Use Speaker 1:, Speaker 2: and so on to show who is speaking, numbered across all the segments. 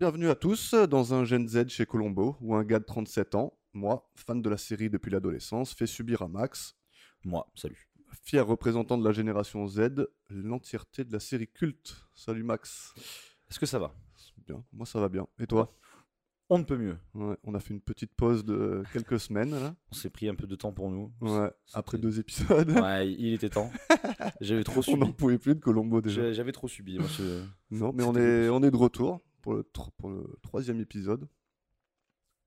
Speaker 1: bienvenue à tous dans un Gen Z chez Colombo, où un gars de 37 ans, moi, fan de la série depuis l'adolescence, fait subir à Max,
Speaker 2: Moi, salut.
Speaker 1: fier représentant de la génération Z, l'entièreté de la série culte. Salut Max.
Speaker 2: Est-ce que ça va
Speaker 1: Bien, moi ça va bien. Et toi
Speaker 2: On ne peut mieux.
Speaker 1: Ouais, On a fait une petite pause de quelques semaines, là.
Speaker 2: On s'est pris un peu de temps pour nous.
Speaker 1: Ouais,
Speaker 2: C'était-
Speaker 1: après deux épisodes.
Speaker 2: Ouais, il était temps. J'avais trop
Speaker 1: On n'en
Speaker 2: subi.
Speaker 1: pouvait plus de Colombo Oh déjà.
Speaker 2: J'ai- J'avais trop subi. moi, je-
Speaker 1: Non, mais on
Speaker 2: C'était
Speaker 1: est,
Speaker 2: ouf.
Speaker 1: on est de retour pour le, tro- pour le troisième épisode.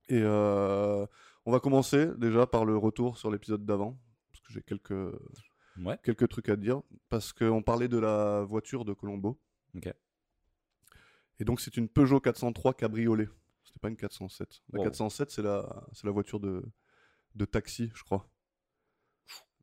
Speaker 1: Et euh, on va commencer déjà par le retour sur l'épisode d'avant, parce que j'ai quelques,
Speaker 2: Ouais.
Speaker 1: quelques trucs à dire. Parce qu'on parlait de la voiture de Colombo.
Speaker 2: Ok.
Speaker 1: Et donc, c'est une Peugeot 403 cabriolet. C'était pas une 407. La
Speaker 2: Wow.
Speaker 1: 407, c'est la, c'est la voiture de, de taxi, je crois.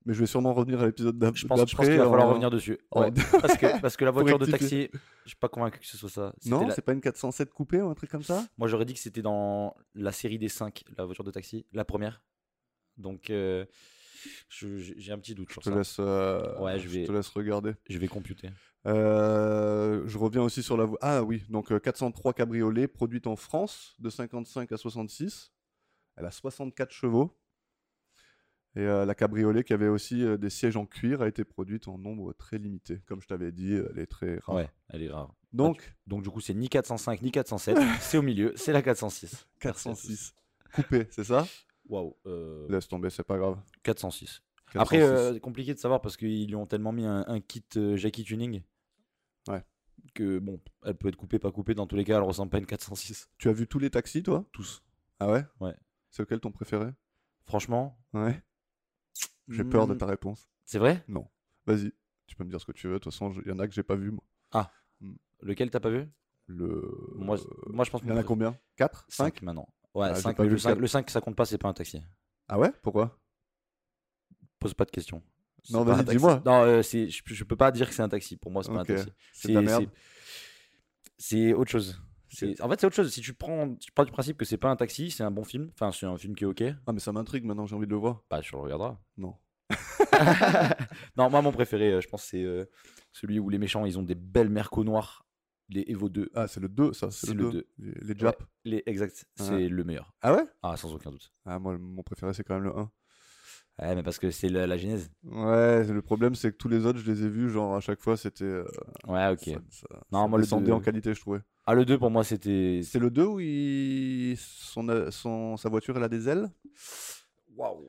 Speaker 1: Mais je vais sûrement revenir à l'épisode d'ap-
Speaker 2: Je
Speaker 1: d'après. euh,
Speaker 2: pense, je pense qu'il va falloir
Speaker 1: en-
Speaker 2: revenir dessus.
Speaker 1: en-
Speaker 2: Ouais, parce, que, parce que la voiture de
Speaker 1: rectifier.
Speaker 2: taxi, je suis pas convaincu que ce soit ça. C'était
Speaker 1: Non,
Speaker 2: la-
Speaker 1: c'est pas une 407 coupée ou un truc comme ça
Speaker 2: Moi, j'aurais dit que c'était dans la série des 5, la voiture de taxi, la première. Donc, euh, je- j'ai j'ai un petit doute sur
Speaker 1: Je te
Speaker 2: ça.
Speaker 1: laisse, euh,
Speaker 2: Ouais, je vais-
Speaker 1: te laisse regarder.
Speaker 2: Je vais computer.
Speaker 1: Euh, je reviens aussi sur la voie. Ah oui, donc euh, 403 cabriolet produite en France de 55 à 66. Elle a 64 chevaux. Et euh, la cabriolet qui avait aussi euh, des sièges en cuir a été produite en nombre très limité. Comme je t'avais dit, elle est très rare.
Speaker 2: Ouais, elle est rare.
Speaker 1: Donc,
Speaker 2: Donc, du coup, c'est ni 405 ni 407. c'est au milieu, c'est la 406. Merci à tous.
Speaker 1: 406. Coupé, c'est ça
Speaker 2: Waouh. euh,
Speaker 1: Laisse tomber, c'est pas grave.
Speaker 2: 406. Après,
Speaker 1: 406.
Speaker 2: euh, compliqué de savoir parce qu'ils lui ont tellement mis un, un kit euh, Jackie Tuning.
Speaker 1: Ouais.
Speaker 2: Que bon, elle peut être coupée, pas coupée. Dans tous les cas, elle ressemble pas à une 406.
Speaker 1: Tu as vu tous les taxis, toi
Speaker 2: Tous.
Speaker 1: Ah ouais
Speaker 2: Ouais.
Speaker 1: C'est lequel ton préféré
Speaker 2: Franchement.
Speaker 1: Ouais. J'ai peur de
Speaker 2: hmm,
Speaker 1: ta réponse.
Speaker 2: C'est vrai
Speaker 1: Vas-y, tu peux me dire ce que tu veux. De toute façon, il y en a que j'ai pas vu, moi.
Speaker 2: Lequel t'as pas vu
Speaker 1: Le...
Speaker 2: moi, je- moi, je pense
Speaker 1: Euh, il y en a combien 4 5
Speaker 2: 5 maintenant. Ouais,
Speaker 1: Ah, j'ai
Speaker 2: 5.
Speaker 1: pas vu
Speaker 2: le,
Speaker 1: le
Speaker 2: 5
Speaker 1: quatre.
Speaker 2: ça compte pas, c'est pas un taxi.
Speaker 1: Ah ouais Pourquoi
Speaker 2: Pose pas de questions. C'est
Speaker 1: Non,
Speaker 2: pas un
Speaker 1: vas-y,
Speaker 2: taxi.
Speaker 1: dis-moi.
Speaker 2: Non, euh, c'est- je, je peux pas dire que c'est un taxi. Pour moi, c'est pas un
Speaker 1: Ok.
Speaker 2: taxi.
Speaker 1: C'est de la
Speaker 2: c'est-
Speaker 1: merde.
Speaker 2: C'est autre chose. C'est- En fait, c'est autre chose. Si tu prends, tu pars du principe que c'est pas un taxi, c'est un bon film. Enfin, c'est un film qui est ok.
Speaker 1: Ah, mais ça m'intrigue maintenant, j'ai envie de le voir.
Speaker 2: Bah, tu le regarderas.
Speaker 1: Non.
Speaker 2: non, moi, mon préféré, euh, je pense, c'est euh, celui où les méchants, ils ont des belles mercos noires, les Evo 2.
Speaker 1: Ah, c'est le 2, ça.
Speaker 2: C'est
Speaker 1: C'est le
Speaker 2: le
Speaker 1: 2. Les, les Japs.
Speaker 2: Les exact, c'est
Speaker 1: Ouais.
Speaker 2: le meilleur.
Speaker 1: Ah ouais
Speaker 2: Ah, sans aucun doute.
Speaker 1: Ah, moi, le- mon préféré, c'est quand même le 1.
Speaker 2: Ouais, mais parce que c'est la, la genèse.
Speaker 1: Ouais, le problème, c'est que tous les autres, je les ai vus, genre, à chaque fois, c'était. euh,
Speaker 2: Ouais, ok.
Speaker 1: ça- ça-
Speaker 2: Non,
Speaker 1: ça
Speaker 2: moi, le
Speaker 1: descendait
Speaker 2: deux-
Speaker 1: en qualité, je trouvais.
Speaker 2: Ah, le 2, pour moi, c'était.
Speaker 1: C'est le 2 où il... son, euh, son- sa voiture, elle a des ailes
Speaker 2: Waouh!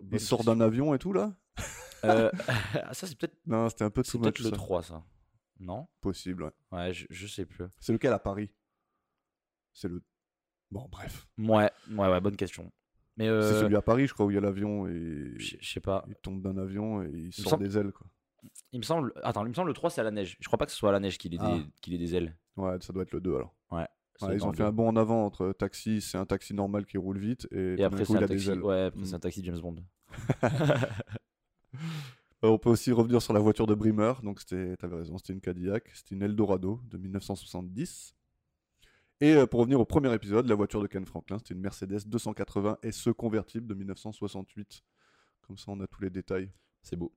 Speaker 2: Bah,
Speaker 1: Il sort d'un avion et tout, là
Speaker 2: Euh, ah, ça, c'est peut-être
Speaker 1: Non, c'était un peu
Speaker 2: c'est
Speaker 1: too
Speaker 2: peut-être
Speaker 1: much,
Speaker 2: le
Speaker 1: ça.
Speaker 2: 3, ça. Non?
Speaker 1: Possible, ouais.
Speaker 2: Ouais, je, je sais plus.
Speaker 1: C'est lequel à Paris C'est le. Bon, bref.
Speaker 2: Ouais, ouais, ouais, bonne question. Mais
Speaker 1: C'est
Speaker 2: euh,
Speaker 1: celui à Paris, je crois, où il y a l'avion et
Speaker 2: je je sais pas.
Speaker 1: il tombe d'un avion et il sort
Speaker 2: semble-
Speaker 1: des ailes. Quoi.
Speaker 2: Il me semble. Attends, il me semble le 3, c'est à la neige. Je crois pas que ce soit à la neige qu'il ait,
Speaker 1: Ah.
Speaker 2: des... qu'il ait des ailes.
Speaker 1: Ouais, ça doit être le 2 alors.
Speaker 2: Ça
Speaker 1: Ouais, ils
Speaker 2: dans
Speaker 1: ont
Speaker 2: le
Speaker 1: fait
Speaker 2: deux.
Speaker 1: un bond en avant entre taxi, c'est un taxi normal qui roule vite et,
Speaker 2: Et
Speaker 1: tout d'un
Speaker 2: après,
Speaker 1: coup,
Speaker 2: c'est
Speaker 1: il
Speaker 2: un,
Speaker 1: a des
Speaker 2: taxi...
Speaker 1: ailes.
Speaker 2: ouais, après,
Speaker 1: Mm.
Speaker 2: c'est un taxi James Bond.
Speaker 1: Euh, on peut aussi revenir sur la voiture de Bremer. Donc, c'était- t'avais raison, c'était une Cadillac, c'était une Eldorado de 1970. Et euh, pour revenir au premier épisode, la voiture de Ken Franklin, c'était une Mercedes 280 SE E convertible de 1968. Comme ça, on a tous les détails.
Speaker 2: C'est beau.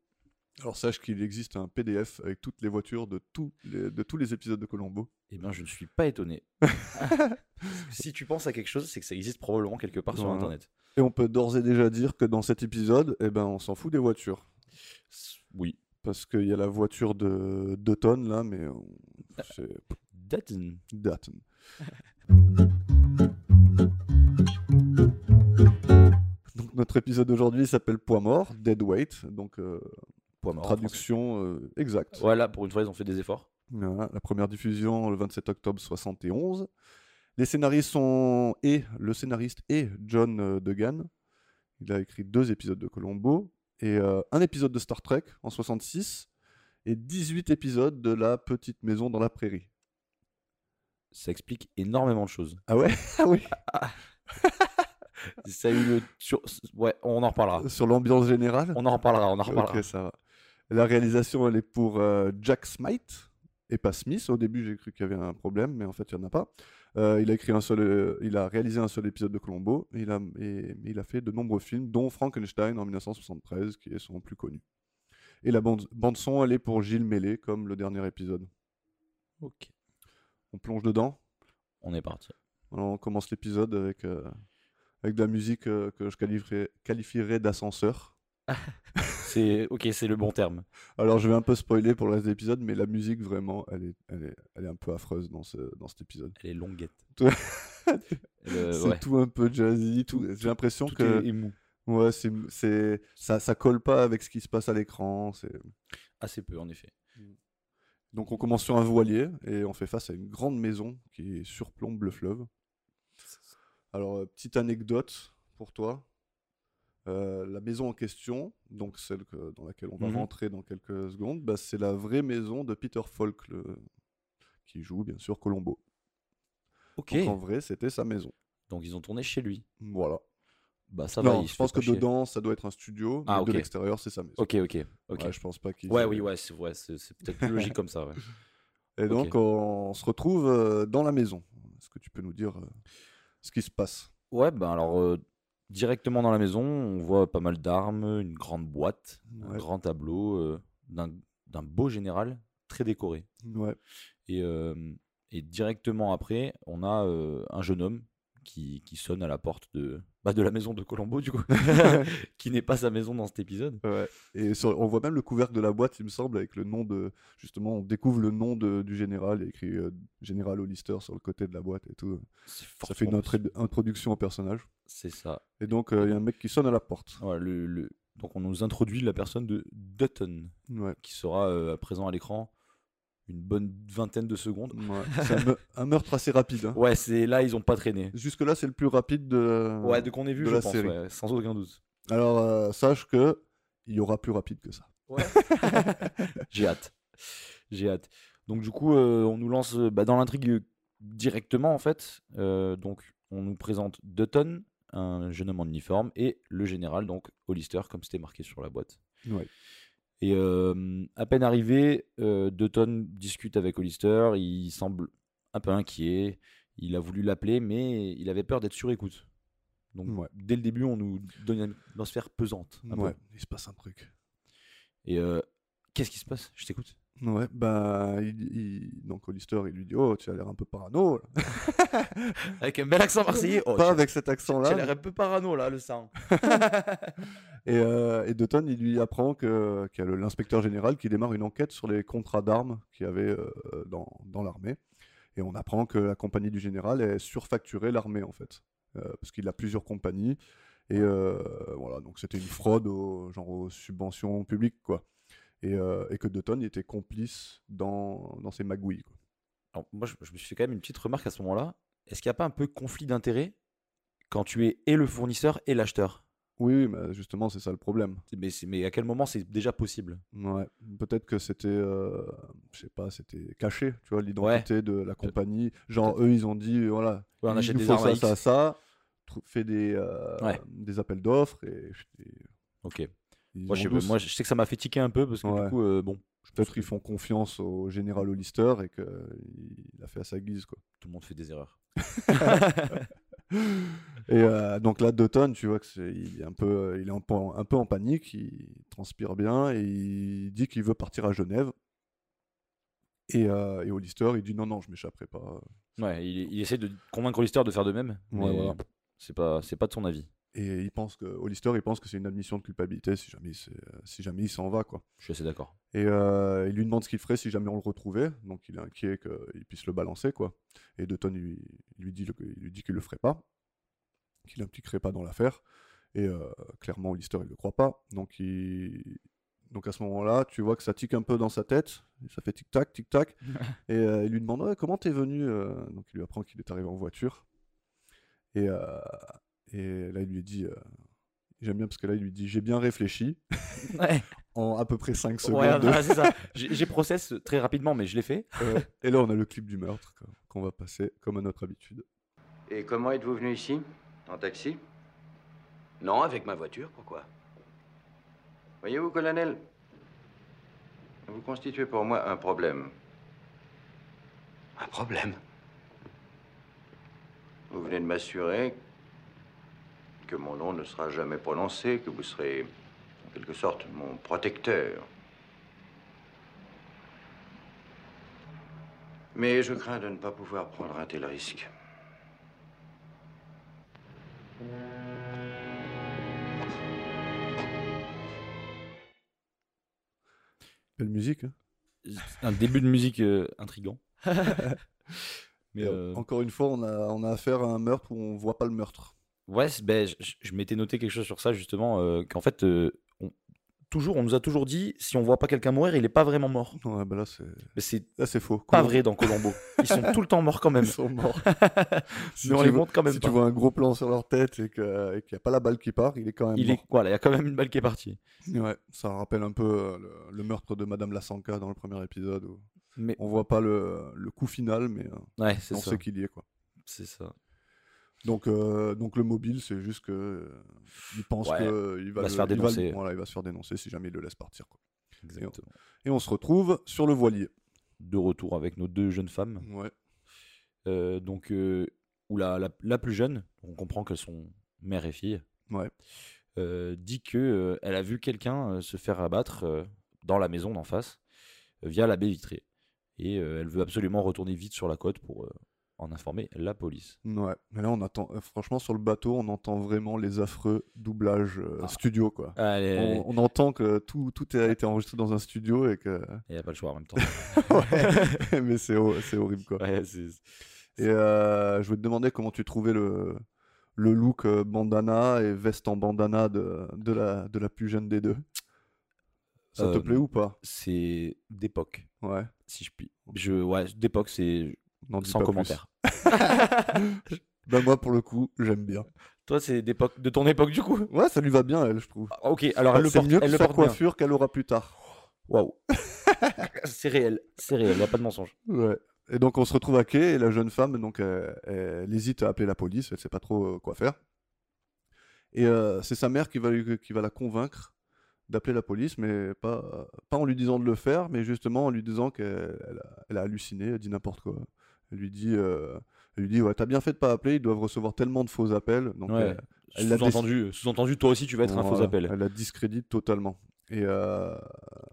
Speaker 1: Alors sache qu'il existe un PDF avec toutes les voitures de, tous les, de tous les épisodes de Colombo.
Speaker 2: Eh bien, je ne suis pas étonné. si tu penses à quelque chose, c'est que ça existe probablement quelque part sur
Speaker 1: Voilà.
Speaker 2: Internet.
Speaker 1: Et on peut d'ores et déjà dire que dans cet épisode, eh ben, on s'en fout des voitures.
Speaker 2: Oui.
Speaker 1: Parce qu'il y a la voiture de d'automne là, mais on- c'est
Speaker 2: Dayton.
Speaker 1: Datton. Donc notre épisode d'aujourd'hui s'appelle Poids mort, Dead Weight, donc euh,
Speaker 2: Point mort. en
Speaker 1: traduction euh, exacte.
Speaker 2: français. Ouais, là, pour une fois, ils ont fait des efforts.
Speaker 1: Voilà, la première diffusion le 27 octobre 71. Les scénaristes sont et le scénariste et John euh, Degan. Il a écrit deux épisodes de Colombo et euh, un épisode de Star Trek en 66 et 18 épisodes de La Petite Maison dans la Prairie.
Speaker 2: Ça explique énormément de choses.
Speaker 1: Ah ouais Ah oui
Speaker 2: Ça a eu le. sur- Ouais, on en reparlera.
Speaker 1: Sur l'ambiance générale
Speaker 2: On en reparlera, on en reparlera.
Speaker 1: Ok, ça va. La réalisation, elle est pour euh, Jack Smite et pas Smith. Au début, j'ai cru qu'il y avait un problème, mais en fait, il n'y en a pas. Euh, il, a écrit un seul, euh, il a réalisé un seul épisode de Colombo et il, a, et- mais il a fait de nombreux films, dont Frankenstein en 1973, qui est son plus connu. Et la bande- bande-son, elle est pour Gilles Mellet, comme le dernier épisode.
Speaker 2: Ok.
Speaker 1: On plonge dedans
Speaker 2: On est parti.
Speaker 1: Alors, on commence l'épisode avec, euh, avec de la musique euh, que je qualifierais, qualifierais d'ascenseur.
Speaker 2: C'est ok, c'est le bon terme.
Speaker 1: Alors, je vais un peu spoiler pour le reste de l'épisode, mais la musique, vraiment, elle est, elle est, elle est un peu affreuse dans, ce, dans cet épisode.
Speaker 2: Elle est longuette.
Speaker 1: Toi-
Speaker 2: Euh,
Speaker 1: c'est
Speaker 2: ouais.
Speaker 1: tout un peu jazzy. Tout... J'ai l'impression
Speaker 2: Tout
Speaker 1: que
Speaker 2: est- est mou.
Speaker 1: ouais, c'est, c'est- ça, ça colle pas avec ce qui se passe à l'écran. c'est-
Speaker 2: Assez peu en effet.
Speaker 1: Donc, on commence sur un voilier et on fait face à une grande maison qui surplombe le fleuve. Alors, euh, petite anecdote pour toi. Euh, la maison en question, donc celle que- dans laquelle on va
Speaker 2: Mhm.
Speaker 1: rentrer dans quelques secondes, bah, c'est la vraie maison de Peter Falk, le- qui joue bien sûr Colombo.
Speaker 2: Ok.
Speaker 1: Donc en vrai, c'était sa maison.
Speaker 2: Donc ils ont tourné chez lui.
Speaker 1: Voilà.
Speaker 2: Bah ça va.
Speaker 1: non,
Speaker 2: il se
Speaker 1: je
Speaker 2: fait
Speaker 1: pense
Speaker 2: pas
Speaker 1: que
Speaker 2: chier.
Speaker 1: dedans, ça doit être un studio,
Speaker 2: Ah,
Speaker 1: mais
Speaker 2: ok.
Speaker 1: de l'extérieur, c'est sa maison.
Speaker 2: Ok, ok, ok.
Speaker 1: Ouais, je pense pas qu'il.
Speaker 2: Ouais, oui, ouais, c'est ouais, c'est- c'est peut-être plus logique comme ça. ouais.
Speaker 1: Et donc, on se retrouve euh, dans la maison. Est-ce que tu peux nous dire euh, ce qui se passe
Speaker 2: Ouais, ben alors, euh, directement dans la maison, on voit pas mal d'armes, une grande boîte, un
Speaker 1: Ouais.
Speaker 2: grand tableau euh, d'un d'un beau général très décoré.
Speaker 1: Ouais.
Speaker 2: Et, euh, et directement après, on a euh, un jeune homme qui, qui sonne à la porte de, bah, de la maison de Colombo, du coup, qui n'est pas sa maison dans cet épisode.
Speaker 1: Ouais. Et sur- on voit même le couvercle de la boîte, il me semble, avec le nom de. Justement, on découvre le nom de- du général, il y a écrit euh, Général Hollister sur le côté de la boîte et tout. Ça fait une
Speaker 2: entrée
Speaker 1: intré- introduction au personnage.
Speaker 2: C'est ça.
Speaker 1: Et donc, euh, il y a un mec qui sonne à la porte.
Speaker 2: Ouais, le- le- Donc, on nous introduit la personne de Dutton,
Speaker 1: Ouais.
Speaker 2: qui sera euh, à présent à l'écran une bonne vingtaine de secondes.
Speaker 1: Ouais. C'est un, me- un meurtre assez rapide. hein.
Speaker 2: Ouais, c'est là, ils ont pas traîné.
Speaker 1: Jusque-là, c'est le plus rapide de.
Speaker 2: Ouais, de qu'on ait vu,
Speaker 1: de
Speaker 2: je
Speaker 1: la
Speaker 2: pense,
Speaker 1: série.
Speaker 2: ouais, sans aucun doute.
Speaker 1: Alors, euh, sache que il y aura plus rapide que ça.
Speaker 2: J'ai hâte. J'ai hâte. Donc, du coup, euh, on nous lance euh, bah, dans l'intrigue euh, directement, en fait. Euh, donc, on nous présente Dutton, un jeune homme en uniforme, et le général, donc Hollister, comme c'était marqué sur la boîte.
Speaker 1: Ouais.
Speaker 2: Et euh, à peine arrivé, euh, Dutton discute avec Hollister. Il semble un peu inquiet. Il a voulu l'appeler, mais il avait peur d'être surécoute. Donc,
Speaker 1: Ouais.
Speaker 2: dès le début, on nous donne une atmosphère pesante. un peu.
Speaker 1: Ouais, il se passe un truc.
Speaker 2: Et euh, qu'est-ce qui se passe Je t'écoute.
Speaker 1: Ouais, bah, il, il- donc Hollister, il lui dit Oh, tu as l'air un peu parano. là.
Speaker 2: Avec un bel accent marseillais. Oh,
Speaker 1: Pas
Speaker 2: tu-
Speaker 1: avec cet
Speaker 2: tu as
Speaker 1: accent-là.
Speaker 2: l'air un peu parano, là, le sang.
Speaker 1: Et, euh, et Dutton, il lui apprend que- qu'il y a le- l'inspecteur général qui démarre une enquête sur les contrats d'armes qu'il y avait euh, dans, dans l'armée. Et on apprend que la compagnie du général est surfacturée l'armée, en fait. Euh, parce qu'il a plusieurs compagnies. Et euh, voilà, donc c'était une fraude au, genre aux subventions publiques, quoi. Et, euh, et que Dutton il était complice dans, dans ces magouilles. quoi.
Speaker 2: Alors, moi, je, je me suis fait quand même une petite remarque à ce moment-là. Est-ce qu'il n'y a pas un peu conflit d'intérêt quand tu es et le fournisseur et l'acheteur
Speaker 1: Oui, oui, mais justement, c'est ça le problème.
Speaker 2: C'est- mais, c'est- mais à quel moment c'est déjà possible
Speaker 1: Ouais, peut-être que c'était, euh, je sais pas, c'était caché, tu vois, l'identité de la compagnie. Genre, eux, ils ont dit, voilà,
Speaker 2: Ouais, On
Speaker 1: il
Speaker 2: achète
Speaker 1: nous
Speaker 2: des
Speaker 1: faut
Speaker 2: armes à
Speaker 1: ça, ça,
Speaker 2: X.
Speaker 1: ça, trou- fait des, euh,
Speaker 2: Ouais.
Speaker 1: des appels d'offres et, et
Speaker 2: Ok.
Speaker 1: ils
Speaker 2: Moi
Speaker 1: ont
Speaker 2: je, sais,
Speaker 1: tous-
Speaker 2: moi, je sais que ça m'a fait tiquer un peu parce que
Speaker 1: Ouais.
Speaker 2: du coup, euh, bon, je pense
Speaker 1: peut-être
Speaker 2: que
Speaker 1: qu'ils font confiance au général Hollister et qu'il a fait à sa guise, quoi.
Speaker 2: tout le monde fait des erreurs.
Speaker 1: Et euh, donc là, d'automne, tu vois que c'est- il est un peu, euh, il est un peu, en- un peu en panique, il transpire bien et il dit qu'il veut partir à Genève. Et, euh, et Hollister, il dit non, non, je m'échapperai pas.
Speaker 2: Ouais, il, il essaie de convaincre l'histoire de faire de même.
Speaker 1: Ouais,
Speaker 2: mais
Speaker 1: voilà.
Speaker 2: c'est pas, c'est pas de son avis.
Speaker 1: Et il pense que Hollister, il pense que c'est une admission de culpabilité si jamais il s'est- si jamais il s'en va quoi.
Speaker 2: Je suis assez d'accord.
Speaker 1: Et euh, il lui demande ce qu'il ferait si jamais on le retrouvait, donc il est inquiet qu'il puisse le balancer quoi. Et Dutton lui, lui dit le- il lui dit qu'il le ferait pas, qu'il l'impliquerait pas dans l'affaire. Et euh, clairement Hollister il le croit pas, donc il donc à ce moment-là, tu vois que ça tique un peu dans sa tête, ça fait tic tac tic tac, et euh, il lui demande Ouais, comment t'es venu. euh donc il lui apprend qu'il est arrivé en voiture, et euh, et là il lui dit euh, j'aime bien parce que là il lui dit j'ai bien réfléchi
Speaker 2: Ouais,
Speaker 1: en à peu près 5 secondes.
Speaker 2: ouais, voilà, c'est ça. J'ai j'ai process très rapidement, mais je l'ai fait.
Speaker 1: Euh, et là, on a le clip du meurtre quoi, qu'on va passer comme à notre habitude.
Speaker 3: Et comment êtes-vous venu ici En taxi
Speaker 4: Non, avec ma voiture, pourquoi
Speaker 3: Voyez-vous, colonel Vous constituez pour moi un problème.
Speaker 4: Un problème.
Speaker 3: Vous venez de m'assurer que mon nom ne sera jamais prononcé, que vous serez en quelque sorte mon protecteur. Mais je crains de ne pas pouvoir prendre un tel risque.
Speaker 1: Quelle musique. hein.
Speaker 2: Un début de musique euh, intrigant. Mais
Speaker 1: Et
Speaker 2: euh,
Speaker 1: Encore une fois, on a, on a affaire à un meurtre où on voit pas le meurtre.
Speaker 2: ouais, c'est- ben, je, je- je m'étais noté quelque chose sur ça justement, euh, qu'en fait, euh, on, toujours, on nous a toujours dit si on voit pas quelqu'un mourir, il est pas vraiment mort.
Speaker 1: Ouais, bah là, c'est
Speaker 2: Mais c'est
Speaker 1: là, c'est faux.
Speaker 2: pas
Speaker 1: Colombo,
Speaker 2: vrai dans Colombo. Ils sont tout le temps morts quand même.
Speaker 1: Ils sont morts. Si
Speaker 2: Mais on
Speaker 1: tu
Speaker 2: les
Speaker 1: vois-
Speaker 2: montre quand même
Speaker 1: si
Speaker 2: pas.
Speaker 1: tu vois un gros plan sur leur tête et que- et qu'il n'y a pas la balle qui part, il est quand même
Speaker 2: Il est
Speaker 1: mort.
Speaker 2: voilà, il y a quand même une balle qui est partie.
Speaker 1: Ouais, ça rappelle un peu euh, le, le meurtre de Madame Lassanka dans le premier épisode. Où
Speaker 2: Mais
Speaker 1: on voit pas le, le coup final, mais euh,
Speaker 2: ouais, c'est
Speaker 1: on
Speaker 2: ça.
Speaker 1: sait qu'il y est. Quoi.
Speaker 2: C'est ça.
Speaker 1: Donc, euh, donc le mobile, c'est juste que euh, il pense
Speaker 2: Ouais,
Speaker 1: qu'il va,
Speaker 2: va
Speaker 1: le-
Speaker 2: se faire
Speaker 1: il le-
Speaker 2: dénoncer.
Speaker 1: voilà, il va se faire dénoncer si jamais il le laisse partir. quoi.
Speaker 2: Exactement.
Speaker 1: Et on se retrouve sur le voilier.
Speaker 2: De retour avec nos deux jeunes femmes.
Speaker 1: Ouais.
Speaker 2: Euh, donc, euh, où la, la- la plus jeune, on comprend qu'elles sont mère et fille,
Speaker 1: Ouais.
Speaker 2: euh, dit que euh, elle a vu quelqu'un euh, se faire abattre euh, dans la maison d'en face euh, via la baie vitrée. Et euh, elle veut absolument retourner vite sur la côte pour euh, en informer la police.
Speaker 1: Ouais. Mais là, on attend. euh, Franchement, sur le bateau, on entend vraiment les affreux doublages euh,
Speaker 2: Ah.
Speaker 1: studio, quoi.
Speaker 2: Allez, allez,
Speaker 1: On, on entend que tout, tout a été enregistré dans un studio et que.
Speaker 2: il n'y a pas le choix en même temps.
Speaker 1: Ouais. Mais c'est ho- c'est horrible, quoi.
Speaker 2: Ouais, c'est-
Speaker 1: Et euh, je vais te demander comment tu trouvais le, le look euh, bandana et veste en bandana de, de, la, de la plus jeune des deux. Ça te
Speaker 2: Euh,
Speaker 1: plaît ou pas
Speaker 2: c'est d'époque,
Speaker 1: Ouais.
Speaker 2: si je puis. Je, ouais, d'époque, c'est
Speaker 1: N'en dis
Speaker 2: sans
Speaker 1: pas plus.
Speaker 2: commentaire.
Speaker 1: Ben moi, pour le coup, j'aime bien.
Speaker 2: Toi, c'est d'époque, de ton époque du coup
Speaker 1: Ouais, ça lui va bien, elle, je trouve.
Speaker 2: Ah, Ok, alors elle le
Speaker 1: Bah, c'est
Speaker 2: porte,
Speaker 1: mieux que
Speaker 2: elle le
Speaker 1: sa
Speaker 2: porte bien.
Speaker 1: coiffure qu'elle aura plus tard.
Speaker 2: Waouh. c'est réel, c'est réel, il n'y a pas de mensonge.
Speaker 1: Ouais. Et donc on se retrouve à quai et la jeune femme donc euh, elle, hésite à appeler la police, elle sait pas trop euh, quoi faire. Et euh, c'est sa mère qui va lui- qui va la convaincre d'appeler la police, mais pas pas en lui disant de le faire, mais justement en lui disant qu'elle elle a, elle a halluciné, elle dit n'importe quoi. Elle lui dit euh, elle lui dit ouais t'as bien fait de pas appeler, ils doivent recevoir tellement de faux appels. Donc
Speaker 2: Ouais.
Speaker 1: euh, Elle l'a
Speaker 2: Sous-entendu, sous-entendu, toi aussi tu vas être un faux
Speaker 1: voilà,
Speaker 2: appel.
Speaker 1: Elle la discrédite totalement. Et euh,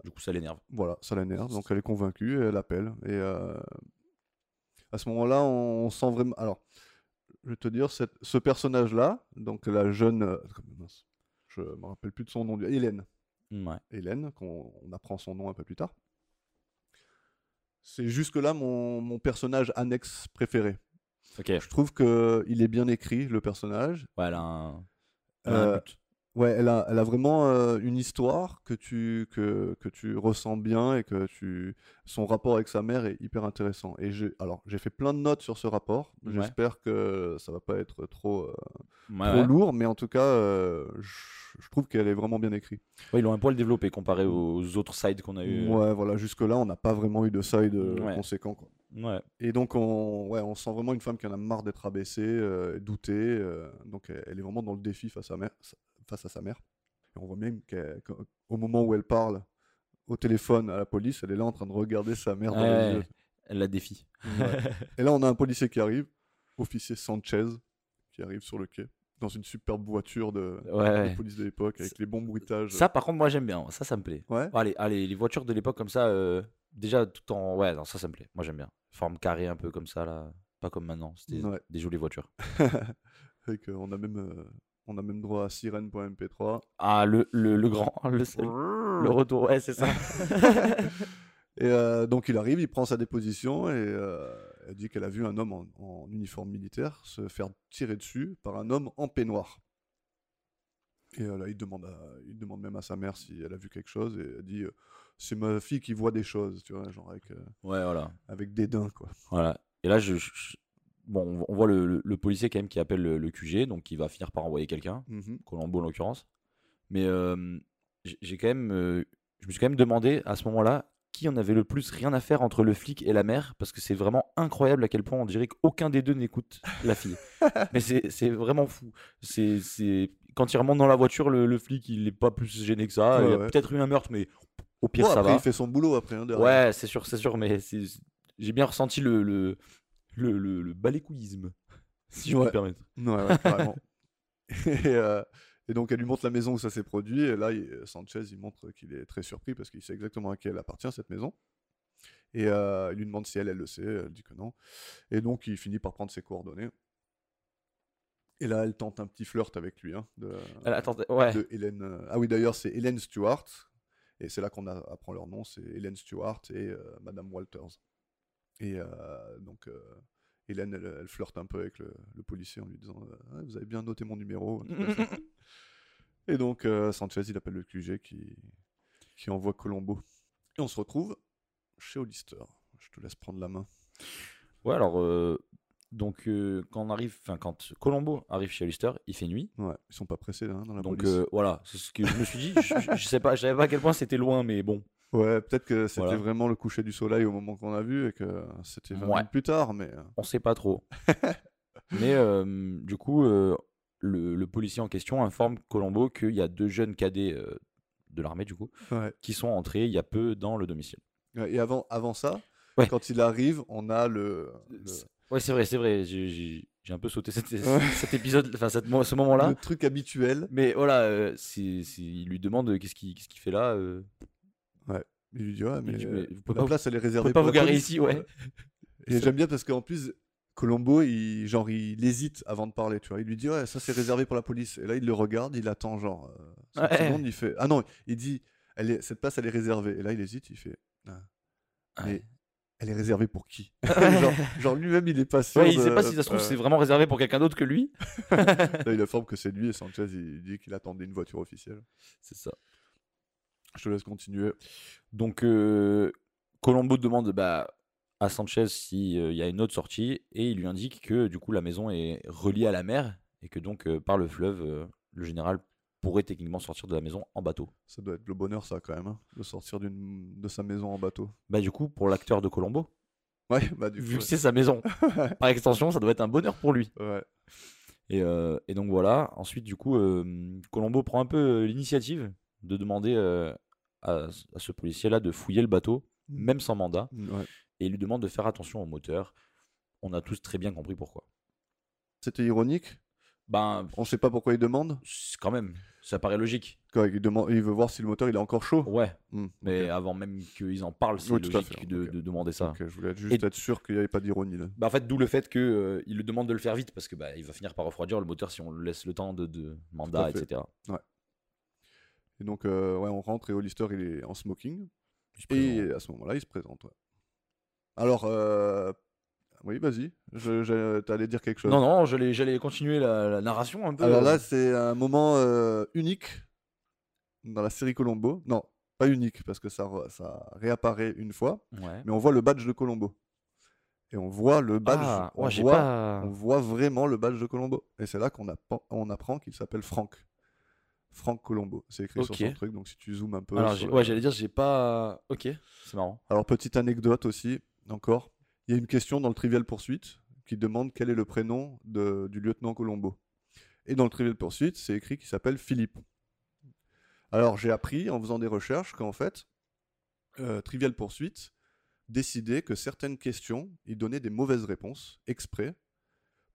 Speaker 2: Du coup, ça l'énerve.
Speaker 1: voilà, ça l'énerve, donc elle est convaincue et elle appelle. Et euh, à ce moment-là, on, on sent vraiment. Alors, je vais te dire, cette- ce personnage-là, donc la jeune. euh, mince, je me rappelle plus de son nom, du- Hélène.
Speaker 2: Mm, Ouais.
Speaker 1: Hélène, qu'on on apprend son nom un peu plus tard. C'est jusque-là mon, mon personnage annexe préféré.
Speaker 2: Ok. Ouais,
Speaker 1: Je trouve qu'il est bien écrit, le personnage.
Speaker 2: elle a un, elle a un
Speaker 1: Euh,
Speaker 2: but.
Speaker 1: Ouais, elle a, elle a vraiment euh, une histoire que tu, que, que tu ressens bien et que tu... son rapport avec sa mère est hyper intéressant. Et j'ai, alors, j'ai fait plein de notes sur ce rapport.
Speaker 2: Ouais.
Speaker 1: J'espère que ça va pas être trop, euh,
Speaker 2: Ouais,
Speaker 1: trop
Speaker 2: ouais.
Speaker 1: lourd, mais en tout cas, euh, je je trouve qu'elle est vraiment bien écrite.
Speaker 2: Ouais, ils l'ont un poil développé comparé aux autres sides qu'on a eu.
Speaker 1: Ouais, voilà, jusque-là, on n'a pas vraiment eu de side euh,
Speaker 2: euh, Ouais.
Speaker 1: conséquent. Quoi.
Speaker 2: Ouais.
Speaker 1: Et donc, on, ouais, on sent vraiment une femme qui en a marre d'être abaissée, euh, doutée. euh, donc, elle, elle est vraiment dans le défi face à, mère- face à sa mère. Et on voit même qu'elle- qu'au au moment où elle parle au téléphone à la police, elle est là en train de regarder sa mère dans
Speaker 2: Ouais.
Speaker 1: les yeux.
Speaker 2: Elle la défie.
Speaker 1: Ouais. Et là, on a un policier qui arrive, officier Sanchez, qui arrive sur le quai, dans une superbe voiture de,
Speaker 2: Ouais,
Speaker 1: de
Speaker 2: ouais.
Speaker 1: police de l'époque, avec les bons bruitages.
Speaker 2: Ça, par contre, moi j'aime bien. Ça, ça me plaît.
Speaker 1: Ouais.
Speaker 2: Allez, allez, les voitures de l'époque comme ça, euh, déjà tout en. Ouais, non, ça, ça me plaît. Moi j'aime bien. Forme carrée un peu comme ça, là. Pas comme maintenant. C'était
Speaker 1: Ouais.
Speaker 2: des jolies voitures.
Speaker 1: Fait que on, a même, euh, on a même droit à sirène.mp3.
Speaker 2: Ah, le, le, le grand, le, seul, le retour. Ouais, c'est ça.
Speaker 1: Et euh, donc il arrive, il prend sa déposition et euh, elle dit qu'elle a vu un homme en, en uniforme militaire se faire tirer dessus par un homme en peignoir. Et euh, là, il demande, à- il demande même à sa mère si elle a vu quelque chose et elle dit euh, c'est ma fille qui voit des choses, tu vois, genre avec, euh,
Speaker 2: ouais, voilà.
Speaker 1: avec dédain quoi.
Speaker 2: Voilà. Et là, je, je- bon, on vo- on voit le, le- le policier quand même qui appelle le, le QG, donc qui va finir par envoyer quelqu'un,
Speaker 1: Mhm.
Speaker 2: Colombo en l'occurrence. Mais euh, j'ai j'ai quand même, euh, je me suis quand même demandé à ce moment-là qui en avait le plus rien à faire entre le flic et la mère, parce que c'est vraiment incroyable à quel point on dirait qu'aucun des deux n'écoute la fille. Mais c'est c'est vraiment fou. C'est c'est- quand il remonte dans la voiture, le, le flic il est pas plus gêné que ça.
Speaker 1: Ouais,
Speaker 2: il y a
Speaker 1: ouais.
Speaker 2: peut-être eu un meurtre, mais au pire
Speaker 1: Bon,
Speaker 2: ça
Speaker 1: après,
Speaker 2: va.
Speaker 1: il fait son boulot après. hein, derrière.
Speaker 2: Ouais, c'est sûr, c'est sûr, mais c'est- c'est- j'ai bien ressenti le, le, le, le, le balécouillisme, si je peux
Speaker 1: Ouais.
Speaker 2: me permettre.
Speaker 1: Ouais, ouais, carrément. et, euh, et donc, elle lui montre la maison où ça s'est produit. Et là, il- Sanchez, il montre qu'il est très surpris parce qu'il sait exactement à qui elle appartient, cette maison. Et euh, il lui demande si elle, elle le sait, elle dit que non. Et donc, il finit par prendre ses coordonnées. Et là, elle tente un petit flirt avec lui, hein, de,
Speaker 2: Ah, Attends, ouais.
Speaker 1: de Hélène. euh, Ah oui, d'ailleurs, c'est Hélène Stewart. Et c'est là qu'on a- apprend leur nom, c'est Hélène Stewart et euh, Madame Walters. Et euh, donc, euh, Hélène, elle, elle flirte un peu avec le, le policier en lui disant euh, Ah, Vous avez bien noté mon numéro. un truc comme ça. et donc, euh, Sanchez, il appelle le QG qui, qui envoie Colombo. Et on se retrouve chez Hollister. Je te laisse prendre la main.
Speaker 2: Ouais, alors, euh, donc, euh, quand on arrive, enfin, quand Colombo arrive chez Hollister, il fait nuit.
Speaker 1: Ouais, ils sont pas pressés hein, dans la
Speaker 2: Donc,
Speaker 1: police.
Speaker 2: euh, voilà, c'est ce que je me suis dit. Je, je- je sais pas, je savais pas à quel point c'était loin, mais bon.
Speaker 1: Ouais, peut-être que c'était
Speaker 2: voilà.
Speaker 1: vraiment le coucher du soleil au moment qu'on a vu et que c'était 20
Speaker 2: Ouais.
Speaker 1: minutes plus tard, mais. euh,
Speaker 2: on sait pas trop. Mais euh, du coup, euh, le, le policier en question informe Colombo qu'il y a deux jeunes cadets euh, de l'armée, du coup,
Speaker 1: Ouais.
Speaker 2: qui sont entrés il y a peu dans le domicile.
Speaker 1: Ouais, Et avant, avant ça,
Speaker 2: Ouais.
Speaker 1: quand il arrive, on a le, le-
Speaker 2: C'est- Ouais, c'est vrai, c'est vrai. J'ai- J'ai j'ai un peu sauté cette-
Speaker 1: Ouais.
Speaker 2: cet épisode, enfin cette mo- ce moment-là.
Speaker 1: le truc habituel.
Speaker 2: Mais voilà, euh, c'est- c'est- il lui demande euh, qu'est-ce qu'il qu'est-ce qu'il fait là. euh,
Speaker 1: Il lui dit Ouais, mais,
Speaker 2: dit,
Speaker 1: euh,
Speaker 2: Mais vous pouvez
Speaker 1: la
Speaker 2: pas-
Speaker 1: place, elle est
Speaker 2: vous pouvez
Speaker 1: réservée
Speaker 2: pas
Speaker 1: pour la
Speaker 2: vous garer
Speaker 1: police.
Speaker 2: ici, ouais.
Speaker 1: Et j'aime bien parce qu'en plus, Colombo, il, genre, il hésite avant de parler, tu vois. Il lui dit Ouais, ça, c'est réservé pour la police. Et là, il le regarde, il attend, genre, euh, cinq
Speaker 2: Ouais.
Speaker 1: secondes, il fait Ah non, il dit elle est, Cette place, elle est réservée. Et là, il hésite, il fait Ah, Mais
Speaker 2: Ouais.
Speaker 1: elle est réservée pour qui Genre, genre, lui-même, il est pas sûr.
Speaker 2: Ouais, il sait
Speaker 1: de-
Speaker 2: pas si ça se trouve
Speaker 1: euh,
Speaker 2: c'est vraiment réservé pour quelqu'un d'autre que lui.
Speaker 1: Là, il affirme que c'est lui et Sanchez, il dit qu'il attendait une voiture officielle.
Speaker 2: C'est ça.
Speaker 1: Je te laisse continuer.
Speaker 2: Donc, euh, Colombo demande bah, à Sanchez s'il y a une autre sortie et il lui indique que du coup la maison est reliée à la mer et que donc euh, par le fleuve, euh, le général pourrait techniquement sortir de la maison en bateau.
Speaker 1: Ça doit être le bonheur, ça, quand même, hein, de sortir d'une- de sa maison en bateau.
Speaker 2: Bah, du coup, pour l'acteur de Colombo,
Speaker 1: Ouais, bah du
Speaker 2: vu
Speaker 1: coup.
Speaker 2: que c'est sa maison, par extension, ça doit être un bonheur pour lui.
Speaker 1: ouais. Ouais.
Speaker 2: Et, euh, et donc voilà, ensuite du coup, euh, Colombo prend un peu euh, l'initiative de demander euh, à, à ce policier-là de fouiller le bateau,
Speaker 1: Mm.
Speaker 2: même sans mandat.
Speaker 1: Ouais.
Speaker 2: et il lui demande de faire attention au moteur. On a tous très bien compris pourquoi.
Speaker 1: C'était ironique.
Speaker 2: Ben,
Speaker 1: On sait pas pourquoi il demande.
Speaker 2: c'est quand même, ça paraît logique.
Speaker 1: Quoi, il, demande... il veut voir si le moteur il est encore chaud.
Speaker 2: Ouais,
Speaker 1: Hmm,
Speaker 2: mais
Speaker 1: ok.
Speaker 2: avant même qu'ils en parlent, c'est
Speaker 1: Oui, tout à
Speaker 2: logique
Speaker 1: fait,
Speaker 2: de,
Speaker 1: ok.
Speaker 2: de demander ça.
Speaker 1: Ok, euh, je voulais être- juste
Speaker 2: Et-
Speaker 1: être sûr qu'il n'y avait pas d'ironie là.
Speaker 2: Bah, en fait, d'où le fait qu'il le demande de le faire vite, parce que bah, il va finir par refroidir le moteur si on le laisse le temps de, de mandat,
Speaker 1: fait.
Speaker 2: etc.
Speaker 1: Et donc, euh, ouais, on rentre et Hollister il est en smoking.
Speaker 2: Il se présente.
Speaker 1: Et à ce moment-là, il se présente. ouais. Alors, euh, oui, vas-y. Je, je- T'allais dire quelque chose.
Speaker 2: Non, non, j'allais j'allais continuer la, la narration un peu.
Speaker 1: Alors Ah bah, là, c'est un moment euh, unique dans la série Colombo. Non, pas unique parce que ça, re- ça réapparaît une fois,
Speaker 2: ouais.
Speaker 1: mais on voit le badge de Colombo. Et on voit le badge.
Speaker 2: Ah,
Speaker 1: on
Speaker 2: ouais, j'ai
Speaker 1: voit-
Speaker 2: pas.
Speaker 1: on voit vraiment le badge de Colombo. Et c'est là qu'on apprend, on apprend qu'il s'appelle Franck. Franck Colombo. C'est écrit
Speaker 2: Ok.
Speaker 1: sur son truc, donc si tu zoomes un peu.
Speaker 2: Alors,
Speaker 1: sur
Speaker 2: j'ai-
Speaker 1: le-
Speaker 2: ouais, j'allais dire, j'ai pas. Ok, c'est marrant.
Speaker 1: Alors, petite anecdote aussi, encore. Il y a une question dans le Trivial Poursuite qui demande quel est le prénom de- du lieutenant Colombo. Et dans le Trivial Poursuite, c'est écrit qu'il s'appelle Philippe. Alors, j'ai appris en faisant des recherches qu'en fait, euh, Trivial Poursuite décidait que certaines questions, il donnait des mauvaises réponses exprès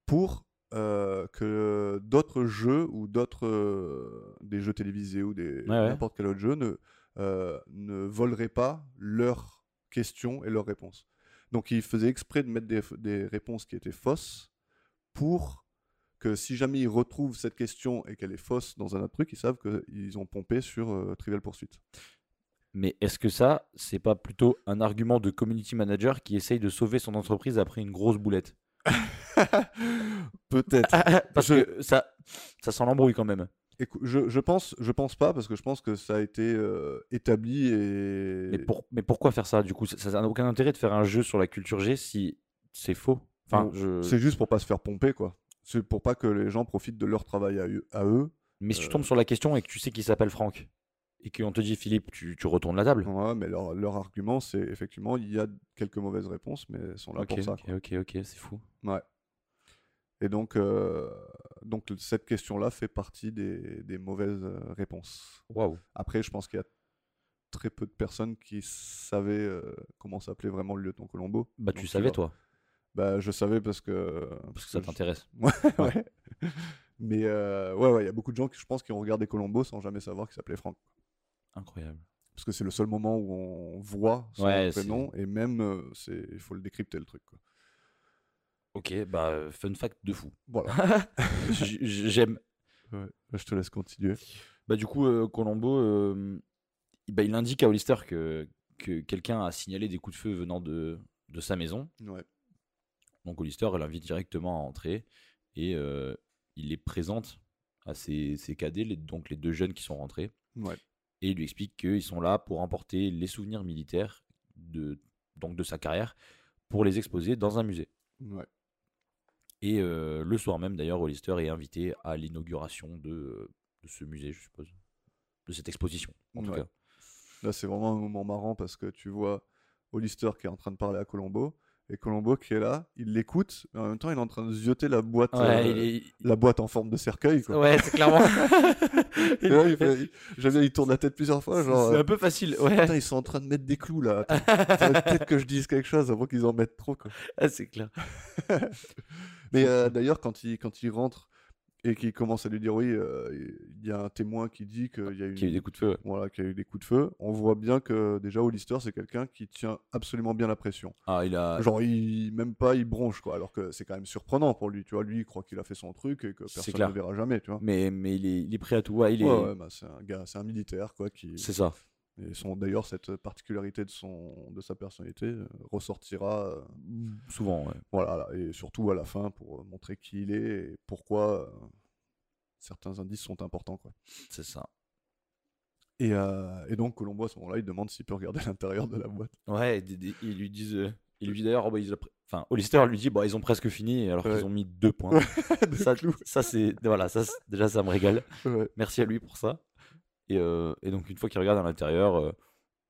Speaker 1: pour euh, que d'autres jeux ou d'autres euh, des jeux télévisés ou des
Speaker 2: Ouais, ouais.
Speaker 1: n'importe quel autre jeu ne, euh, ne voleraient pas leurs questions et leurs réponses. Donc il faisait exprès de mettre des, des réponses qui étaient fausses pour que si jamais ils retrouvent cette question et qu'elle est fausse dans un autre truc, ils savent qu'ils ont pompé sur euh, Trivial Pursuit.
Speaker 2: Mais est-ce que ça, c'est pas plutôt un argument de community manager qui essaye de sauver son entreprise après une grosse boulette
Speaker 1: Peut-être.
Speaker 2: Parce
Speaker 1: Je-
Speaker 2: que ça, ça sent l'embrouille quand même.
Speaker 1: Écou- je, je pense, je pense pas parce que je pense que ça a été euh, établi et.
Speaker 2: Mais, pour, mais pourquoi faire ça du coup Ça ça n'a aucun intérêt de faire un jeu sur la culture G si c'est faux. Enfin,
Speaker 1: Bon,
Speaker 2: je-
Speaker 1: C'est juste pour pas se faire pomper quoi. C'est pour pas que les gens profitent de leur travail à, eu- à eux.
Speaker 2: Mais si tu
Speaker 1: euh,
Speaker 2: tombes sur la question et que tu sais qu'il s'appelle Franck et qu'on te dit Philippe, tu, tu retournes la table.
Speaker 1: Ouais, hein, mais leur, leur argument c'est effectivement il y a quelques mauvaises réponses mais elles sont là
Speaker 2: ok,
Speaker 1: pour ça.
Speaker 2: ok,
Speaker 1: quoi.
Speaker 2: ok, ok, c'est fou.
Speaker 1: Ouais. Et donc euh, donc cette question là fait partie des, des mauvaises euh, réponses.
Speaker 2: Waouh.
Speaker 1: Après je pense qu'il y a très peu de personnes qui savaient euh, comment s'appelait vraiment le lieutenant Colombo.
Speaker 2: Bah, tu
Speaker 1: Donc,
Speaker 2: savais
Speaker 1: vois.
Speaker 2: toi,
Speaker 1: Bah je savais parce que
Speaker 2: parce que ça
Speaker 1: je-
Speaker 2: t'intéresse.
Speaker 1: ouais. Mais euh, ouais, ouais, il y a beaucoup de gens qui, je pense, qui ont regardé Colombo sans jamais savoir qu'il s'appelait Franck.
Speaker 2: Incroyable.
Speaker 1: parce que c'est le seul moment où on voit son
Speaker 2: Ouais, c'est-
Speaker 1: prénom, et même, euh, c'est il faut le décrypter, le truc. quoi.
Speaker 2: Ok, bah, euh, fun fact de fou.
Speaker 1: Voilà,
Speaker 2: J- j- J'aime.
Speaker 1: Ouais, je te laisse continuer.
Speaker 2: Bah, du coup, euh, Colombo, euh, bah, il indique à Hollister que, que quelqu'un a signalé des coups de feu venant de, de sa maison.
Speaker 1: Ouais.
Speaker 2: Donc, Hollister l'invite directement à entrer et euh, il les présente à ses, ses cadets, les- donc les deux jeunes qui sont rentrés.
Speaker 1: Ouais.
Speaker 2: et il lui explique qu'ils sont là pour emporter les souvenirs militaires de, donc de sa carrière pour les exposer dans un musée.
Speaker 1: Ouais.
Speaker 2: Et euh, le soir même, d'ailleurs, Hollister est invité à l'inauguration de, euh, de ce musée, je suppose. De cette exposition, en tout
Speaker 1: Ouais.
Speaker 2: cas.
Speaker 1: Là, c'est vraiment un moment marrant parce que tu vois Hollister qui est en train de parler à Colombo, et Colombo qui est là, il l'écoute, mais en même temps, il est en train de zioter la boîte,
Speaker 2: Ouais,
Speaker 1: euh,
Speaker 2: il est-
Speaker 1: la boîte en forme de cercueil. Quoi.
Speaker 2: ouais, c'est clairement.
Speaker 1: Et là, il, fait- il- j'aime bien, il tourne la tête plusieurs fois, genre.
Speaker 2: c'est
Speaker 1: euh,
Speaker 2: un peu facile. Ouais,
Speaker 1: Putain, ils sont en train de mettre des clous là. Attends, faudrait Peut-être que je dise quelque chose avant qu'ils en mettent trop. Quoi.
Speaker 2: Ah, c'est clair.
Speaker 1: Mais euh, d'ailleurs, quand il, quand il rentre et qu'il commence à lui dire oui, euh, il y a un témoin qui dit qu'il y a une-
Speaker 2: Qu'il y a eu des coups de feu. ouais.
Speaker 1: voilà, qu'il y a eu des coups de feu, on voit bien que déjà Hollister, c'est quelqu'un qui tient absolument bien la pression.
Speaker 2: Ah, il a.
Speaker 1: Genre, il, même pas, il bronche, quoi. Alors que c'est quand même surprenant pour lui, tu vois. Lui, il croit qu'il a fait son truc et que
Speaker 2: C'est
Speaker 1: personne
Speaker 2: clair.
Speaker 1: ne verra jamais, tu vois.
Speaker 2: Mais, mais il, est, il est prêt à tout. Ouais, il est...
Speaker 1: Ouais, ouais, bah, c'est un gars, c'est un militaire, quoi. Qui...
Speaker 2: C'est ça.
Speaker 1: Et son, d'ailleurs, cette particularité de, son, de sa personnalité euh, ressortira, euh,
Speaker 2: Souvent, ouais.
Speaker 1: voilà, là, et surtout à la fin pour euh, montrer qui il est et pourquoi euh, certains indices sont importants, quoi.
Speaker 2: C'est ça.
Speaker 1: Et, euh, et donc, Colombo, à ce moment-là, il demande s'il peut regarder l'intérieur de la boîte.
Speaker 2: Ouais, des- des- ils lui disent. euh, il lui dit d'ailleurs, oh, bah, ils ont pr- enfin, Hollister lui dit, bon, ils ont presque fini, alors
Speaker 1: Ouais.
Speaker 2: qu'ils ont mis deux points. ça, ça, c'est voilà, ça, c'est- déjà, ça me régale.
Speaker 1: Ouais.
Speaker 2: Merci à lui pour ça. Et, euh, et donc une fois qu'il regarde à l'intérieur, euh,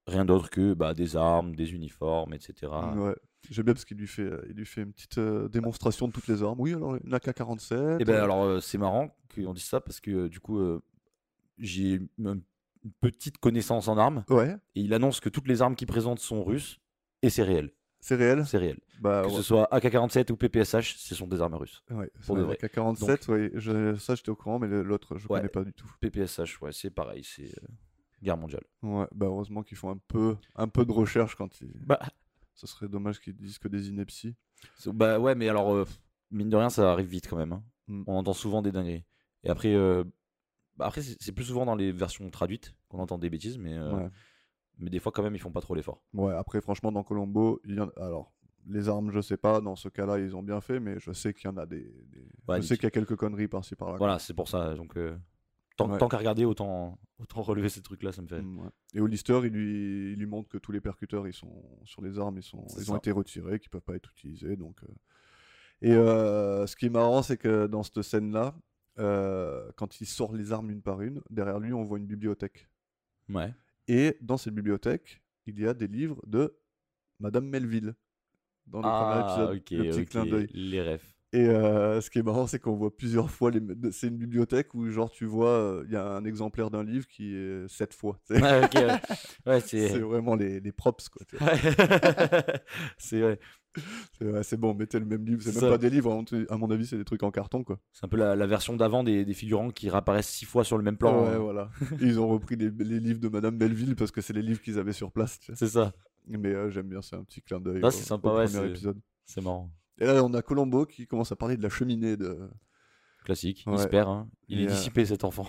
Speaker 2: rien d'autre que bah, des armes, des uniformes, etc.
Speaker 1: Ouais. J'aime bien parce qu'il lui fait, euh, il lui fait une petite euh, démonstration de toutes les armes. Oui, alors une AK-47.
Speaker 2: Et ben
Speaker 1: euh,
Speaker 2: alors euh, c'est marrant qu'on dise ça parce que euh, du coup euh, j'ai une une petite connaissance en armes
Speaker 1: Ouais,
Speaker 2: et il annonce que toutes les armes qu'il présente sont russes et c'est réel,
Speaker 1: c'est réel.
Speaker 2: c'est réel.
Speaker 1: Bah,
Speaker 2: que
Speaker 1: ouais.
Speaker 2: ce soit AK-47 ou PPSH, ce sont des armes russes.
Speaker 1: Ouais,
Speaker 2: pour de
Speaker 1: c'est
Speaker 2: vrai.
Speaker 1: vrai. 47, ouais, je- ça j'étais au courant, mais le- l'autre je
Speaker 2: Ouais.
Speaker 1: connais pas du tout.
Speaker 2: PPSH, ouais, c'est pareil, c'est euh, guerre mondiale.
Speaker 1: Ouais, bah heureusement qu'ils font un peu, un peu de recherche quand ils.
Speaker 2: Bah,
Speaker 1: Ce serait dommage qu'ils disent que des inepties.
Speaker 2: c'est- bah ouais, mais alors, euh, mine de rien, ça arrive vite quand même. hein.
Speaker 1: Mm.
Speaker 2: On entend souvent des dingueries. Et après, euh, bah après c'est c'est plus souvent dans les versions traduites qu'on entend des bêtises, mais, euh,
Speaker 1: Ouais.
Speaker 2: mais des fois, quand même, ils font pas trop l'effort.
Speaker 1: Ouais, après franchement dans Colombo, il y en- alors les armes je sais pas, dans ce cas-là ils ont bien fait, mais je sais qu'il y en a des. des-
Speaker 2: Ouais,
Speaker 1: je sais
Speaker 2: des-
Speaker 1: qu'il y a quelques conneries par-ci par-là. quoi.
Speaker 2: Voilà, c'est pour ça. Donc, euh, tant,
Speaker 1: Ouais.
Speaker 2: tant qu'à regarder, autant, autant relever ces trucs-là, ça me fait.
Speaker 1: Mm, ouais. Et Hollister, il lui, il lui montre que tous les percuteurs ils sont sur les armes, ils, sont,
Speaker 2: C'est
Speaker 1: ils ont
Speaker 2: ça.
Speaker 1: été retirés, qu'ils peuvent pas être utilisés. Donc, euh. Et euh, ce qui est marrant, c'est que dans cette scène-là, euh, quand il sort les armes une par une, derrière lui, on voit une bibliothèque. Mm.
Speaker 2: Ouais.
Speaker 1: Et dans cette bibliothèque, il y a des livres de Madame Melville. Dans le premier
Speaker 2: Ah,
Speaker 1: épisode,
Speaker 2: ok,
Speaker 1: le petit
Speaker 2: ok,
Speaker 1: clin d'œil.
Speaker 2: les refs.
Speaker 1: Et euh, ce qui est marrant, c'est qu'on voit plusieurs fois. Les... C'est une bibliothèque où, genre, tu vois, euh, il y a un exemplaire d'un livre qui est sept fois. tu sais.
Speaker 2: Ouais, ok, ouais. Ouais,
Speaker 1: C'est
Speaker 2: c'est.
Speaker 1: vraiment les, les props, quoi. tu vois.
Speaker 2: c'est ouais.
Speaker 1: C'est ouais, c'est bon, mettez le même livre. C'est
Speaker 2: C'est
Speaker 1: même
Speaker 2: ça.
Speaker 1: pas des livres, à mon avis, c'est des trucs en carton, quoi.
Speaker 2: C'est un peu la, la version d'avant des, des figurants qui réapparaissent six fois sur le même plan.
Speaker 1: ouais,
Speaker 2: hein.
Speaker 1: voilà. Ils ont repris les, les livres de Madame Belleville parce que c'est les livres qu'ils avaient sur place, tu vois.
Speaker 2: C'est ça,
Speaker 1: Mais euh, j'aime bien, c'est un petit clin d'œil.
Speaker 2: Ah,
Speaker 1: au-
Speaker 2: c'est sympa,
Speaker 1: au
Speaker 2: ouais,
Speaker 1: premier
Speaker 2: c'est-
Speaker 1: épisode.
Speaker 2: c'est marrant.
Speaker 1: Et là, on a Colombo qui commence à parler de la cheminée de.
Speaker 2: Classique, il
Speaker 1: Ouais.
Speaker 2: se perd. hein. Il
Speaker 1: Et,
Speaker 2: est
Speaker 1: euh,
Speaker 2: dissipé cet enfant.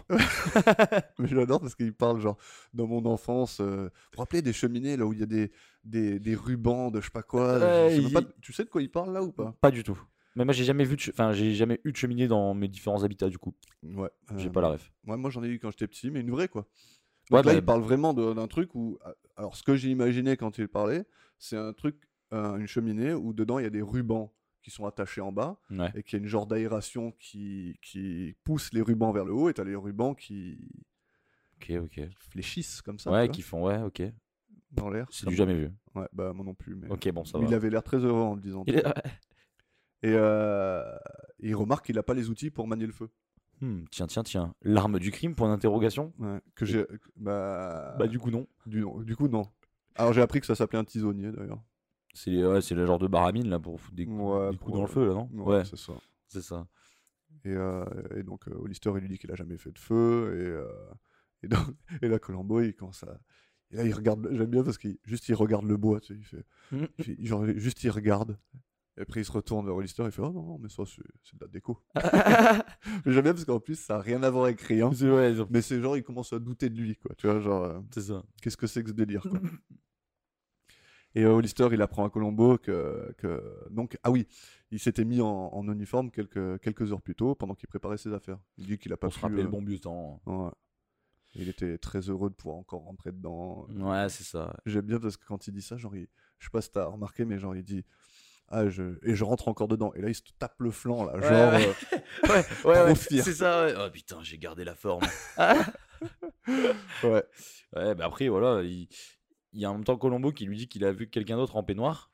Speaker 1: Mais j'adore parce qu'il parle, genre, dans mon enfance, euh, vous vous rappelez des cheminées là où il y a des, des, des rubans de je sais pas quoi.
Speaker 2: Ouais,
Speaker 1: je sais même
Speaker 2: il-
Speaker 1: pas- Tu sais de quoi il parle là ou pas
Speaker 2: Pas du tout. Mais moi j'ai jamais vu, de che- enfin j'ai jamais eu de cheminée dans mes différents habitats du coup.
Speaker 1: Ouais.
Speaker 2: J'ai
Speaker 1: euh,
Speaker 2: pas la ref.
Speaker 1: Ouais, moi j'en ai eu quand j'étais petit, mais une vraie quoi.
Speaker 2: Ouais,
Speaker 1: Donc là,
Speaker 2: bah,
Speaker 1: il parle vraiment de- d'un truc où. Alors, ce que j'ai imaginé quand il parlait, c'est un truc, euh, une cheminée où dedans il y a des rubans qui sont attachés en bas
Speaker 2: Ouais.
Speaker 1: et qu'il y a une genre d'aération qui, qui pousse les rubans vers le haut et t'as les rubans qui
Speaker 2: Ok, ok.
Speaker 1: fléchissent comme ça
Speaker 2: Ouais,
Speaker 1: tu
Speaker 2: qui font, ouais, ok.
Speaker 1: vois, dans l'air.
Speaker 2: C'est
Speaker 1: Comme-
Speaker 2: du jamais vu.
Speaker 1: Ouais, bah moi non plus. Mais...
Speaker 2: Ok, bon, ça
Speaker 1: Mais
Speaker 2: va.
Speaker 1: il avait l'air très heureux en le disant.
Speaker 2: Il est- ah, ouais.
Speaker 1: Et euh, il remarque qu'il n'a pas les outils pour manier le feu.
Speaker 2: Hmm, tiens, tiens, tiens. L'arme du crime, point d'interrogation
Speaker 1: Ouais, que j'ai. Bah,
Speaker 2: Bah, du coup, non.
Speaker 1: du... du coup, non. Alors, j'ai appris que ça s'appelait un tisonnier d'ailleurs.
Speaker 2: C'est les- ouais, c'est le genre de baramine là pour foutre des, coups-
Speaker 1: Ouais,
Speaker 2: des coups
Speaker 1: pour-
Speaker 2: dans le feu, là, non
Speaker 1: Ouais,
Speaker 2: Ouais,
Speaker 1: c'est ça.
Speaker 2: c'est ça.
Speaker 1: Et, euh, et donc, euh, Hollister, il lui dit qu'il a jamais fait de feu. Et, euh, et, donc- et là, Colombo, il commence à. Et là, il regarde, le- j'aime bien parce qu'il juste il regarde le bois, tu sais, il fait-
Speaker 2: Mm.
Speaker 1: il fait- genre, juste il regarde. Et après, il se retourne vers Hollister, il fait Oh non, non, mais ça, c'est c'est de la déco. mais j'aime bien parce qu'en plus, ça n'a rien à voir avec hein. rien.
Speaker 2: C'est ouais, ils ont-
Speaker 1: Mais c'est genre, il commence à douter de lui, quoi. Tu vois, genre, euh,
Speaker 2: c'est ça.
Speaker 1: qu'est-ce que c'est que ce délire, quoi. Et euh, Hollister, il apprend à Colombo que, que- Donc, ah oui, il s'était mis en, en uniforme quelques, quelques heures plus tôt pendant qu'il préparait ses affaires. Il dit qu'il a pas
Speaker 2: Pour se rappeler
Speaker 1: pu,
Speaker 2: le
Speaker 1: euh,
Speaker 2: bon vieux temps.
Speaker 1: Ouais. Il était très heureux de pouvoir encore rentrer dedans.
Speaker 2: Ouais, c'est ça.
Speaker 1: J'aime bien parce que quand il dit ça, genre, il- je sais pas si t'as remarqué, mais genre, il dit Ah, je... et je rentre encore dedans. Et là, il se tape le flanc, là. genre,
Speaker 2: ouais.
Speaker 1: euh,
Speaker 2: Ouais, ouais, ouais,
Speaker 1: fier.
Speaker 2: c'est ça. ouais. Oh putain, j'ai gardé la forme.
Speaker 1: euh, ouais.
Speaker 2: Ouais, bah après, voilà, il, il y a en même temps Colombo qui lui dit qu'il a vu quelqu'un d'autre en peignoir.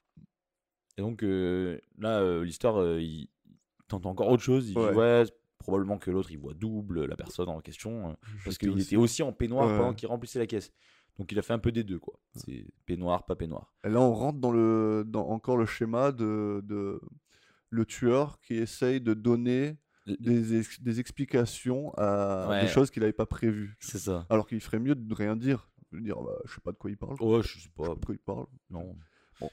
Speaker 2: Et donc euh, là, l'histoire, euh, il il tente encore autre chose. Il
Speaker 1: Ouais.
Speaker 2: dit, ouais, c'est probablement que l'autre, il voit double la personne en question. euh, parce qu'il était aussi en peignoir
Speaker 1: Ouais.
Speaker 2: pendant qu'il remplissait la caisse. Donc il a fait un peu des deux, quoi. C'est peignoir, pas peignoir.
Speaker 1: Et là, on rentre dans, le... dans encore le schéma de... de le tueur qui essaye de donner
Speaker 2: L-
Speaker 1: des, ex- des explications à
Speaker 2: Ouais.
Speaker 1: des choses qu'il n'avait pas prévues.
Speaker 2: C'est ça.
Speaker 1: Alors qu'il ferait mieux de rien dire. De dire bah, Je sais pas de quoi il parle.
Speaker 2: Ouais, je sais
Speaker 1: Je sais
Speaker 2: pas.
Speaker 1: pas de quoi il parle.
Speaker 2: Non. Bon.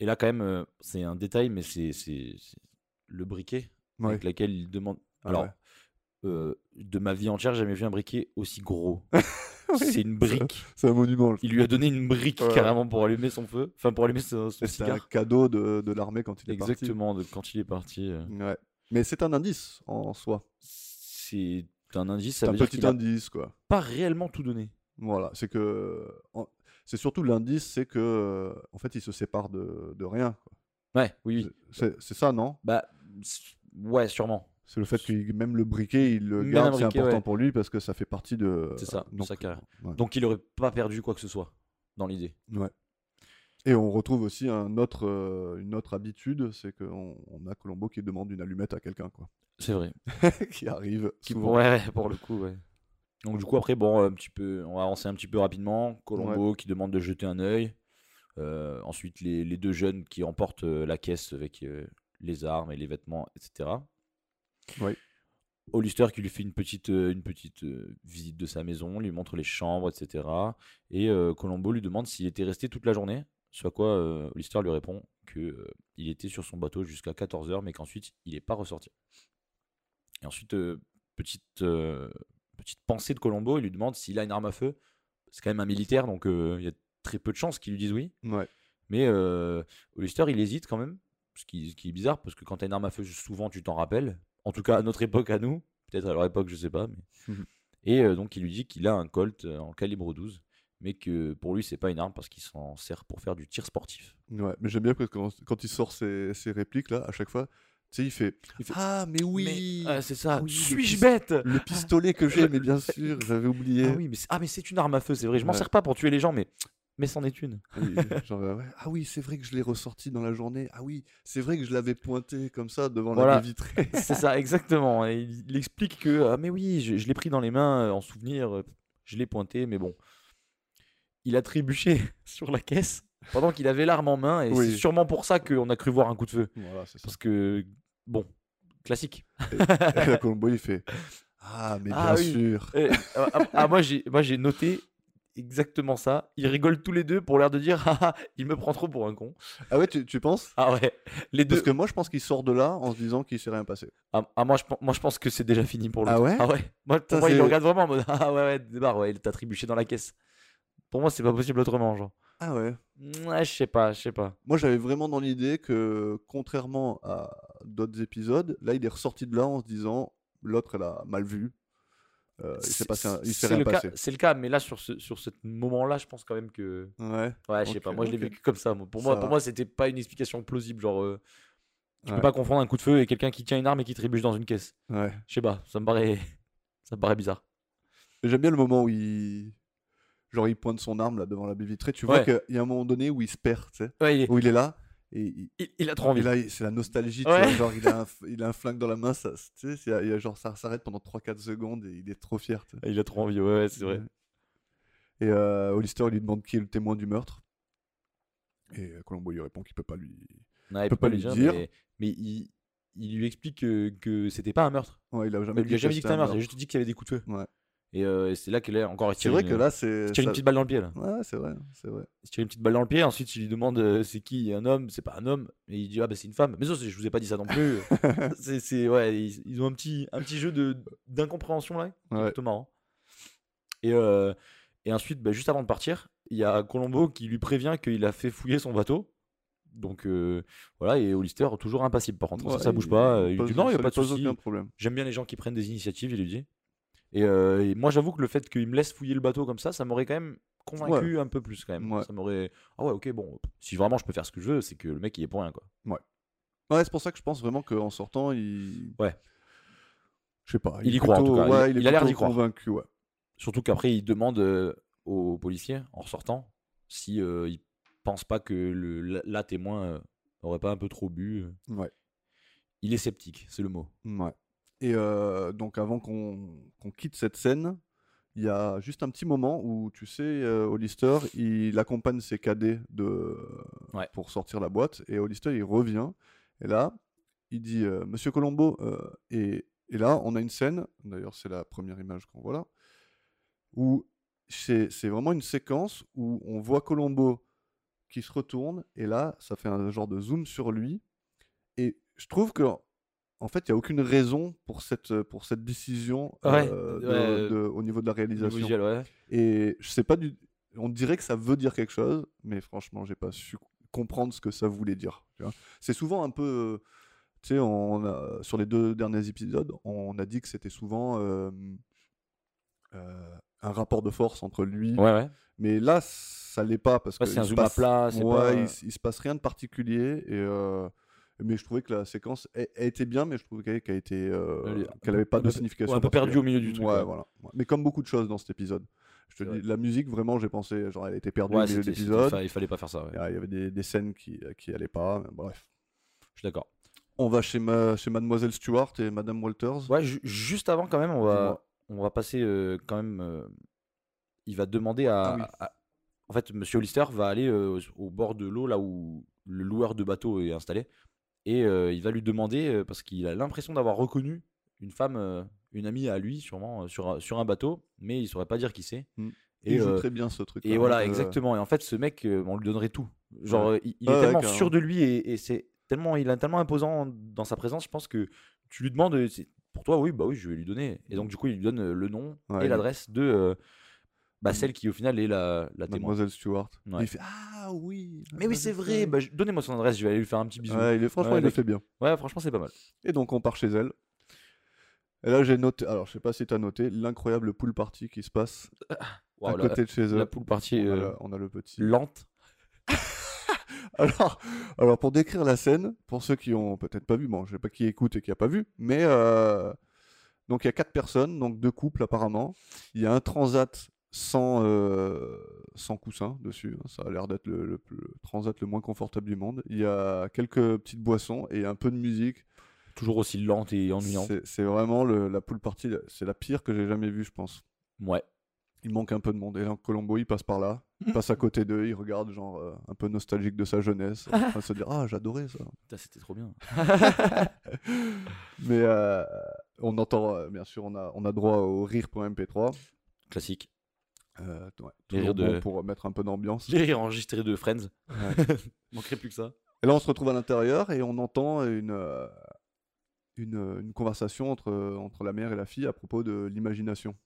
Speaker 2: Et là, quand même, euh, c'est un détail, mais c'est c'est- c'est le briquet
Speaker 1: Ouais.
Speaker 2: avec lequel il demande.
Speaker 1: Ah
Speaker 2: Alors,
Speaker 1: ouais.
Speaker 2: euh, de ma vie entière, j'ai jamais vu un briquet aussi gros. c'est une brique.
Speaker 1: C'est un monument. le
Speaker 2: Il lui a donné une brique
Speaker 1: Ouais.
Speaker 2: carrément pour allumer son feu, enfin pour allumer son, son
Speaker 1: Et C'était un
Speaker 2: cigare.
Speaker 1: cadeau de, de l'armée quand il est parti.
Speaker 2: Exactement, de quand il est parti. euh,
Speaker 1: Ouais. Mais c'est un indice en soi.
Speaker 2: C'est un indice,
Speaker 1: C'est
Speaker 2: ça
Speaker 1: un
Speaker 2: veut dire
Speaker 1: petit
Speaker 2: qu'il n'a
Speaker 1: indice, quoi.
Speaker 2: pas réellement tout donné.
Speaker 1: Voilà, c'est que. en- C'est surtout l'indice, c'est que. euh, En fait, il se sépare de, de rien. quoi.
Speaker 2: Ouais, oui, oui.
Speaker 1: C'est c'est ça, non
Speaker 2: Bah, s- ouais, sûrement.
Speaker 1: C'est le fait que même le briquet, il le
Speaker 2: Même
Speaker 1: garde,
Speaker 2: un
Speaker 1: c'est
Speaker 2: briquet,
Speaker 1: important
Speaker 2: ouais.
Speaker 1: pour lui parce que ça fait partie de. euh,
Speaker 2: C'est ça, de
Speaker 1: donc,
Speaker 2: sa carrière.
Speaker 1: ouais.
Speaker 2: Donc il aurait pas perdu quoi que ce soit dans l'idée.
Speaker 1: Ouais. Et on retrouve aussi un autre, euh, une autre habitude, c'est qu'on on a Colombo qui demande une allumette à quelqu'un, quoi.
Speaker 2: C'est vrai.
Speaker 1: qui arrive
Speaker 2: Qui
Speaker 1: souvent.
Speaker 2: ouais, ouais, pour le coup, ouais. Donc du coup après bon un petit peu on va avancer un petit peu rapidement. Colombo qui demande de jeter un œil. Euh, ensuite les, les deux jeunes qui emportent euh, la caisse avec euh, les armes et les vêtements, etc.
Speaker 1: Ouais.
Speaker 2: Hollister qui lui fait une petite, euh, une petite euh, visite de sa maison, lui montre les chambres, etc. Et euh, Colombo lui demande s'il était resté toute la journée. Ce à quoi euh, Hollister lui répond que euh, il était sur son bateau jusqu'à 14h, mais qu'ensuite il n'est pas ressorti. Et ensuite, euh, petite, euh, petite pensée de Colombo, il lui demande s'il a une arme à feu. C'est quand même un militaire, donc euh, il y a très peu de chances qu'il lui dise oui.
Speaker 1: Ouais.
Speaker 2: Mais euh, Hollister, il hésite quand même, ce qui, ce qui est bizarre, parce que quand tu as une arme à feu, souvent tu t'en rappelles. En tout cas, à notre époque, à nous, peut-être à leur époque, je sais pas. Mais...
Speaker 1: Mhm.
Speaker 2: Et euh, donc, il lui dit qu'il a un Colt euh, en calibre 12, mais que pour lui, c'est pas une arme parce qu'il s'en sert pour faire du tir sportif.
Speaker 1: Ouais, mais j'aime bien parce que quand, quand il sort ses, ses répliques là, à chaque fois, tu sais, il fait,
Speaker 2: Il fait,
Speaker 1: Ah, mais oui
Speaker 2: Mais, euh, c'est ça.
Speaker 1: Oui, le
Speaker 2: Suis-je
Speaker 1: pis-
Speaker 2: bête
Speaker 1: Le pistolet que j'ai,
Speaker 2: le-
Speaker 1: mais bien sûr, j'avais oublié.
Speaker 2: Ah oui, mais c'est ah, mais c'est une arme à feu, c'est vrai. Je m'en
Speaker 1: Ouais.
Speaker 2: sers pas pour tuer les gens, mais mais c'en est une.
Speaker 1: Oui, genre, euh, ouais, Ah oui, c'est vrai que je l'ai ressorti dans la journée. Ah oui, c'est vrai que je l'avais pointé comme ça devant la
Speaker 2: Voilà.
Speaker 1: baie vitrée.
Speaker 2: c'est ça, exactement. Et il, il explique que ah mais oui, je, je l'ai pris dans les mains euh, en souvenir, euh, je l'ai pointé, mais bon, il a trébuché sur la caisse pendant qu'il avait l'arme en main, et
Speaker 1: Oui.
Speaker 2: c'est sûrement pour ça qu'on a cru voir un coup de feu,
Speaker 1: voilà, c'est ça.
Speaker 2: parce que bon, classique.
Speaker 1: Et là, Colombo, il fait Ah, mais
Speaker 2: Ah
Speaker 1: bien
Speaker 2: oui.
Speaker 1: sûr.
Speaker 2: Euh, ah, ah, ah, moi j'ai moi j'ai noté. Exactement ça. Ils rigolent tous les deux pour l'air de dire Ah, ah, il me prend trop pour un con.
Speaker 1: Ah ouais, tu, tu penses
Speaker 2: Ah ouais. Les deux.
Speaker 1: Parce que moi, je pense qu'il sort de là en se disant qu'il s'est rien passé.
Speaker 2: Ah, ah, moi, je, pen- moi je pense que c'est déjà fini pour l'autre.
Speaker 1: Ah ouais
Speaker 2: Ah ouais Moi,
Speaker 1: Putain,
Speaker 2: pour moi il
Speaker 1: c'est-
Speaker 2: le regarde vraiment en mode Ah ouais, ouais, débarre, ouais, t'as trébuché dans la caisse. Pour moi c'est pas possible autrement, genre.
Speaker 1: Ah ouais.
Speaker 2: Ouais, je sais pas, je sais pas.
Speaker 1: Moi, j'avais vraiment dans l'idée que, contrairement à d'autres épisodes, là, il est ressorti de là en se disant l'autre, elle a mal vu. Euh, il s'est
Speaker 2: C'est-
Speaker 1: passé un- il s'est
Speaker 2: c'est
Speaker 1: rien
Speaker 2: le cas-
Speaker 1: passé.
Speaker 2: C'est le cas, mais là sur ce, sur ce moment-là, je pense quand même que.
Speaker 1: Ouais.
Speaker 2: Ouais, je sais
Speaker 1: Ok,
Speaker 2: pas. Moi je l'ai
Speaker 1: ok.
Speaker 2: vécu comme ça. moi. Pour
Speaker 1: Ça
Speaker 2: moi, pour
Speaker 1: va.
Speaker 2: moi c'était pas une explication plausible. Genre, euh, tu
Speaker 1: Ouais.
Speaker 2: peux pas confondre un coup de feu et quelqu'un qui tient une arme et qui trébuche dans une caisse.
Speaker 1: ouais.
Speaker 2: Je sais pas, ça me paraît. ça me paraît bizarre.
Speaker 1: Mais J'aime bien le moment où il. Genre, il pointe son arme là devant la baie vitrée. Tu vois
Speaker 2: Ouais.
Speaker 1: qu'il y a un moment donné où il se perd, tu sais.
Speaker 2: Ouais, il, est-
Speaker 1: Où il est là. Et, il-
Speaker 2: il- il a trop envie.
Speaker 1: et là, il- c'est la nostalgie. tu
Speaker 2: Ouais.
Speaker 1: vois, genre, il a, un, f- il a un flingue dans la main. Ça, tu sais, il y a- il y a genre, ça s'arrête pendant 3-4 secondes et il est trop fier. tu sais.
Speaker 2: Il a trop envie, ouais, ouais, c'est vrai.
Speaker 1: Et euh, Hollister il lui demande qui est le témoin du meurtre. Et euh, Colombo lui répond qu'il peut pas lui.
Speaker 2: Ouais, il
Speaker 1: peut
Speaker 2: peut
Speaker 1: pas
Speaker 2: pas
Speaker 1: lui
Speaker 2: lui dire,
Speaker 1: dire.
Speaker 2: mais, mais il, il lui explique que, que c'était pas un meurtre.
Speaker 1: Ouais, il a jamais Ah,
Speaker 2: Il lui a jamais dit que c'était un meurtre, il
Speaker 1: meurtre.
Speaker 2: a juste dit qu'il y avait des coups de feu.
Speaker 1: Ouais.
Speaker 2: Et, euh, et c'est là qu'elle est encore. euh, elle
Speaker 1: C'est
Speaker 2: tire
Speaker 1: vrai
Speaker 2: une-
Speaker 1: que là,
Speaker 2: elle
Speaker 1: c'est.
Speaker 2: se tire une
Speaker 1: ça-
Speaker 2: petite balle dans le pied là.
Speaker 1: Ouais, c'est vrai, c'est vrai.
Speaker 2: Il se tire une petite balle dans le pied. Ensuite, il lui demande euh, c'est qui un homme C'est pas un homme. Et il dit ah bah c'est une femme. Mais ça, c'est- je vous ai pas dit ça non plus. c'est, c'est- ouais, ils, ils ont un petit, un petit jeu de d'incompréhension là, qui est
Speaker 1: Ouais.
Speaker 2: plutôt marrant. Et euh, et ensuite, bah, juste avant de partir, il y a Colombo qui lui prévient qu'il a fait fouiller son bateau. Donc euh, voilà, et Hollister toujours impassible par contre. ça,
Speaker 1: Ouais,
Speaker 2: ça bouge
Speaker 1: il-
Speaker 2: pas. euh, Il,
Speaker 1: pose-
Speaker 2: dit non, il y
Speaker 1: ça
Speaker 2: a
Speaker 1: lui
Speaker 2: pas de
Speaker 1: pose
Speaker 2: souci.
Speaker 1: aucun problème.
Speaker 2: J'aime bien les gens qui prennent des initiatives, il lui dit. Et, euh, et moi, j'avoue que le fait qu'il me laisse fouiller le bateau comme ça, ça m'aurait quand même convaincu un peu plus quand même.
Speaker 1: Ouais.
Speaker 2: Ça m'aurait. Ah ouais, ok, bon. Si vraiment je peux faire ce que je veux, c'est que le mec il est pour rien quoi.
Speaker 1: Ouais, c'est pour ça que je pense vraiment qu'en sortant, il.
Speaker 2: Ouais.
Speaker 1: Je sais pas.
Speaker 2: Il y
Speaker 1: est
Speaker 2: croit, en tout
Speaker 1: plutôt-
Speaker 2: cas.
Speaker 1: ouais,
Speaker 2: Il-
Speaker 1: est
Speaker 2: il a l'air
Speaker 1: plutôt
Speaker 2: d'y croire.
Speaker 1: Convaincu, ouais.
Speaker 2: Surtout qu'après il demande euh, aux policiers en sortant si euh, ils pensent pas que le la, la témoin euh, aurait pas un peu trop bu. euh.
Speaker 1: Ouais.
Speaker 2: Il est sceptique, c'est le mot.
Speaker 1: Ouais. Et euh, donc avant qu'on qu'on quitte cette scène, il y a juste un petit moment où, tu sais, euh, Hollister, il accompagne ses cadets de...
Speaker 2: Ouais.
Speaker 1: pour sortir la boîte, et Hollister, il revient, et là, il dit, euh, Monsieur Colombo, euh, et, et là, on a une scène, d'ailleurs c'est la première image qu'on voit là, où c'est c'est vraiment une séquence où on voit Colombo qui se retourne, et là, ça fait un genre de zoom sur lui, et je trouve que en fait, il n'y a aucune raison pour cette, pour cette décision euh,
Speaker 2: Ouais,
Speaker 1: de-
Speaker 2: ouais.
Speaker 1: de- au niveau de la réalisation.
Speaker 2: Visuel, ouais.
Speaker 1: Et je sais pas du. On dirait que ça veut dire quelque chose, mais franchement, j'ai pas su comprendre ce que ça voulait dire. tu vois. C'est souvent un peu. euh, Tu sais, on a- sur les deux derniers épisodes, on a dit que c'était souvent euh, euh, un rapport de force entre lui.
Speaker 2: Ouais, ouais.
Speaker 1: Mais là, ça l'est pas parce
Speaker 2: Ouais,
Speaker 1: que
Speaker 2: c'est un
Speaker 1: il se
Speaker 2: zoom à
Speaker 1: passe-
Speaker 2: plat. c'est
Speaker 1: Ouais,
Speaker 2: pas-
Speaker 1: il, s- il se passe rien de particulier. Et, euh, mais je trouvais que la séquence a, a été bien, mais je trouvais qu'elle qu'elle a été, euh,
Speaker 2: Elle est
Speaker 1: qu'elle avait pas
Speaker 2: un
Speaker 1: de
Speaker 2: peu-
Speaker 1: signification.
Speaker 2: ouais, un peu
Speaker 1: particulière.
Speaker 2: perdue au milieu du truc,
Speaker 1: Ouais,
Speaker 2: ouais.
Speaker 1: voilà. Ouais. Mais comme beaucoup de choses dans cet épisode. Je te
Speaker 2: C'est
Speaker 1: dis, la musique, vraiment, j'ai pensé, genre, elle était perdue
Speaker 2: Ouais,
Speaker 1: au milieu de
Speaker 2: c'était- c'était-
Speaker 1: l'épisode.
Speaker 2: fa- il fallait pas faire ça. ouais.
Speaker 1: Il y avait des, des scènes qui, qui allaient pas. mais Bref.
Speaker 2: Je suis d'accord.
Speaker 1: On va chez, ma- chez Mademoiselle Stewart et Madame Walters.
Speaker 2: Ouais, ju- juste avant quand même, on va,
Speaker 1: Dis-moi.
Speaker 2: on va passer euh, quand même. euh, il va demander à,
Speaker 1: Ah oui.
Speaker 2: à- En fait, Monsieur Hollister va aller euh, au bord de l'eau, là où le loueur de bateau est installé, et euh, il va lui demander euh, parce qu'il a l'impression d'avoir reconnu une femme, euh, une amie à lui, sûrement euh, sur un- sur un bateau, mais il saurait pas dire qui c'est.
Speaker 1: Mm.
Speaker 2: Et,
Speaker 1: il joue
Speaker 2: euh,
Speaker 1: très bien ce hein, truc.
Speaker 2: et voilà, exactement. Et en fait, ce mec, euh, on lui donnerait tout. Genre, euh, il, il est
Speaker 1: Ouais, ouais,
Speaker 2: tellement
Speaker 1: carrément.
Speaker 2: sûr de lui et, et c'est tellement, il est tellement imposant dans sa présence. Je pense que tu lui demandes, euh, c'est- pour toi, oui, bah oui, je vais lui donner. Et donc, du coup, il lui donne euh, le nom
Speaker 1: Ouais,
Speaker 2: et
Speaker 1: il-
Speaker 2: l'adresse de euh, bah,
Speaker 1: Mm.
Speaker 2: celle qui, au final, est la, la témoin.
Speaker 1: Mademoiselle Stewart.
Speaker 2: Ouais.
Speaker 1: Il fait Ah oui
Speaker 2: Mais oui, c'est vrai.
Speaker 1: Mademoiselle
Speaker 2: Bah, je- Donnez-moi son adresse, je vais aller lui faire un petit bisou.
Speaker 1: Stewart.
Speaker 2: Ouais,
Speaker 1: Ouais, il est, franchement,
Speaker 2: Ouais,
Speaker 1: il le
Speaker 2: d'accord.
Speaker 1: fait bien.
Speaker 2: franchement, c'est pas mal.
Speaker 1: Et donc on part chez elle. Et là j'ai noté, alors je sais pas si t'as noté, l'incroyable pool party qui se passe
Speaker 2: Waouh,
Speaker 1: à
Speaker 2: la,
Speaker 1: côté de chez eux.
Speaker 2: la poule partie
Speaker 1: on, a
Speaker 2: euh,
Speaker 1: le, on a le petit.
Speaker 2: lente.
Speaker 1: Alors, alors pour décrire la scène, pour ceux qui ont peut-être pas vu, bon je sais pas qui écoute et qui a pas vu, mais euh, donc il y a quatre personnes, donc deux couples apparemment. Il y a un transat sans, euh, sans coussin dessus, hein, ça a l'air d'être le, le- le transat le moins confortable du monde. Il y a quelques petites boissons et un peu de musique.
Speaker 2: Toujours aussi lente et ennuyante.
Speaker 1: C'est c'est vraiment le- la pool party, c'est la pire que j'ai jamais vue, je pense.
Speaker 2: Ouais.
Speaker 1: Il manque un peu de monde. Et là, Colombo, il passe par là, il passe à côté d'eux, il regarde, genre, euh, un peu nostalgique de sa jeunesse, en train de se dire Ah, j'adorais ça.
Speaker 2: Putain, C'était trop bien.
Speaker 1: Mais euh, on entend, euh, bien sûr, on a, on a droit au rire.mp3.
Speaker 2: Classique.
Speaker 1: Euh, ouais,
Speaker 2: Les
Speaker 1: toujours
Speaker 2: rires
Speaker 1: bon
Speaker 2: de-
Speaker 1: pour mettre un peu d'ambiance.
Speaker 2: J'ai enregistré de Friends. Manquerait plus que ça.
Speaker 1: Et là, on se retrouve à l'intérieur et on entend une, euh, une, euh, une conversation entre, euh, entre la mère et la fille à propos de l'imagination.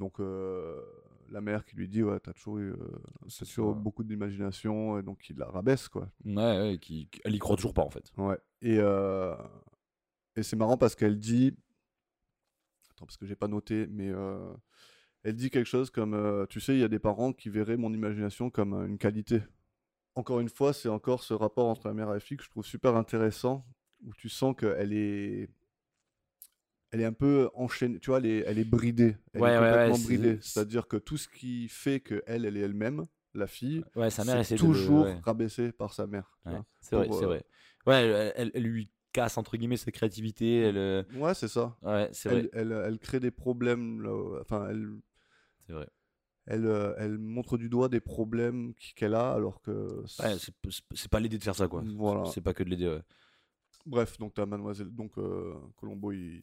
Speaker 1: Donc, euh, la mère qui lui dit Ouais, t'as toujours, eu, euh, t'as toujours
Speaker 2: ça.
Speaker 1: beaucoup d'imagination, et donc il la rabaisse, quoi.
Speaker 2: Ouais, ouais, qui, qui- elle y croit toujours pas en fait.
Speaker 1: Ouais. Et, euh, et c'est marrant parce qu'elle dit. Attends, parce que j'ai pas noté, mais. euh, Elle dit quelque chose comme euh, Tu sais, il y a des parents qui verraient mon imagination comme euh, une qualité. Encore une fois, c'est encore ce rapport entre la mère et la fille que je trouve super intéressant, où tu sens qu'elle est. Elle est un peu enchaînée, tu vois, elle est, elle est bridée. Elle
Speaker 2: Ouais,
Speaker 1: est
Speaker 2: ouais, ouais,
Speaker 1: complètement
Speaker 2: c'est-
Speaker 1: bridée. C'est-à-dire que tout ce qui fait qu'elle, elle est elle-même, la fille,
Speaker 2: Ouais, sa mère
Speaker 1: c'est
Speaker 2: essaie de-
Speaker 1: toujours
Speaker 2: ouais.
Speaker 1: rabaissée par sa mère. tu
Speaker 2: Ouais,
Speaker 1: vois.
Speaker 2: c'est vrai,
Speaker 1: pour,
Speaker 2: c'est
Speaker 1: euh,
Speaker 2: vrai. Ouais, elle, elle- elle lui casse entre guillemets sa créativité. Elle, euh,
Speaker 1: Ouais, c'est ça.
Speaker 2: ouais, c'est vrai,
Speaker 1: Mm. elle, elle, euh, elle crée des problèmes, là, enfin, elle,
Speaker 2: c'est vrai.
Speaker 1: elle, euh, elle montre du doigt des problèmes qui- qu'elle a, alors que. c-
Speaker 2: Ouais, c'est p- c'est- c'est pas l'aider de faire ça quoi. C'est-
Speaker 1: Voilà.
Speaker 2: C'est pas que de l'aider. ouais.
Speaker 1: Bref, donc t'as Mademoiselle, donc euh, Colombo, il,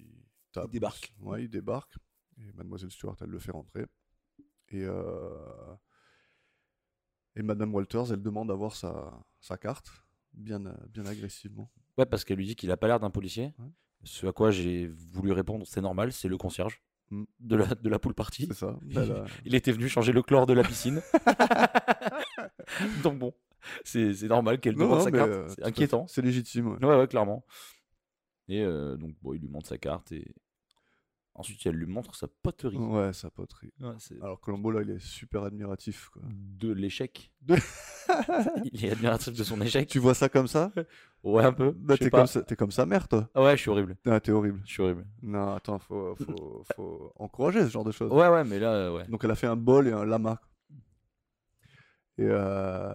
Speaker 1: t'as-
Speaker 2: Il débarque.
Speaker 1: Ouais, il débarque. Et Mademoiselle Stewart, elle le fait rentrer. Et, euh, et Madame Walters, elle demande à voir sa, sa carte, bien, euh, bien agressivement.
Speaker 2: Ouais, parce qu'elle lui dit qu'il a pas l'air d'un policier.
Speaker 1: Ouais.
Speaker 2: Ce à quoi j'ai voulu répondre, c'est normal, c'est le concierge
Speaker 1: Mm.
Speaker 2: de la, de la poule partie.
Speaker 1: C'est ça. Elle, euh,
Speaker 2: Il était venu changer le chlore de la piscine. Donc bon, c'est c'est normal qu'elle
Speaker 1: Non,
Speaker 2: demande
Speaker 1: non,
Speaker 2: sa
Speaker 1: mais,
Speaker 2: carte.
Speaker 1: euh, tout
Speaker 2: c'est
Speaker 1: à fait.
Speaker 2: inquiétant.
Speaker 1: C'est légitime. ouais.
Speaker 2: Ouais, ouais, clairement. Et euh, donc, bon, il lui montre sa carte et ensuite, elle lui montre sa poterie.
Speaker 1: Ouais, sa poterie.
Speaker 2: Ouais, c'est
Speaker 1: Alors Colombo, là, il est super admiratif. Quoi.
Speaker 2: de l'échec.
Speaker 1: De-
Speaker 2: il est admiratif de son échec.
Speaker 1: Tu vois ça comme ça
Speaker 2: Ouais, un peu.
Speaker 1: Bah,
Speaker 2: je sais
Speaker 1: T'es
Speaker 2: pas.
Speaker 1: comme, ça- t'es comme sa mère, toi.
Speaker 2: Ah Ouais, je suis horrible.
Speaker 1: Ah, T'es horrible.
Speaker 2: Je suis horrible.
Speaker 1: Non, attends, faut, faut, faut encourager ce genre de choses.
Speaker 2: Ouais, ouais, mais là, euh, ouais.
Speaker 1: Donc elle a fait un bol et un lama. Et, euh,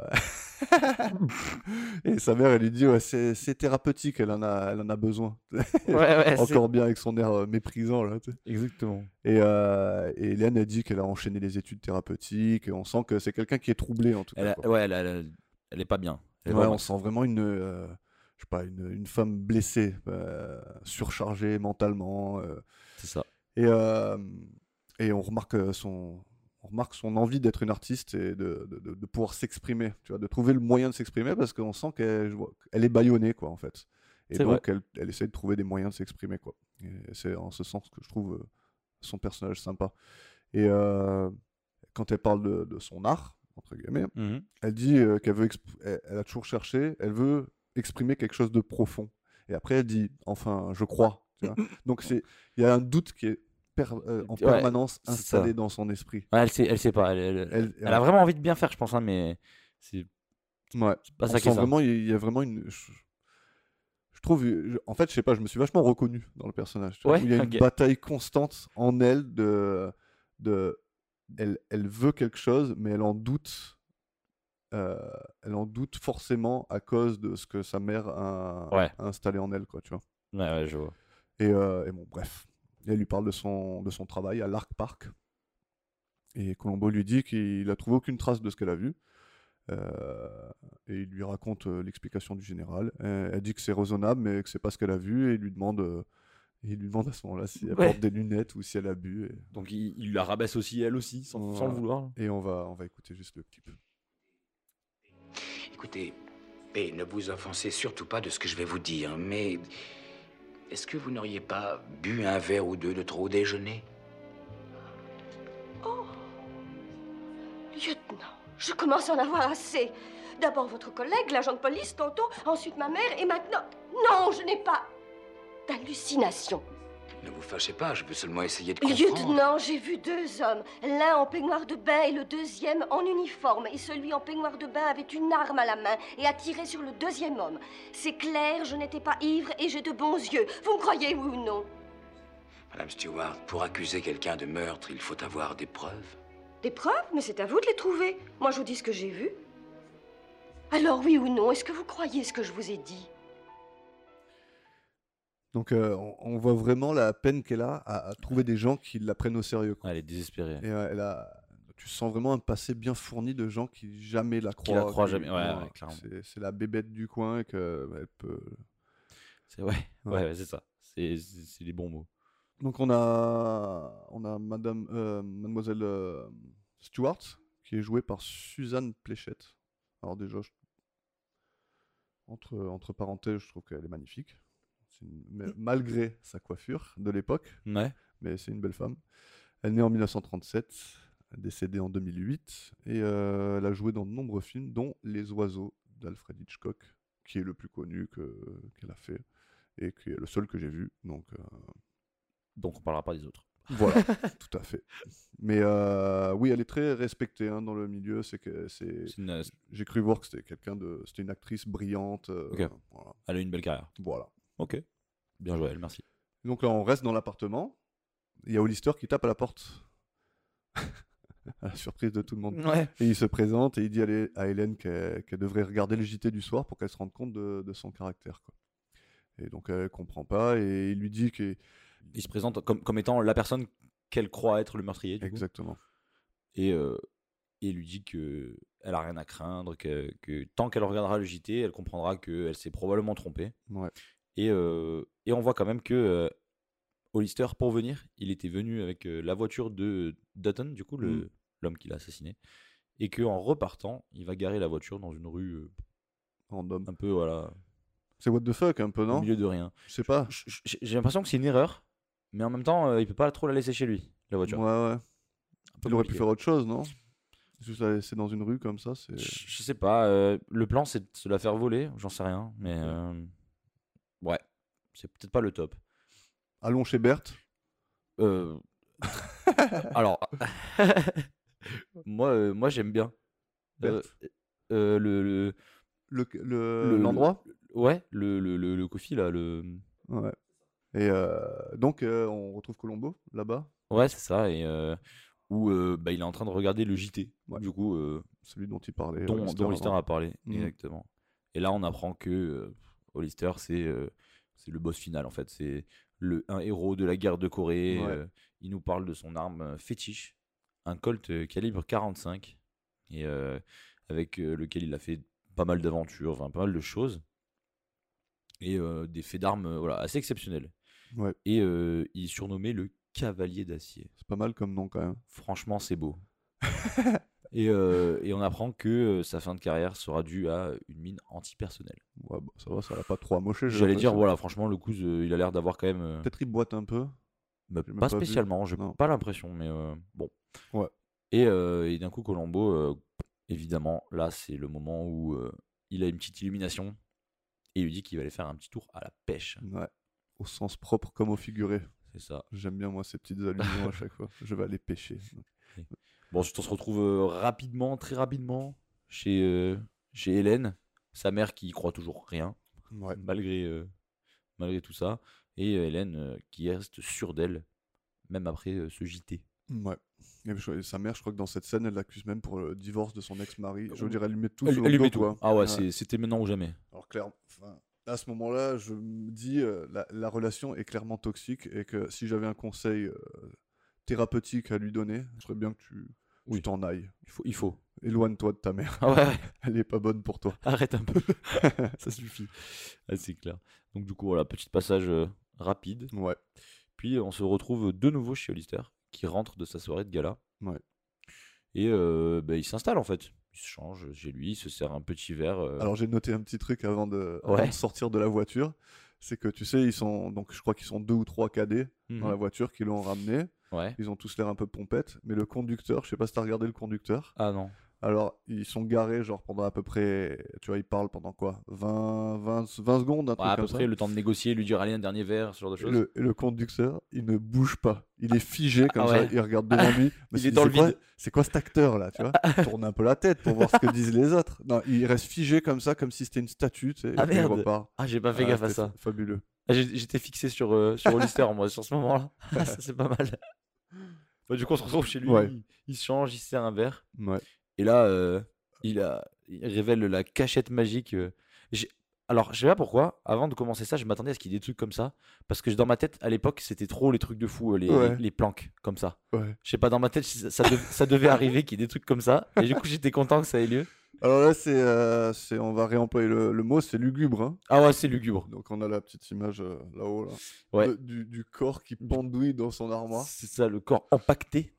Speaker 1: et sa mère, elle lui dit ouais, c'est c'est thérapeutique, elle en a, elle en a besoin.
Speaker 2: ouais, ouais c'est-
Speaker 1: Encore bien avec son air euh, méprisant. Là, tu sais.
Speaker 2: Exactement.
Speaker 1: et, euh, et Hélène a dit qu'elle a enchaîné les études thérapeutiques. Et on sent que c'est quelqu'un qui est troublé en tout
Speaker 2: Elle
Speaker 1: cas.
Speaker 2: a-
Speaker 1: quoi.
Speaker 2: ouais, elle, a- elle a- elle est pas bien. Elle est
Speaker 1: Ouais,
Speaker 2: vraiment-
Speaker 1: on sent vraiment une, euh, je sais pas, une, une femme blessée, euh, surchargée mentalement. euh,
Speaker 2: C'est ça.
Speaker 1: Et, euh, et on remarque euh, son, on remarque son envie d'être une artiste et de, de- de- de pouvoir s'exprimer, tu vois, de trouver le moyen de s'exprimer parce qu'on sent qu'elle je vois- elle est bâillonnée, quoi, en fait. Et
Speaker 2: C'est
Speaker 1: donc, elle, elle essaie de trouver des moyens de s'exprimer, quoi. Et c'est en ce sens que je trouve euh, son personnage sympa. Et euh, quand elle parle de, de son art, entre guillemets,
Speaker 2: Mhm.
Speaker 1: elle dit euh, qu'elle veut, exp- elle, elle a toujours cherché, elle veut exprimer quelque chose de profond. Et après, elle dit, enfin, je crois. tu vois. Donc c'est, il y a un doute qui est per- euh, en
Speaker 2: Ouais,
Speaker 1: permanence
Speaker 2: c'est
Speaker 1: installé
Speaker 2: ça.
Speaker 1: dans son esprit.
Speaker 2: Ouais, elle, sait, elle sait pas. Elle, elle-
Speaker 1: Elle-
Speaker 2: elle a vraiment envie de bien faire, je pense, hein, mais c'est
Speaker 1: Ouais.
Speaker 2: c'est pas
Speaker 1: On
Speaker 2: ça qui est
Speaker 1: sent
Speaker 2: ça.
Speaker 1: vraiment, il y a- il y a vraiment une. Je, je trouve, je- en fait, je sais pas, je me suis vachement reconnu dans le personnage. tu vois,
Speaker 2: Ouais,
Speaker 1: où il y a
Speaker 2: ok.
Speaker 1: une bataille constante en elle de, de, elle, elle veut quelque chose, mais elle en doute. euh, elle en doute forcément à cause de ce que sa mère a,
Speaker 2: Ouais.
Speaker 1: a installé en elle, quoi, tu vois.
Speaker 2: Ouais, ouais, je vois.
Speaker 1: Et, euh, et bon, bref. Et elle lui parle de son, de son travail à l'Arc Park. Et Colombo lui dit qu'il a trouvé aucune trace de ce qu'elle a vu. Euh, et il lui raconte euh, l'explication du général. Euh, elle dit que c'est raisonnable, mais que c'est pas ce qu'elle a vu. Et il lui demande, euh, et il lui demande à ce moment-là si elle
Speaker 2: Ouais.
Speaker 1: porte des lunettes ou si elle a bu. Et-
Speaker 2: Donc il, il la rabaisse aussi, elle aussi, sans, sans le
Speaker 1: Voilà.
Speaker 2: vouloir.
Speaker 1: Et, on, va, on va écouter juste le clip.
Speaker 4: Écoutez, et ne vous offensez surtout pas de ce que je vais vous dire, mais est-ce que vous n'auriez pas bu un verre ou deux de trop au déjeuner
Speaker 5: Oh. Lieutenant, je commence à en avoir assez. D'abord votre collègue, l'agent de police, tantôt, ensuite ma mère, et maintenant... Non, je n'ai pas d'hallucination.
Speaker 4: Ne vous fâchez pas, je veux seulement essayer de comprendre.
Speaker 5: Lieutenant, j'ai vu deux hommes, l'un en peignoir de bain et le deuxième en uniforme. Et celui en peignoir de bain avait une arme à la main et a tiré sur le deuxième homme. C'est clair, je n'étais pas ivre et j'ai de bons yeux. Vous me croyez, oui ou non
Speaker 4: Madame Stewart, pour accuser quelqu'un de meurtre, il faut avoir des preuves.
Speaker 5: Des preuves Mais c'est à vous de les trouver. Moi, je vous dis ce que j'ai vu. Alors, oui ou non, est-ce que vous croyez ce que je vous ai dit
Speaker 1: Donc euh, on, on voit vraiment la peine qu'elle a à, à trouver des gens qui la prennent au sérieux. quoi.
Speaker 2: Ouais, elle est désespérée.
Speaker 1: Et euh, elle a... tu sens vraiment un passé bien fourni de gens qui jamais la croient.
Speaker 2: la croient
Speaker 1: qui-
Speaker 2: jamais, ouais,
Speaker 1: non,
Speaker 2: ouais, clairement.
Speaker 1: c'est- C'est la bébête du coin et que euh, elle peut.
Speaker 2: C'est ouais, ouais,
Speaker 1: Ouais.
Speaker 2: ouais, c'est ça. C'est c'est- c'est les bons mots.
Speaker 1: Donc on a, on a Madame, euh, Mademoiselle euh, Stewart qui est jouée par Suzanne Pléchette. Alors déjà, je- entre, entre parenthèses, je trouve qu'elle est magnifique. C'est une- mais Malgré sa coiffure de l'époque,
Speaker 2: Ouais.
Speaker 1: mais c'est une belle femme. Elle est née en 1937, décédée en 2008, et euh, elle a joué dans de nombreux films, dont Les Oiseaux d'Alfred Hitchcock, qui est le plus connu que- qu'elle a fait, et qui est le seul que j'ai vu. Donc euh,
Speaker 2: Donc on parlera pas des autres.
Speaker 1: voilà, tout à fait. Mais euh, oui, elle est très respectée hein, dans le milieu. C'est que c'est.
Speaker 2: C'est une-
Speaker 1: J'ai cru voir que c'était quelqu'un de. C'était une actrice brillante. euh,
Speaker 2: Ok.
Speaker 1: voilà.
Speaker 2: elle a une belle carrière.
Speaker 1: voilà.
Speaker 2: Ok. Bien joué, elle, merci.
Speaker 1: Donc là, on reste dans l'appartement. Il y a Hollister qui tape à la porte. à la surprise de tout le monde.
Speaker 2: Ouais.
Speaker 1: Et il se présente et il dit à Hélé- à Hélène qu'elle qu'elle devrait regarder le JT du soir pour qu'elle se rende compte de, de son caractère. quoi. Et donc elle comprend pas et il lui dit que
Speaker 2: Il se présente comme, comme étant la personne qu'elle croit être le meurtrier. du coup.
Speaker 1: exactement.
Speaker 2: Et, euh, et lui dit que elle a rien à craindre, que, que tant qu'elle regardera le JT, elle comprendra qu'elle s'est probablement trompée.
Speaker 1: Ouais.
Speaker 2: Et, euh, et on voit quand même que euh, Hollister, pour venir, il était venu avec euh, la voiture de Dutton, du coup, le-
Speaker 1: Mm.
Speaker 2: l'homme qui l'a assassiné, et qu'en repartant, il va garer la voiture dans une rue euh,
Speaker 1: Random.
Speaker 2: un peu, voilà,
Speaker 1: C'est what the fuck un peu,
Speaker 2: au
Speaker 1: non
Speaker 2: milieu de rien.
Speaker 1: Je sais pas.
Speaker 2: J- j- J'ai l'impression que c'est une erreur, mais en même temps, euh, il peut pas trop la laisser chez lui, la
Speaker 1: Ouais,
Speaker 2: voiture.
Speaker 1: ouais.
Speaker 2: Un peu
Speaker 1: Il aurait pu
Speaker 2: compliqué.
Speaker 1: faire autre chose, non Juste la laisser dans une rue comme ça, c'est.
Speaker 2: Je je sais pas. euh, le plan, c'est de se la faire voler. J'en sais rien. Mais euh, ouais, c'est peut-être pas le top.
Speaker 1: Allons chez Berthe.
Speaker 2: Euh, Alors, moi, euh, moi j'aime bien. Euh,
Speaker 1: Berthe.
Speaker 2: euh, le, le-
Speaker 1: Le-
Speaker 2: le-
Speaker 1: le- L'endroit
Speaker 2: ouais, le, le, le, le coffee là, le.
Speaker 1: Ouais. Et euh, donc, euh, on retrouve Colombo là-bas,
Speaker 2: Ouais, c'est ça. Et euh, où euh, bah, il est en train de regarder le JT.
Speaker 1: Ouais.
Speaker 2: Du coup, euh,
Speaker 1: celui dont il parlait. euh,
Speaker 2: dont,
Speaker 1: Lister
Speaker 2: dont Hollister
Speaker 1: avant.
Speaker 2: a parlé,
Speaker 1: Mhm.
Speaker 2: exactement. Et là, on apprend que euh, Hollister, c'est euh, c'est le boss final, en fait. C'est le un héros de la guerre de Corée.
Speaker 1: Ouais.
Speaker 2: euh, il nous parle de son arme euh, fétiche, un Colt euh, calibre 45, et euh, avec euh, lequel il a fait pas mal d'aventures, enfin, pas mal de choses, et euh, des faits d'armes euh, voilà, assez exceptionnels.
Speaker 1: Ouais.
Speaker 2: Et euh, il est surnommé le Cavalier d'acier.
Speaker 1: C'est pas mal comme nom quand même.
Speaker 2: Franchement, c'est beau. et, euh, et on apprend que euh, sa fin de carrière sera due à une mine antipersonnelle.
Speaker 1: Ouais, bon, ça va, ça l'a pas trop amoché. j'ai
Speaker 2: J'allais dire,
Speaker 1: l'impression.
Speaker 2: voilà, franchement, le coup, euh, il a l'air d'avoir quand même. euh,
Speaker 1: Peut-être il boite un peu.
Speaker 2: bah,
Speaker 1: j'ai même
Speaker 2: pas
Speaker 1: pas vu.
Speaker 2: spécialement, j'ai
Speaker 1: Non.
Speaker 2: pas l'impression, mais euh, bon.
Speaker 1: Ouais.
Speaker 2: Et, euh, et d'un coup, Colombo, euh, évidemment, là, c'est le moment où euh, il a une petite illumination et il lui dit qu'il va aller faire un petit tour à la pêche.
Speaker 1: Ouais. Au sens propre comme au figuré.
Speaker 2: C'est ça.
Speaker 1: J'aime bien moi ces petites allusions à chaque fois. Je vais aller pêcher.
Speaker 2: Bon, ensuite, on se retrouve euh, rapidement, très rapidement, chez, euh, chez Hélène, sa mère qui y croit toujours rien.
Speaker 1: Ouais.
Speaker 2: malgré, euh, malgré tout ça. Et euh, Hélène euh, qui reste sûre d'elle, même après euh, ce JT.
Speaker 1: Ouais. Et je- sa mère, je crois que dans cette scène, elle l'accuse même pour le divorce de son ex-mari. Je veux
Speaker 2: Ouh.
Speaker 1: dire, elle lui met tout
Speaker 2: Elle-
Speaker 1: sur le
Speaker 2: elle lui
Speaker 1: dos,
Speaker 2: met tout.
Speaker 1: quoi.
Speaker 2: Ah ouais, c'est- c'était maintenant ou jamais.
Speaker 1: Alors clairement, enfin, à ce moment-là, je me dis, euh, la, la relation est clairement toxique et que si j'avais un conseil euh, thérapeutique à lui donner, ce serait bien que tu tu
Speaker 2: Oui.
Speaker 1: t'en ailles.
Speaker 2: Il faut. Il faut.
Speaker 1: Éloigne-toi de ta mère.
Speaker 2: Ah ouais, ouais,
Speaker 1: Elle est pas bonne pour toi.
Speaker 2: arrête un peu. ça suffit. Ah, c'est clair. Donc du coup, voilà, petit passage euh, rapide.
Speaker 1: Ouais.
Speaker 2: Puis on se retrouve de nouveau chez Hollister, qui rentre de sa soirée de gala.
Speaker 1: Ouais.
Speaker 2: Et euh, bah, il s'installe en fait. Il se change chez lui, il se sert un petit verre. euh,
Speaker 1: Alors j'ai noté un petit truc avant de, avant
Speaker 2: Ouais.
Speaker 1: de sortir de la voiture, c'est que tu sais ils sont donc je crois qu'ils sont deux ou trois cadets dans
Speaker 2: mhm.
Speaker 1: la voiture qui l'ont ramené.
Speaker 2: Ouais.
Speaker 1: Ils ont tous l'air un peu pompettes, mais le conducteur, je sais pas si t'as regardé le conducteur.
Speaker 2: Ah non.
Speaker 1: Alors ils sont garés genre pendant à peu près, tu vois ils parlent pendant quoi 20 20 20 secondes un
Speaker 2: Ouais,
Speaker 1: truc
Speaker 2: Ah, à peu
Speaker 1: comme
Speaker 2: près
Speaker 1: ça.
Speaker 2: le temps de négocier, lui dire allez un dernier verre, ce genre de
Speaker 1: Et
Speaker 2: choses.
Speaker 1: Le, et le conducteur, il ne bouge pas. Il est figé comme
Speaker 2: Ah
Speaker 1: ça.
Speaker 2: ouais.
Speaker 1: Il regarde devant lui. mais
Speaker 2: Il
Speaker 1: c'est-
Speaker 2: est dans
Speaker 1: c'est
Speaker 2: le
Speaker 1: quoi-
Speaker 2: vide.
Speaker 1: C'est quoi cet acteur là Tu vois Il Tourne un peu la tête pour voir ce que disent les autres. Non, il reste figé comme ça, comme si c'était une statue. Tu sais,
Speaker 2: Ah
Speaker 1: et puis il
Speaker 2: merde.
Speaker 1: repart.
Speaker 2: Ah, j'ai pas fait
Speaker 1: Ah,
Speaker 2: gaffe à
Speaker 1: c'était
Speaker 2: ça.
Speaker 1: fa- Fabuleux.
Speaker 2: Ah, j'ai- J'étais fixé sur, euh, sur Hollister, moi, sur ce moment-là. Ah, ça, c'est pas mal. Bah, du coup, on se retrouve chez lui.
Speaker 1: Ouais.
Speaker 2: Il, il se change, il se sert un verre.
Speaker 1: Ouais.
Speaker 2: Et là, euh, il, a, il révèle la cachette magique. euh. J'ai- Alors, je sais pas pourquoi, avant de commencer ça, je m'attendais à ce qu'il y ait des trucs comme ça. Parce que dans ma tête, à l'époque, c'était trop les trucs de fou, euh, les,
Speaker 1: Ouais.
Speaker 2: les, les planques comme ça.
Speaker 1: Ouais.
Speaker 2: Je sais pas, dans ma tête, ça, ça dev- ça devait arriver qu'il y ait des trucs comme ça. Et du coup, j'étais content que ça ait lieu.
Speaker 1: Alors là, c'est, euh, c'est- on va réemployer le, le mot, c'est lugubre. hein.
Speaker 2: Ah ouais, c'est lugubre.
Speaker 1: Donc on a la petite image euh, là-haut, là.
Speaker 2: Ouais.
Speaker 1: De- du, du corps qui pendouille dans son armoire.
Speaker 2: C'est ça, le corps empaqueté.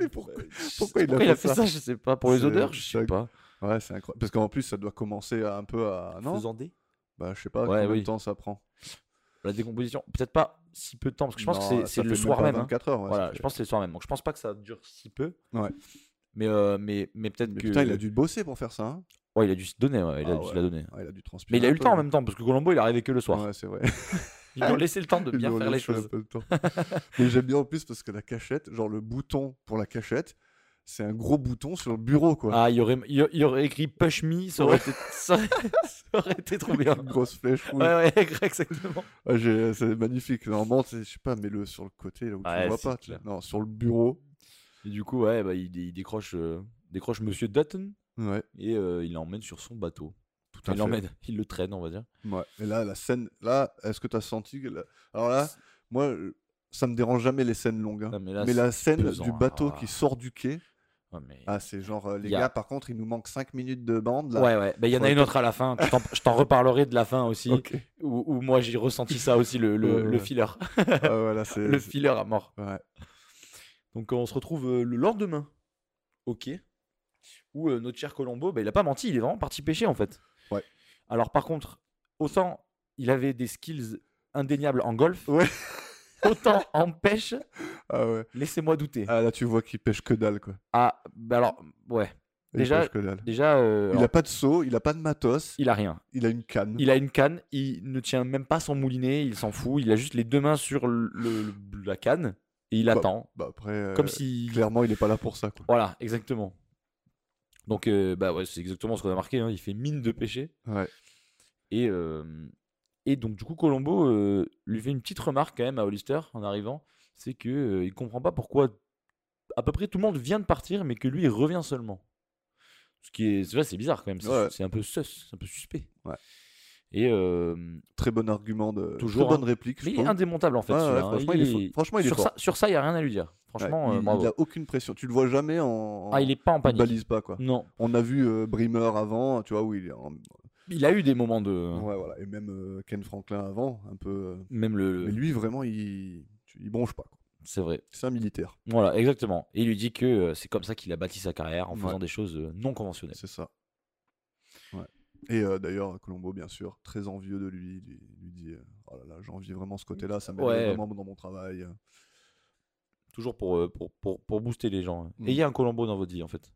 Speaker 1: Mais pourquoi
Speaker 2: Euh, je-
Speaker 1: pourquoi il a fait ça
Speaker 2: Je sais pas. Pour les
Speaker 1: C'est
Speaker 2: odeurs, je sais
Speaker 1: dingue.
Speaker 2: pas.
Speaker 1: Ouais, c'est incroyable. Parce qu'en plus, ça doit commencer à un peu à. Ah Non
Speaker 2: faisandé.
Speaker 1: Bah, je sais pas
Speaker 2: Ouais,
Speaker 1: combien
Speaker 2: oui.
Speaker 1: de temps ça prend.
Speaker 2: La décomposition, peut-être pas si peu de temps, parce que je pense
Speaker 1: Non,
Speaker 2: que
Speaker 1: ça
Speaker 2: c'est- c'est
Speaker 1: fait
Speaker 2: le soir
Speaker 1: pas
Speaker 2: même. hein.
Speaker 1: 24 heures. ouais, ça
Speaker 2: Voilà,
Speaker 1: fait-
Speaker 2: je pense que c'est le soir même. Donc je pense pas que ça dure si peu.
Speaker 1: Ouais.
Speaker 2: Mais, euh, mais, mais peut-être
Speaker 1: Mais
Speaker 2: que.
Speaker 1: putain, il a dû bosser pour faire ça. hein.
Speaker 2: Ouais, il a dû se donner. ouais, il a
Speaker 1: Ah
Speaker 2: dû se
Speaker 1: ouais.
Speaker 2: la donner.
Speaker 1: Ah, il a dû transpirer.
Speaker 2: Mais il a
Speaker 1: un
Speaker 2: eu le
Speaker 1: peu,
Speaker 2: temps en
Speaker 1: là.
Speaker 2: même temps, parce que Colombo, il est arrivé que le soir.
Speaker 1: Ouais, c'est vrai.
Speaker 2: Ils lui ont laissé le temps de
Speaker 1: Ils lui
Speaker 2: bien
Speaker 1: ont
Speaker 2: faire les
Speaker 1: laissé un
Speaker 2: choses.
Speaker 1: peu le temps. Mais j'aime bien en plus parce que la cachette, genre le bouton pour la cachette, c'est un gros bouton sur le bureau, quoi.
Speaker 2: Ah, il aurait, il, il aurait écrit Push Me, ça aurait,
Speaker 1: Ouais.
Speaker 2: été, ça, ça aurait été trop bien.
Speaker 1: Une grosse flèche rouge.
Speaker 2: Ouais, ouais, exactement.
Speaker 1: Ouais, j'ai- euh, c'est magnifique. Normalement, c'est- je sais pas, mets-le sur le côté là où tu
Speaker 2: Ouais,
Speaker 1: le vois
Speaker 2: c'est
Speaker 1: pas. tu-
Speaker 2: clair.
Speaker 1: Non, sur le bureau.
Speaker 2: Et du coup, ouais, bah, il, il décroche, euh, décroche Monsieur Dutton
Speaker 1: Ouais,
Speaker 2: et euh, il l'emmène sur son bateau.
Speaker 1: tout à
Speaker 2: Il
Speaker 1: fait.
Speaker 2: l'emmène, il le traîne, on va dire.
Speaker 1: Ouais. Et là, la scène, là, est-ce que t'as senti que la- Alors là, moi, euh, ça me dérange jamais les scènes longues. hein.
Speaker 2: Non, mais là,
Speaker 1: Mais la scène
Speaker 2: pesant,
Speaker 1: du
Speaker 2: hein.
Speaker 1: bateau
Speaker 2: Ah.
Speaker 1: qui sort du quai,
Speaker 2: Ouais, mais-
Speaker 1: Ah, c'est genre, euh, les
Speaker 2: Y a-
Speaker 1: gars, par contre, il nous manque 5 minutes de bande. Là.
Speaker 2: Ouais, ouais. Bah, Il y en a
Speaker 1: Ouais,
Speaker 2: une autre à la fin. Je t'en- je t'en reparlerai de la fin aussi.
Speaker 1: Ok.
Speaker 2: Où, où moi, j'ai ressenti ça aussi, le, le,
Speaker 1: Ouais,
Speaker 2: le
Speaker 1: ouais.
Speaker 2: filler.
Speaker 1: Ah, voilà, c'est.
Speaker 2: le
Speaker 1: c'est-
Speaker 2: filler à mort.
Speaker 1: Ouais.
Speaker 2: Euh, Donc, euh, on se retrouve euh, le lendemain. Ok. Où euh, notre cher Colombo, bah, il a pas menti. Il est vraiment parti pêcher, en fait.
Speaker 1: Ouais.
Speaker 2: Alors, par contre, autant il avait des skills indéniables en golf.
Speaker 1: Ouais.
Speaker 2: Autant en pêche,
Speaker 1: Ah ouais.
Speaker 2: laissez-moi douter.
Speaker 1: Ah, là, tu vois qu'il pêche que dalle, quoi.
Speaker 2: Ah, bah alors, ouais.
Speaker 1: Il
Speaker 2: Déjà,
Speaker 1: pêche que dalle.
Speaker 2: Déjà, euh,
Speaker 1: Il
Speaker 2: alors,
Speaker 1: a pas de seau, il a pas de matos,
Speaker 2: il a rien.
Speaker 1: il a une canne.
Speaker 2: Il a une canne, il ne tient même pas son moulinet, il s'en fout, il a juste les deux mains sur le, le- la canne et il
Speaker 1: Bah,
Speaker 2: attend.
Speaker 1: Bah, après, euh,
Speaker 2: Comme si.
Speaker 1: clairement, il est pas là pour ça, quoi.
Speaker 2: Voilà, exactement. Donc, euh, bah ouais, c'est exactement ce qu'on a marqué, hein, il fait mine de pêcher.
Speaker 1: Ouais.
Speaker 2: Et, euh, et donc, du coup, Colombo euh, lui fait une petite remarque quand même à Hollister en arrivant c'est qu'il il comprend pas pourquoi à peu près tout le monde vient de partir, mais que lui, il revient seulement. Ce qui est, c'est vrai, c'est bizarre quand même, c'est
Speaker 1: Ouais.
Speaker 2: c'est un peu sus, c'est un peu suspect.
Speaker 1: Ouais.
Speaker 2: Et euh,
Speaker 1: Très bon argument, de...
Speaker 2: Toujours,
Speaker 1: très bonne réplique. je
Speaker 2: Mais il est
Speaker 1: trouve.
Speaker 2: indémontable en fait.
Speaker 1: Ouais, ouais,
Speaker 2: celui-là, hein.
Speaker 1: franchement, il est fort. Franchement, il est
Speaker 2: sur
Speaker 1: fort.
Speaker 2: ça, sur ça, il y a rien à lui dire.
Speaker 1: Ouais,
Speaker 2: Franchement, euh,
Speaker 1: il,
Speaker 2: bravo.
Speaker 1: il a aucune pression. Tu le vois jamais en.
Speaker 2: Ah, il est pas en
Speaker 1: il
Speaker 2: panique.
Speaker 1: balise pas, quoi.
Speaker 2: Non,
Speaker 1: On a vu euh, Bremer avant, tu vois, où il est en-
Speaker 2: il a eu des moments de.
Speaker 1: Ouais, voilà. Et même euh, Ken Franklin avant, un peu. euh,
Speaker 2: Même le.
Speaker 1: Mais lui, vraiment, il, tu- il bronche pas. quoi.
Speaker 2: C'est vrai.
Speaker 1: C'est un militaire,
Speaker 2: Voilà, exactement. Et il lui dit que euh, c'est comme ça qu'il a bâti sa carrière en
Speaker 1: Ouais.
Speaker 2: faisant des choses euh, non conventionnelles.
Speaker 1: c'est ça. Ouais. Et euh, d'ailleurs, Colombo, bien sûr, très envieux de lui, lui, lui dit euh, Oh là là, j'envie vraiment ce côté-là, ça m'aide
Speaker 2: Ouais.
Speaker 1: vraiment dans mon travail.
Speaker 2: Toujours pour, euh, pour, pour, pour booster les gens. hein.
Speaker 1: Mm.
Speaker 2: Ayez un Colombo dans votre vie en fait.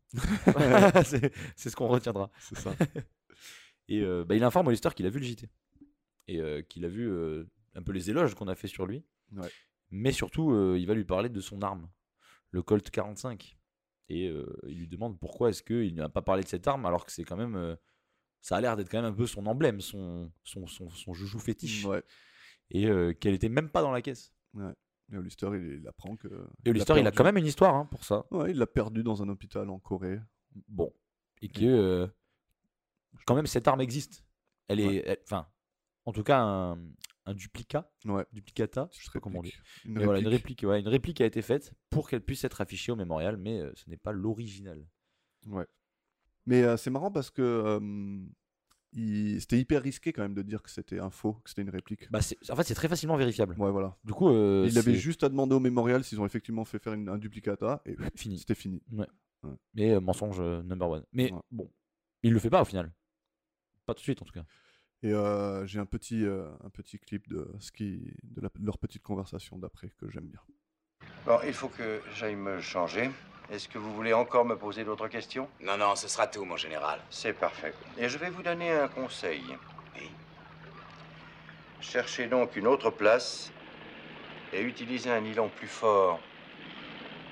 Speaker 2: c'est c'est ce qu'on retiendra.
Speaker 1: C'est ça.
Speaker 2: Et euh, bah, il informe Hollister qu'il a vu le JT. Et euh, qu'il a vu euh, un peu les éloges qu'on a fait sur lui.
Speaker 1: Ouais.
Speaker 2: Mais surtout, euh, il va lui parler de son arme, le Colt 45. Et euh, il lui demande pourquoi est-ce qu'il n'a pas parlé de cette arme alors que c'est quand même. euh, ça a l'air d'être quand même un peu son emblème, son, son, son, son joujou fétiche.
Speaker 1: ouais.
Speaker 2: Et euh, qu'elle était même pas dans la caisse.
Speaker 1: Et Hollister, il, il apprend que.
Speaker 2: Et Hollister, il a
Speaker 1: perdu-
Speaker 2: quand même une histoire hein, pour ça.
Speaker 1: Ouais, il l'a perdu dans un hôpital en Corée.
Speaker 2: Bon. Et
Speaker 1: Mm.
Speaker 2: que. euh, quand même, cette arme existe. Elle est. elle- Enfin. en tout cas, un, un duplicat.
Speaker 1: Ouais.
Speaker 2: Duplicata.
Speaker 1: Je
Speaker 2: Je sais pas comment on dit.
Speaker 1: Une
Speaker 2: Mais voilà, une
Speaker 1: réplique.
Speaker 2: réplique, ouais, une réplique a été faite pour qu'elle puisse être affichée au mémorial, mais euh, ce n'est pas l'original.
Speaker 1: Mais euh, c'est marrant parce que euh, il- c'était hyper risqué quand même de dire que c'était un faux, que c'était une réplique.
Speaker 2: Bah, c'est- en fait, c'est très facilement vérifiable.
Speaker 1: Ouais, voilà.
Speaker 2: Du coup, euh,
Speaker 1: il avait
Speaker 2: c'est
Speaker 1: juste à demander au mémorial s'ils ont effectivement fait faire une- un duplicata et
Speaker 2: fini.
Speaker 1: c'était fini.
Speaker 2: Mais euh, mensonge euh, number one. Mais
Speaker 1: Ouais.
Speaker 2: bon, il le fait pas au final. Pas tout de suite en tout cas.
Speaker 1: Et euh, j'ai un petit, euh, un petit clip de, ce qui, de, la- de leur petite conversation d'après que j'aime bien.
Speaker 3: Bon, il faut que j'aille me changer. Est-ce que vous voulez encore me poser d'autres questions
Speaker 4: Non, non, ce sera tout, mon général.
Speaker 3: C'est parfait. Et je vais vous donner un conseil.
Speaker 4: Oui.
Speaker 3: Cherchez donc une autre place et utilisez un nylon plus fort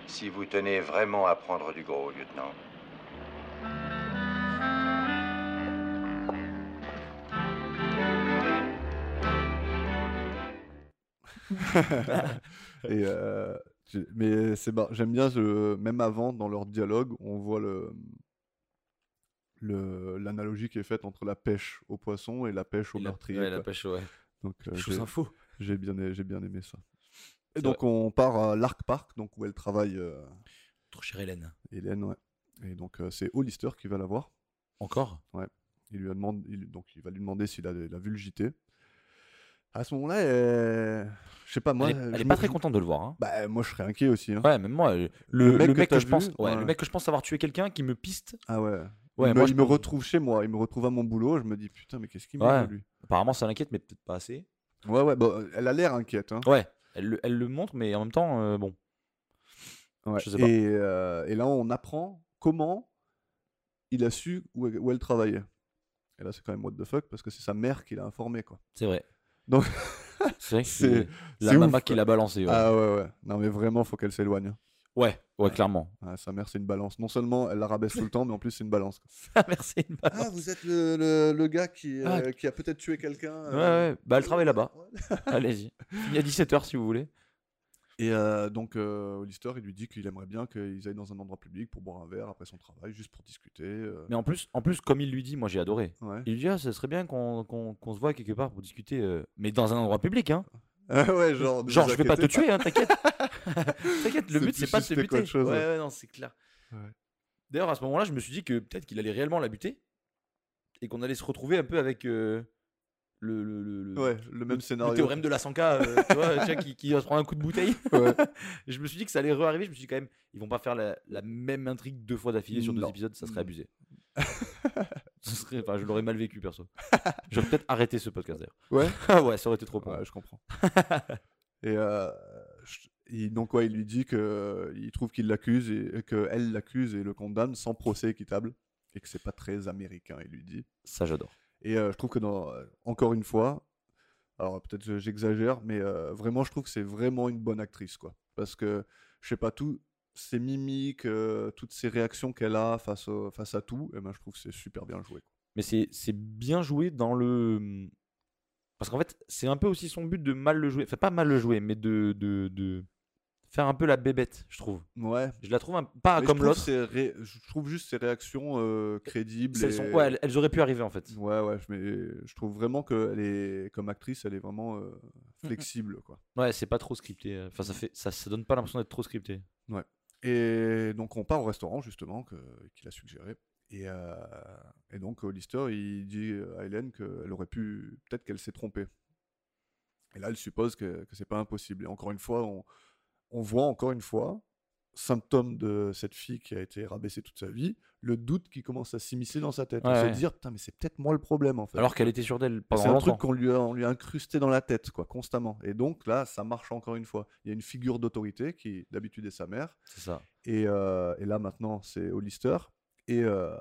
Speaker 3: si vous tenez vraiment à prendre du gros, lieutenant.
Speaker 1: Et, euh, j'ai- mais c'est bar- j'aime bien, je- même avant, dans leur dialogue, on voit le le- l'analogie qui est faite entre la pêche au poisson et la pêche au
Speaker 2: Il a-
Speaker 1: meurtrier.
Speaker 2: ouais, la
Speaker 1: quoi.
Speaker 2: pêche, ouais.
Speaker 1: Donc, euh,
Speaker 2: Chose
Speaker 1: j'ai-
Speaker 2: info.
Speaker 1: J'ai bien, ai- j'ai bien aimé ça. Et
Speaker 2: C'est
Speaker 1: donc on part à l'Arc Park, donc où elle travaille, euh,
Speaker 2: Trop chère Hélène.
Speaker 1: Hélène. ouais. Et donc euh, c'est Hollister qui va la voir.
Speaker 2: Encore
Speaker 1: Il lui a demandé, il- donc il va lui demander s'il a, il a vu le JT. À ce moment-là, euh, je sais pas moi.
Speaker 2: Elle est,
Speaker 1: euh,
Speaker 2: elle
Speaker 1: je
Speaker 2: est
Speaker 1: me-
Speaker 2: pas très
Speaker 1: je-
Speaker 2: contente de le voir. hein.
Speaker 1: Bah moi je serais inquiet aussi. hein.
Speaker 2: Ouais, même moi, euh, le, le mec, que,
Speaker 1: t'as
Speaker 2: je pense,
Speaker 1: vu,
Speaker 2: ouais,
Speaker 1: ouais.
Speaker 2: le mec que je pense avoir tué quelqu'un qui me piste.
Speaker 1: Ah ouais.
Speaker 2: Ouais,
Speaker 1: il me,
Speaker 2: moi, je
Speaker 1: il me
Speaker 2: pense-
Speaker 1: retrouve chez moi, il me retrouve à mon boulot. Je me dis putain mais qu'est-ce qu'il
Speaker 2: Ouais.
Speaker 1: m'a lui
Speaker 2: Apparemment, ça l'inquiète, mais peut-être pas assez.
Speaker 1: Ouais ouais. Bon, elle a l'air inquiète. hein.
Speaker 2: Ouais, elle, le- elle le montre, mais en même temps, euh, bon.
Speaker 1: Ouais,
Speaker 2: Je sais pas.
Speaker 1: Et, euh, et là, on apprend comment il a su où, où elle travaillait. Et là, c'est quand même what the fuck parce que c'est sa mère qui l'a informé, quoi.
Speaker 2: C'est vrai.
Speaker 1: Donc-
Speaker 2: c'est vrai que
Speaker 1: C'est-
Speaker 2: c'est la
Speaker 1: c'est ouf,
Speaker 2: maman qui
Speaker 1: quoi.
Speaker 2: l'a balancé. Ouais.
Speaker 1: Ah ouais, ouais. Non, mais vraiment, faut qu'elle s'éloigne. hein.
Speaker 2: ouais, ouais, clairement.
Speaker 1: Ah, sa mère, c'est une balance. Non seulement elle la rabaisse tout le temps, mais en plus, c'est une balance. quoi.
Speaker 2: Ah, Merci. une balle.
Speaker 1: Ah, vous êtes le, le- le gars qui, euh,
Speaker 2: Ah.
Speaker 1: qui a peut-être tué quelqu'un. euh.
Speaker 2: Ouais, ouais. Bah, elle travaille là-bas. Allez-y. Il y a 17h si vous voulez.
Speaker 1: Et euh, donc, euh, Hollister, il lui dit qu'il aimerait bien qu'ils aillent dans un endroit public pour boire un verre après son travail, juste pour discuter. euh.
Speaker 2: Mais en plus, en plus comme il lui dit, moi j'ai adoré.
Speaker 1: Ouais.
Speaker 2: Il lui dit, ah, ça serait bien qu'on qu'on- qu'on se voit quelque part pour discuter, euh, mais dans un endroit public. Hein.
Speaker 1: Ah ouais, genre. ne
Speaker 2: Genre,
Speaker 1: vous
Speaker 2: je vais pas
Speaker 1: inquiétez
Speaker 2: te tuer, hein, t'inquiète. t'inquiète,
Speaker 1: C'est
Speaker 2: le but
Speaker 1: plus
Speaker 2: c'est pas de te
Speaker 1: suspect
Speaker 2: buter.
Speaker 1: qu'autre chose,
Speaker 2: ouais,
Speaker 1: ouais.
Speaker 2: ouais, non, c'est clair.
Speaker 1: Ouais.
Speaker 2: D'ailleurs, à ce moment-là, je me suis dit que peut-être qu'il allait réellement la buter et qu'on allait se retrouver un peu avec euh, le, le, le- le-
Speaker 1: Ouais, le même
Speaker 2: le
Speaker 1: scénario.
Speaker 2: théorème de la Sanka, euh, tu vois, tiens, qui, qui va se prendre un coup de bouteille.
Speaker 1: Ouais.
Speaker 2: je me suis dit que ça allait re-arriver. Je me suis dit quand même, ils vont pas faire la, la même intrigue deux fois d'affilée sur deux
Speaker 1: Non.
Speaker 2: épisodes, ça
Speaker 1: Mm.
Speaker 2: serait abusé. Ce serait- enfin, je l'aurais mal vécu perso. J'aurais peut-être arrêté ce podcast d'ailleurs.
Speaker 1: Ouais.
Speaker 2: Ah ouais, ça aurait été trop pour moi.
Speaker 1: Ouais, je comprends. et euh, je- il- donc, ouais, il lui dit que il trouve qu'il l'accuse et qu'elle l'accuse et le condamne sans procès équitable et que c'est pas très américain, il lui dit.
Speaker 2: Ça j'adore.
Speaker 1: Et euh, je trouve que, dans, euh, encore une fois, alors peut-être que j'exagère, mais euh, vraiment, je trouve que c'est vraiment une bonne actrice, quoi. Parce que, je sais pas, tout ses mimiques, euh, toutes ses réactions qu'elle a face, au- face à tout, et ben, je trouve que c'est super bien joué. quoi.
Speaker 2: Mais c'est c'est bien joué dans le. mmh, Parce qu'en fait, c'est un peu aussi son but de mal le jouer. Enfin, pas mal le jouer, mais de, de, de faire un peu la bébête, je trouve.
Speaker 1: Ouais.
Speaker 2: Je la trouve un- pas
Speaker 1: Mais je
Speaker 2: Ah, comme
Speaker 1: trouve
Speaker 2: l'autre.
Speaker 1: ses ré- Je trouve juste ses réactions euh, crédibles.
Speaker 2: Celles sont-
Speaker 1: et-
Speaker 2: ouais, elles- elles auraient pu arriver en fait.
Speaker 1: Ouais, ouais, je- mais je trouve vraiment qu'elle est, comme actrice, elle est vraiment
Speaker 2: Mm,
Speaker 1: euh, flexible, quoi.
Speaker 2: Ouais, c'est pas trop scripté. euh. Enfin, ça, fait, ça, ça donne pas l'impression d'être trop scripté.
Speaker 1: Et donc, on part au restaurant, justement, que- qu'il a suggéré. Et, euh, et donc, euh, Lister, il dit à Hélène qu'elle aurait pu. Peut-être qu'elle s'est trompée. Et là, elle suppose que, que c'est pas impossible. Et encore une fois, on, on voit encore une fois, symptôme de cette fille qui a été rabaissée toute sa vie, le doute qui commence à s'immiscer dans sa tête.
Speaker 2: Ouais,
Speaker 1: à
Speaker 2: ouais.
Speaker 1: se dire, putain, mais c'est peut-être moi le problème, en fait.
Speaker 2: Alors qu'elle était sûre d'elle
Speaker 1: C'est
Speaker 2: pendant
Speaker 1: un truc
Speaker 2: longtemps.
Speaker 1: qu'on lui, a, on lui a incrusté dans la tête, quoi, constamment. Et donc là, ça marche encore une fois. Il y a une figure d'autorité qui, d'habitude, est sa mère.
Speaker 2: C'est ça.
Speaker 1: Et, euh, et là, maintenant, c'est Hollister. Et, euh,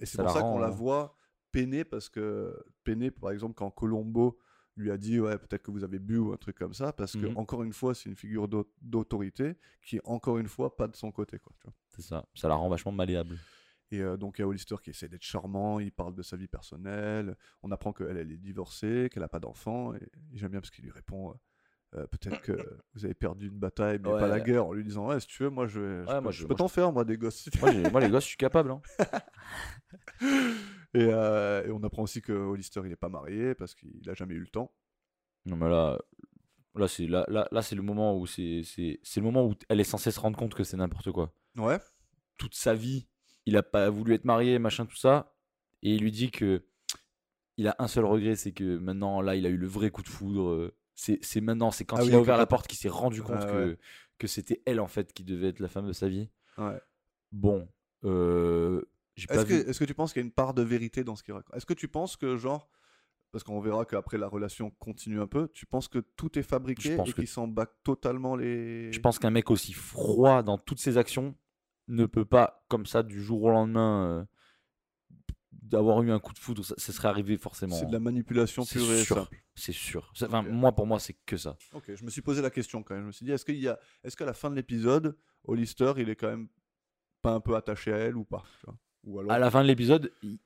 Speaker 1: et c'est
Speaker 2: Ça
Speaker 1: pour
Speaker 2: la
Speaker 1: ça qu'on
Speaker 2: rend- hein.
Speaker 1: la voit peinée, parce que peinée, par exemple, quand Colombo lui a dit, ouais, peut-être que vous avez bu ou un truc comme ça, parce
Speaker 2: Mhm.
Speaker 1: que, encore une fois, c'est une figure d'au- d'autorité qui est, encore une fois, pas de son côté, quoi. tu vois.
Speaker 2: C'est ça. Ça la rend vachement malléable.
Speaker 1: Et euh, donc, il y a Hollister qui essaie d'être charmant, il parle de sa vie personnelle. On apprend qu'elle, elle est divorcée, qu'elle n'a pas d'enfant. Et, et j'aime bien parce qu'il lui répond euh, Euh, Peut-être que vous avez perdu une bataille, mais
Speaker 2: Ouais.
Speaker 1: pas la guerre. En lui disant Ouais, si tu veux, moi, je, je
Speaker 2: Ouais,
Speaker 1: peux,
Speaker 2: moi,
Speaker 1: je
Speaker 2: je-
Speaker 1: peux
Speaker 2: moi,
Speaker 1: t'en faire, moi, des gosses.
Speaker 2: Moi, j'ai- moi, les gosses, je suis capable. hein.
Speaker 1: et, euh, et on apprend aussi que Hollister, il n'est pas marié parce qu'il n'a jamais eu le temps.
Speaker 2: Non, mais là, là c'est là, là, là, c'est le moment où c'est c'est- c'est le moment où elle est censée se rendre compte que c'est n'importe quoi.
Speaker 1: Ouais.
Speaker 2: Toute sa vie, il a pas voulu être marié, machin, tout ça. Et il lui dit que il a un seul regret, c'est que maintenant, là, il a eu le vrai coup de foudre. euh, C'est c'est maintenant, c'est quand
Speaker 1: Ah
Speaker 2: il
Speaker 1: oui,
Speaker 2: a
Speaker 1: ok,
Speaker 2: ouvert la
Speaker 1: d'accord.
Speaker 2: porte qu'il s'est rendu compte
Speaker 1: Ouais,
Speaker 2: que, que c'était elle, en fait, qui devait être la femme de sa vie.
Speaker 1: ouais.
Speaker 2: Bon, euh, j'ai pas
Speaker 1: Est-ce que,
Speaker 2: vu.
Speaker 1: est-ce que tu penses qu'il y a une part de vérité dans ce qu'il raconte Est-ce que tu penses que, genre, parce qu'on verra qu'après la relation continue un peu, tu penses que tout est fabriqué
Speaker 2: pense
Speaker 1: et
Speaker 2: que-
Speaker 1: qu'il s'en bat totalement les.
Speaker 2: Je pense qu'un mec aussi froid dans toutes ses actions ne peut pas, comme ça, du jour au lendemain, euh, d'avoir eu un coup de foudre. Ça, ça serait arrivé forcément. hein.
Speaker 1: C'est de la manipulation
Speaker 2: C'est
Speaker 1: pure et
Speaker 2: sûr.
Speaker 1: simple.
Speaker 2: C'est sûr. Ça- Enfin,
Speaker 1: Ok.
Speaker 2: moi, pour moi, c'est que ça.
Speaker 1: Ok, je me suis posé la question quand même. Je me suis dit, est-ce qu'il y a, est-ce qu'à la fin de l'épisode, Hollister, il est quand même pas un peu attaché à elle ou pas tu vois Ou alors,
Speaker 2: À la fin de l'épisode, il-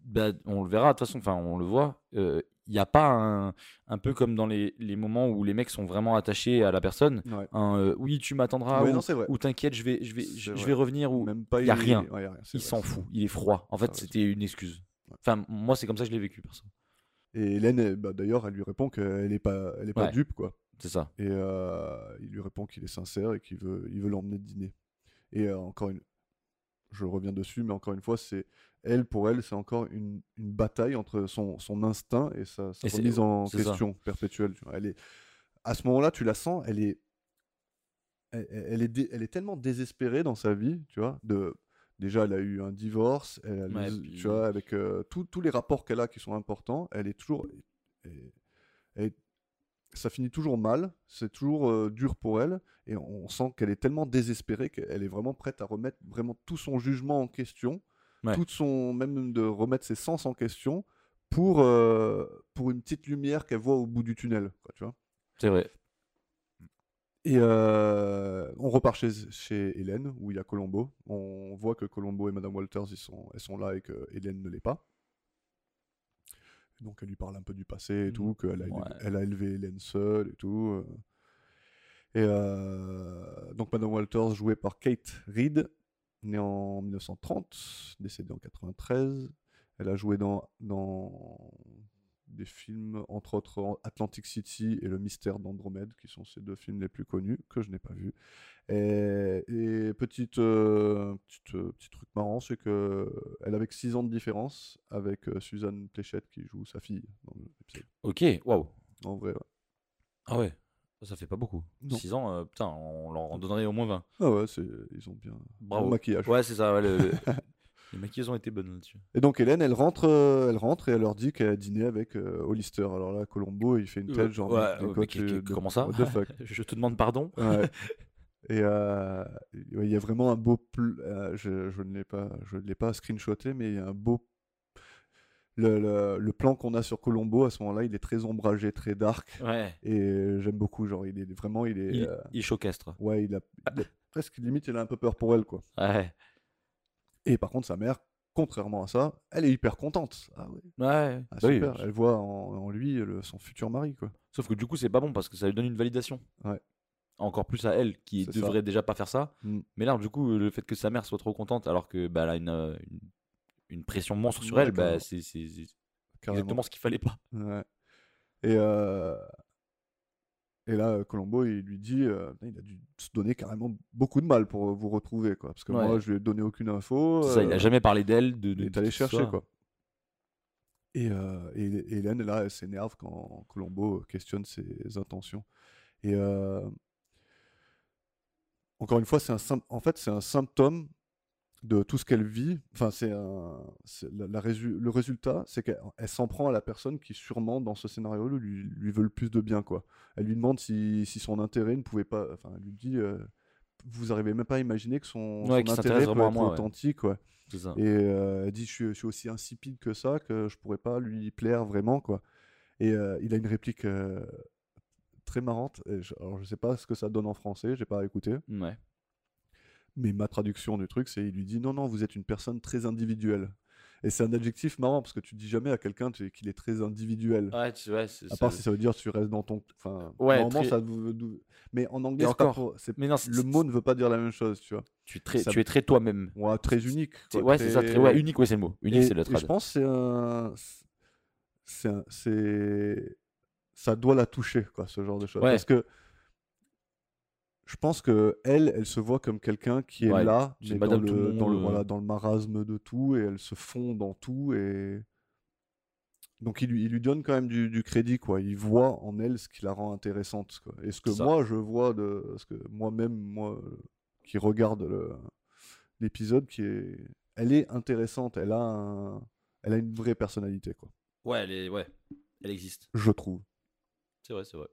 Speaker 2: bah, on le verra, de toute façon, enfin, on le voit. euh, Il n'y a pas un, un peu comme dans les, les moments où les mecs sont vraiment attachés à la personne.
Speaker 1: Ouais.
Speaker 2: Un, euh, oui, tu m'attendras.
Speaker 1: Ouais,
Speaker 2: ou
Speaker 1: non, c'est vrai.
Speaker 2: ou t'inquiète, je vais, je vais, je,
Speaker 1: C'est
Speaker 2: je
Speaker 1: vrai.
Speaker 2: vais revenir. Ou...
Speaker 1: Même pas,
Speaker 2: y a rien.
Speaker 1: ouais, y a c'est
Speaker 2: Il
Speaker 1: vrai,
Speaker 2: s'en
Speaker 1: c'est vrai.
Speaker 2: fout. Il est froid. En fait,
Speaker 1: raison.
Speaker 2: c'était une excuse.
Speaker 1: Ouais.
Speaker 2: Enfin, moi, c'est comme ça que je l'ai vécu, perso.
Speaker 1: Et Hélène, elle- bah, d'ailleurs, elle lui répond qu'elle n'est pas, elle est pas
Speaker 2: Ouais.
Speaker 1: dupe, quoi.
Speaker 2: C'est ça.
Speaker 1: Et euh, il lui répond qu'il est sincère et qu'il veut, il veut l'emmener dîner. Et euh, encore une, je reviens dessus, mais encore une fois, c'est elle pour elle, c'est encore une, une bataille entre son, son instinct et sa, sa
Speaker 2: Et c'est-
Speaker 1: remise en
Speaker 2: c'est ça.
Speaker 1: question perpétuelle. tu vois. Elle est, à ce moment-là, tu la sens, elle est, elle, e, elle est, dé- elle est tellement désespérée dans sa vie, tu vois. De, déjà, elle a eu un divorce, elle a
Speaker 2: Ouais,
Speaker 1: mis-
Speaker 2: puis-
Speaker 1: tu vois, avec euh, tous- tous les rapports qu'elle a qui sont importants, elle est toujours, et- et ça finit toujours mal, c'est toujours euh, dur pour elle, et on, on sent qu'elle est tellement désespérée qu'elle est vraiment prête à remettre vraiment tout son jugement en question,
Speaker 2: Ouais.
Speaker 1: tout son, même de remettre ses sens en question pour, euh, pour une petite lumière qu'elle voit au bout du tunnel, quoi, tu vois.
Speaker 2: C'est vrai.
Speaker 1: Et euh, on repart chez, chez Hélène, où il y a Colombo. On voit que Colombo et Madame Walters, ils sont, elles sont là et que Hélène ne l'est pas. Donc elle lui parle un peu du passé et
Speaker 2: Mm.
Speaker 1: tout, qu'elle a, élevé-
Speaker 2: Ouais.
Speaker 1: Bah, elle a élevé Hélène seule et tout. euh. Et euh, donc Madame Walters, jouée par Kate Reed, née en 1930, décédée en 93. Elle a joué dans, dans des films, entre autres en- Atlantic City et Le Mystère d'Andromède, qui sont ses deux films les plus connus, que je n'ai pas vus. Et, et petite, euh, petite, euh, petit truc marrant, c'est qu'elle avait que 6 ans de différence avec euh, Suzanne Pléchette, qui joue sa fille dans l'épisode.
Speaker 2: Ok, waouh.
Speaker 1: En vrai, ouais.
Speaker 2: Ah ouais, ça, ça fait pas beaucoup.
Speaker 1: Non.
Speaker 2: 6 ans, euh, putain, on leur en donnerait au moins 20.
Speaker 1: Ah ouais, c'est- ils ont bien
Speaker 2: Bravo.
Speaker 1: le maquillage.
Speaker 2: Ouais, c'est ça. ouais, le- le- Les maquilleuses ont été bonnes là-dessus.
Speaker 1: Et donc Hélène, elle rentre, euh, elle rentre et elle leur dit qu'elle a dîné avec euh, Hollister. Alors là, Colombo, il fait une tête
Speaker 2: Ouais,
Speaker 1: genre.
Speaker 2: Euh, ouais,
Speaker 1: mais- mais
Speaker 2: ouais,
Speaker 1: quoi,
Speaker 2: mais qu'est-
Speaker 1: tu-
Speaker 2: qu'est- comment ça
Speaker 1: what the fuck
Speaker 2: Je te demande pardon.
Speaker 1: Ouais. Et euh, et ouais, il y a vraiment un beau. pl- euh, je, je ne l'ai pas, je ne l'ai pas screenshoté, mais il y a un beau. Le, le- le plan qu'on a sur Colombo à ce moment-là, il est très ombragé, très dark,
Speaker 2: Ouais.
Speaker 1: et j'aime beaucoup. Genre, il est vraiment, il est.
Speaker 2: Il, Ah.
Speaker 1: euh,
Speaker 2: il chocastre.
Speaker 1: ouais, il a, il a presque limite, il a un peu peur pour elle, quoi.
Speaker 2: Ouais.
Speaker 1: Et par contre, sa mère, contrairement à ça, elle est hyper contente. Ah ouais.
Speaker 2: Ouais.
Speaker 1: Ah,
Speaker 2: Bah oui,
Speaker 1: super, elle voit en, en lui le- son futur mari, quoi.
Speaker 2: Sauf que du coup, c'est pas bon parce que ça lui donne une validation.
Speaker 1: Ouais.
Speaker 2: Encore plus à elle qui
Speaker 1: C'est ça.
Speaker 2: devrait déjà pas faire ça.
Speaker 1: Mm.
Speaker 2: Mais là, du coup, le fait que sa mère soit trop contente alors que bah, elle a une, euh, une, une pression monstre sur
Speaker 1: Ouais,
Speaker 2: elle, bah,
Speaker 1: carrément.
Speaker 2: c'est c'est- c'est
Speaker 1: Carrément.
Speaker 2: exactement ce qu'il fallait pas.
Speaker 1: Ouais. Et, euh, et là, euh, Colombo, il lui dit euh, Putain, il a dû se donner carrément beaucoup de mal pour euh, vous retrouver, quoi. Parce que
Speaker 2: Ouais.
Speaker 1: moi, je lui ai donné aucune info.
Speaker 2: C'est ça, il
Speaker 1: euh,
Speaker 2: a jamais parlé d'elle. De,
Speaker 1: Il
Speaker 2: de,
Speaker 1: est
Speaker 2: de
Speaker 1: allé
Speaker 2: qui que ce
Speaker 1: chercher,
Speaker 2: soit.
Speaker 1: quoi. Et, euh, et- et Hélène, là, elle s'énerve quand Colombo euh, questionne ses intentions. Et euh, encore une fois, c'est un symp- en fait, c'est un symptôme de tout ce qu'elle vit. Enfin, c'est un- c'est la- la résu- le résultat, c'est qu'elle elle s'en prend à la personne qui, sûrement, dans ce scénario, lui, lui veut le plus de bien, quoi. Elle lui demande si, si son intérêt ne pouvait pas. Enfin, elle lui dit. euh, vous arrivez même pas à imaginer que son,
Speaker 2: Ouais,
Speaker 1: son
Speaker 2: qu'il s'intéresse
Speaker 1: intérêt peut
Speaker 2: vraiment à
Speaker 1: être
Speaker 2: moi, ouais.
Speaker 1: authentique. ouais.
Speaker 2: C'est ça.
Speaker 1: Et euh, elle dit, je suis, je suis aussi insipide que ça, que je pourrais pas lui plaire vraiment, quoi. Et euh, il a une réplique euh, très marrante. Et je, alors, je sais pas ce que ça donne en français, j'ai pas écouté.
Speaker 2: Ouais.
Speaker 1: Mais ma traduction du truc, c'est, il lui dit, non, non, vous êtes une personne très individuelle. Et c'est un adjectif marrant, parce que tu dis jamais à quelqu'un tu- qu'il est très individuel.
Speaker 2: Ouais, tu vois, Ah, c'est
Speaker 1: à
Speaker 2: ça-
Speaker 1: part si ça veut dire tu restes dans ton... Enfin,
Speaker 2: Ouais,
Speaker 1: normalement,
Speaker 2: très-
Speaker 1: ça veut- veut- Mais en anglais, c'est pas
Speaker 2: encore,
Speaker 1: trop- c'est-
Speaker 2: Mais non, c'est-
Speaker 1: le mot ne veut pas dire la même chose, tu vois.
Speaker 2: Tu es très,
Speaker 1: ça-
Speaker 2: tu es très toi-même.
Speaker 1: Ouais, très unique.
Speaker 2: C'est-
Speaker 1: quoi,
Speaker 2: Ouais, c'est ça. Très, ouais, unique, ouais, c'est le mot. Unique,
Speaker 1: euh, Et-
Speaker 2: c'est le
Speaker 1: et
Speaker 2: trad.
Speaker 1: Je pense que c'est un. C'est un- c'est- Ça doit la toucher, quoi, ce genre de choses.
Speaker 2: Ouais.
Speaker 1: Parce que. Je pense que elle, elle se voit comme quelqu'un qui est
Speaker 2: Ouais,
Speaker 1: là,
Speaker 2: c'est
Speaker 1: mais dans
Speaker 2: Madame
Speaker 1: le,
Speaker 2: Tout le
Speaker 1: dans, le,
Speaker 2: Monde,
Speaker 1: voilà,
Speaker 2: euh.
Speaker 1: dans le marasme de tout, et elle se fond dans tout. Et... Donc il lui, il lui donne quand même du, du crédit, quoi. Il voit en elle ce qui la rend intéressante, quoi. Et ce que
Speaker 2: Ça.
Speaker 1: moi, je vois de. Ce que moi-même, moi, qui regarde le- l'épisode, qui est elle est intéressante, elle a, un- elle a une vraie personnalité, quoi,
Speaker 2: Ouais, elle est- ouais, elle existe.
Speaker 1: je trouve.
Speaker 2: C'est vrai, c'est vrai.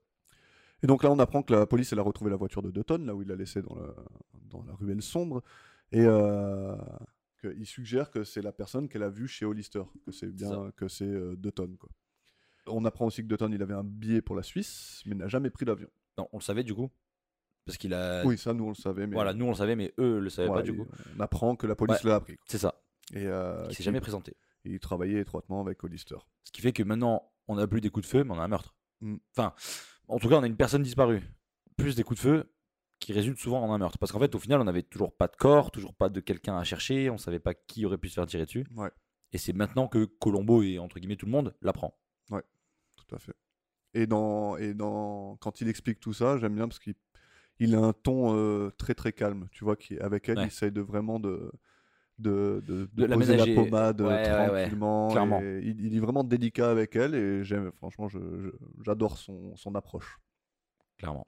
Speaker 1: Et donc là, on apprend que la police, elle a retrouvé la voiture de Dutton, là où il l'a laissée dans, la- dans la ruelle sombre, et euh, que- il suggère que c'est la personne qu'elle a vue chez Hollister, que c'est bien, que c'est euh, Dutton, quoi. On apprend aussi que Dutton, il avait un billet pour la Suisse, mais n'a jamais pris l'avion.
Speaker 2: Non, on le savait du coup. Parce qu'il a.
Speaker 1: Oui, ça, nous, on le savait, mais
Speaker 2: Euh, Voilà, nous on le savait, mais eux le savaient
Speaker 1: voilà,
Speaker 2: pas du
Speaker 1: il-
Speaker 2: coup.
Speaker 1: on apprend que la police l'a appris. quoi.
Speaker 2: C'est ça.
Speaker 1: Et euh,
Speaker 2: Il s'est
Speaker 1: qu'il-
Speaker 2: jamais présenté.
Speaker 1: il travaillait étroitement avec Hollister.
Speaker 2: Ce qui fait que maintenant, on n'a plus des coups de feu, mais on a un meurtre.
Speaker 1: Mm.
Speaker 2: Enfin, en tout cas, on a une personne disparue. Plus des coups de feu qui résultent souvent en un meurtre. Parce qu'en fait, au final, on n'avait toujours pas de corps, toujours pas de quelqu'un à chercher, on savait pas qui aurait pu se faire tirer dessus.
Speaker 1: Ouais.
Speaker 2: Et c'est maintenant que Colombo et entre guillemets tout le monde l'apprend.
Speaker 1: Tout à fait. Et, dans, et dans, quand il explique tout ça, j'aime bien parce qu'il il a un ton euh, très très calme. Tu vois qu'avec elle,
Speaker 2: Ouais.
Speaker 1: il essaye de vraiment de, de, de, de
Speaker 2: De la
Speaker 1: poser la
Speaker 2: ménager.
Speaker 1: pommade euh,
Speaker 2: Ouais, ouais, ouais.
Speaker 1: tranquillement.
Speaker 2: Clairement.
Speaker 1: et il, il est vraiment délicat avec elle et j'aime, franchement, je- je- j'adore son, son approche.
Speaker 2: Clairement.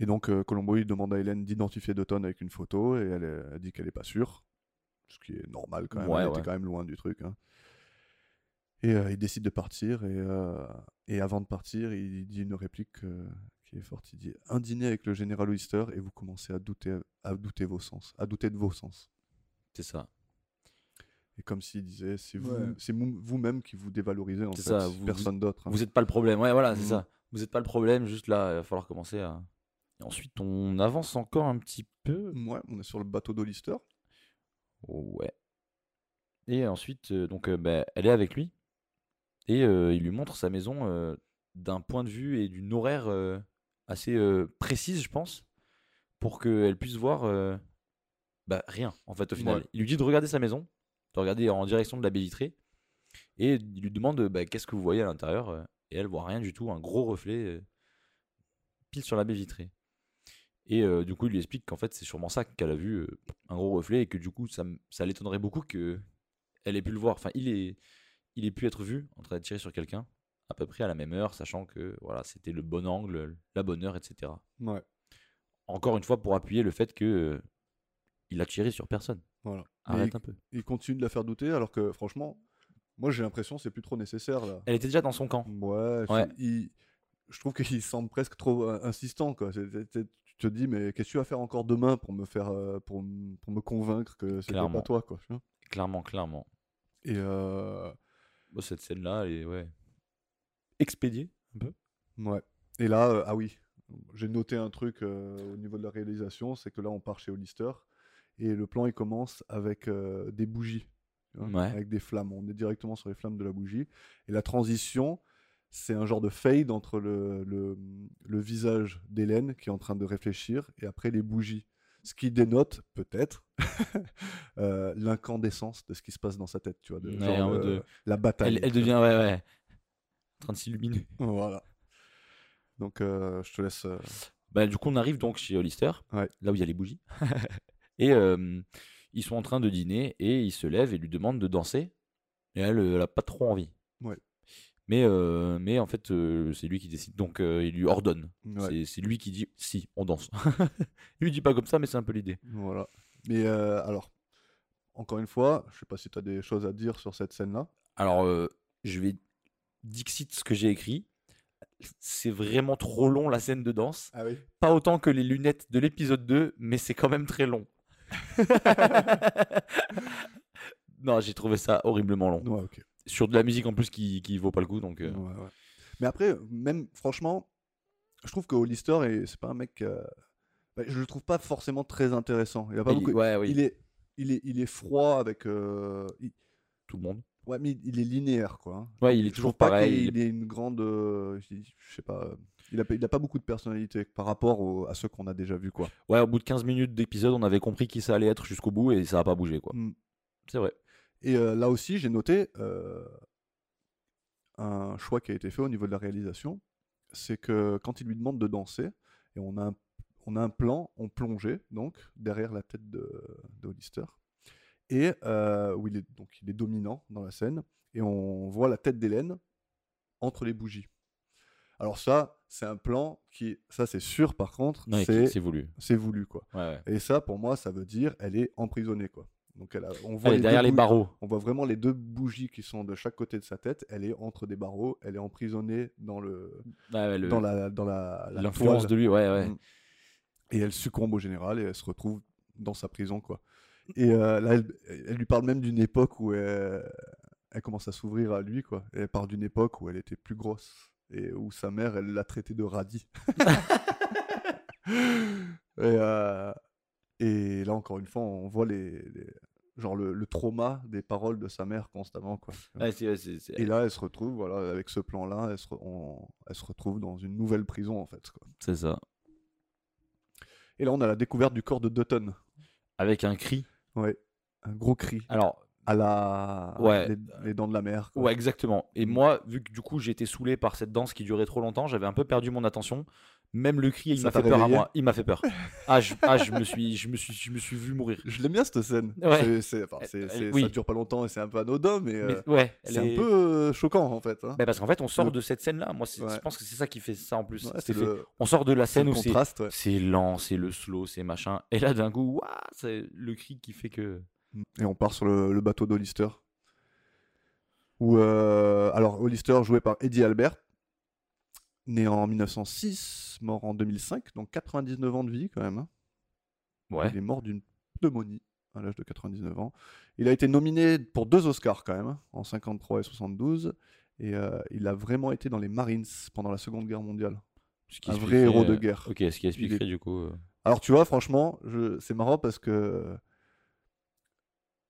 Speaker 1: Et donc, euh, Colombo, il demande à Hélène d'identifier Dutton avec une photo et elle, euh, elle dit qu'elle n'est pas sûre. Ce qui est normal quand même.
Speaker 2: Ouais,
Speaker 1: elle
Speaker 2: ouais.
Speaker 1: était quand même loin du truc. hein. Et euh, il décide de partir. Et, euh, et avant de partir, il dit une réplique euh, qui est forte. Il dit Un dîner avec le général Oyster et vous commencez à douter, à douter vos sens, à douter de vos sens.
Speaker 2: C'est ça.
Speaker 1: Et comme s'il disait C'est vous,
Speaker 2: Ouais.
Speaker 1: c'est mou- vous-même qui vous dévalorisez, en
Speaker 2: C'est
Speaker 1: fait,
Speaker 2: ça, vous-
Speaker 1: personne d'autre. hein.
Speaker 2: Vous n'êtes pas le problème. Ouais, voilà, c'est
Speaker 1: Mhm.
Speaker 2: ça. Vous n'êtes pas le problème. Juste là, il va falloir commencer à. Et ensuite, on avance encore un petit peu.
Speaker 1: Ouais, on est sur le bateau d'Olister.
Speaker 2: Ouais. Et ensuite, euh, donc, euh, bah, elle est avec lui. Et euh, il lui montre sa maison euh, d'un point de vue et d'une horaire euh, assez euh, précise, je pense, pour qu'elle puisse voir euh, bah, rien, en fait, au final.
Speaker 1: Ouais.
Speaker 2: Il lui dit de regarder sa maison, de regarder en direction de la baie vitrée. Et il lui demande bah, qu'est-ce que vous voyez à l'intérieur euh, Et elle voit rien du tout, un gros reflet euh, pile sur la baie vitrée. Et euh, du coup, il lui explique qu'en fait, c'est sûrement ça qu'elle a vu, euh, un gros reflet, et que du coup, ça, m- ça l'étonnerait beaucoup que elle ait pu le voir. Enfin, il est, il ait pu être vu en train de tirer sur quelqu'un à peu près à la même heure, sachant que voilà, c'était le bon angle, la bonne heure, etc.
Speaker 1: Ouais.
Speaker 2: Encore une fois, pour appuyer le fait que euh, il a tiré sur personne.
Speaker 1: Voilà. Mais
Speaker 2: Arrête
Speaker 1: il,
Speaker 2: un peu.
Speaker 1: il continue de la faire douter alors que franchement, moi j'ai l'impression que c'est plus trop nécessaire là.
Speaker 2: Elle était déjà dans son camp.
Speaker 1: Ouais, c'est-
Speaker 2: Ouais.
Speaker 1: il- je trouve qu'il semble presque trop euh, insistant. Quoi. C'est- c'est- c'est- tu te dis, mais qu'est-ce que tu vas faire encore demain pour me, faire, euh, pour, m- pour me convaincre que c'était pas
Speaker 2: Clairement.
Speaker 1: toi quoi, tu vois
Speaker 2: Clairement, clairement.
Speaker 1: Et euh,
Speaker 2: Bon, cette scène-là, elle est ouais. expédiée un peu.
Speaker 1: ouais. Et là, euh, ah oui, j'ai noté un truc euh, au niveau de la réalisation, c'est que là on part chez Hollister et le plan il commence avec euh, des bougies, tu vois,
Speaker 2: Ouais.
Speaker 1: avec des flammes. On est directement sur les flammes de la bougie et la transition. C'est un genre de fade entre le, le, le visage d'Hélène qui est en train de réfléchir et après les bougies. Ce qui dénote peut-être euh, l'incandescence de ce qui se passe dans sa tête, tu vois, de,
Speaker 2: Ouais,
Speaker 1: genre
Speaker 2: en
Speaker 1: le-
Speaker 2: mode, euh,
Speaker 1: la bataille.
Speaker 2: Elle, elle
Speaker 1: tu vois.
Speaker 2: devient ouais ouais en train de s'illuminer.
Speaker 1: Voilà. Donc, euh, je te laisse. euh,
Speaker 2: Bah, du coup, on arrive donc chez Hollister,
Speaker 1: Ouais.
Speaker 2: là où il y a les bougies. et euh, ils sont en train de dîner et il se lève et lui demande de danser. Et elle, euh, elle a pas trop envie.
Speaker 1: Ouais.
Speaker 2: Mais, euh, mais en fait, euh, c'est lui qui décide. Donc, euh, il lui ordonne.
Speaker 1: ouais,
Speaker 2: C'est- C'est lui qui dit si, on danse. il lui dit pas comme ça, mais c'est un peu l'idée.
Speaker 1: Voilà. Mais euh, alors, encore une fois, je sais pas si tu as des choses à dire sur cette scène-là.
Speaker 2: Alors, euh, je vais dixit ce que j'ai écrit. C'est vraiment trop long la scène de danse.
Speaker 1: Ah oui.
Speaker 2: pas autant que les lunettes de l'épisode 2, mais c'est quand même très long. non, j'ai trouvé ça horriblement long.
Speaker 1: Ouais, ok.
Speaker 2: Sur de la musique en plus qui, qui vaut pas le coup, donc. euh,
Speaker 1: Ouais, ouais. Mais après, même franchement, je trouve que Hollister, est- c'est pas un mec. euh, bah, je le trouve pas forcément très intéressant. Il a pas
Speaker 2: il-
Speaker 1: beaucoup.
Speaker 2: ouais, oui,
Speaker 1: Il est, il est, il est froid avec. euh, il-
Speaker 2: tout le monde.
Speaker 1: Ouais, mais il il est linéaire, quoi. hein.
Speaker 2: Ouais, il est
Speaker 1: Je
Speaker 2: toujours
Speaker 1: trouve pas
Speaker 2: pareil.
Speaker 1: qu'il ait une grande. euh, je dis- je sais pas. euh, Il a, il a pas beaucoup de personnalité par rapport au- à ceux qu'on a déjà vus, quoi.
Speaker 2: Ouais, au bout de 15 minutes d'épisode, on avait compris qui ça allait être jusqu'au bout et ça a pas bougé, quoi.
Speaker 1: Mm.
Speaker 2: C'est vrai.
Speaker 1: Et euh, là aussi, j'ai noté euh, un choix qui a été fait au niveau de la réalisation. C'est que quand il lui demande de danser, et on a un, on a un plan en plongée, donc, derrière la tête de, de Hollister, et euh, où il est, donc, il est dominant dans la scène, et on voit la tête d'Hélène entre les bougies. Alors ça, c'est un plan qui, ça c'est sûr par contre,
Speaker 2: Ouais,
Speaker 1: c'est-
Speaker 2: C'est voulu.
Speaker 1: c'est voulu quoi.
Speaker 2: Ouais, ouais.
Speaker 1: Et ça, pour moi, ça veut dire elle est emprisonnée quoi. Donc elle a- on voit
Speaker 2: Allez,
Speaker 1: les
Speaker 2: derrière
Speaker 1: deux
Speaker 2: les
Speaker 1: bougies-
Speaker 2: barreaux.
Speaker 1: on voit vraiment les deux bougies qui sont de chaque côté de sa tête. Elle est entre des barreaux, elle est emprisonnée dans le,
Speaker 2: Ouais, ouais, le-
Speaker 1: dans la dans la, la
Speaker 2: euh, L'influence de
Speaker 1: toile.
Speaker 2: lui, ouais, ouais.
Speaker 1: Mm. Et elle succombe au général et elle se retrouve dans sa prison quoi. Et euh, là, elle, elle lui parle même d'une époque où elle, elle commence à s'ouvrir à lui quoi. Et elle parle d'une époque où elle était plus grosse et où sa mère elle l'a traitée de radis. et, euh, et là encore une fois, on voit les, les- genre le, le trauma des paroles de sa mère constamment quoi.
Speaker 2: Ouais, c'est- ouais, c'est- c'est-
Speaker 1: Et là, elle se retrouve, voilà, avec ce plan-là, elle, se re- on- elle se retrouve dans une nouvelle prison, en fait. quoi.
Speaker 2: C'est ça.
Speaker 1: Et là, on a la découverte du corps de Dutton.
Speaker 2: Avec un cri.
Speaker 1: Ouais. Un gros cri.
Speaker 2: Alors,
Speaker 1: À la.
Speaker 2: Ouais.
Speaker 1: Les, les dents de la mer. quoi.
Speaker 2: Ouais, exactement. Et
Speaker 1: Mm.
Speaker 2: moi, vu que du coup j'étais saoulé par cette danse qui durait trop longtemps, j'avais un peu perdu mon attention. Même le cri, il
Speaker 1: Ça
Speaker 2: m'a
Speaker 1: t'a
Speaker 2: fait peur à
Speaker 1: réveillé
Speaker 2: moi. Il m'a fait peur. Ah, je, ah, je me suis, je me suis, je me suis vu mourir.
Speaker 1: Je l'aime bien, cette scène.
Speaker 2: Ouais.
Speaker 1: C'est- c'est- enfin,
Speaker 2: Elle-
Speaker 1: c'est-
Speaker 2: elle-
Speaker 1: c'est- Ça
Speaker 2: oui.
Speaker 1: dure pas longtemps et c'est un peu anodin, mais,
Speaker 2: Mais
Speaker 1: euh,
Speaker 2: ouais, elle
Speaker 1: c'est
Speaker 2: est-
Speaker 1: un peu euh, choquant, en fait. hein.
Speaker 2: Bah, parce qu'en fait, on sort
Speaker 1: le-
Speaker 2: de cette scène-là. Moi, c'est-
Speaker 1: Ouais.
Speaker 2: je pense que c'est ça qui fait ça en plus.
Speaker 1: Ouais, c'est
Speaker 2: C'est le-
Speaker 1: le,
Speaker 2: On sort de la
Speaker 1: c'est
Speaker 2: scène
Speaker 1: le
Speaker 2: où c'est,
Speaker 1: contraste. ouais.
Speaker 2: c'est lent, c'est le slow, c'est machin. Et là, d'un coup, ouah, c'est le cri qui fait que.
Speaker 1: Et on part sur le, le bateau d'Hollister. Où, euh, alors, Hollister, joué par Eddie Albert, né en 1906, mort en 2005, donc 99 ans de vie quand même. hein.
Speaker 2: Ouais.
Speaker 1: Il est mort d'une pneumonie à l'âge de 99 ans. Il a été nominé pour deux Oscars quand même, hein, en 53 et 72. Et euh, il a vraiment été dans les Marines pendant la Seconde Guerre mondiale.
Speaker 2: Ce qui
Speaker 1: un vrai
Speaker 2: expliquerait,
Speaker 1: héros de
Speaker 2: euh,
Speaker 1: guerre.
Speaker 2: Ok, ce qui expliquerait du coup. euh,
Speaker 1: Alors tu vois, franchement, je... c'est marrant parce que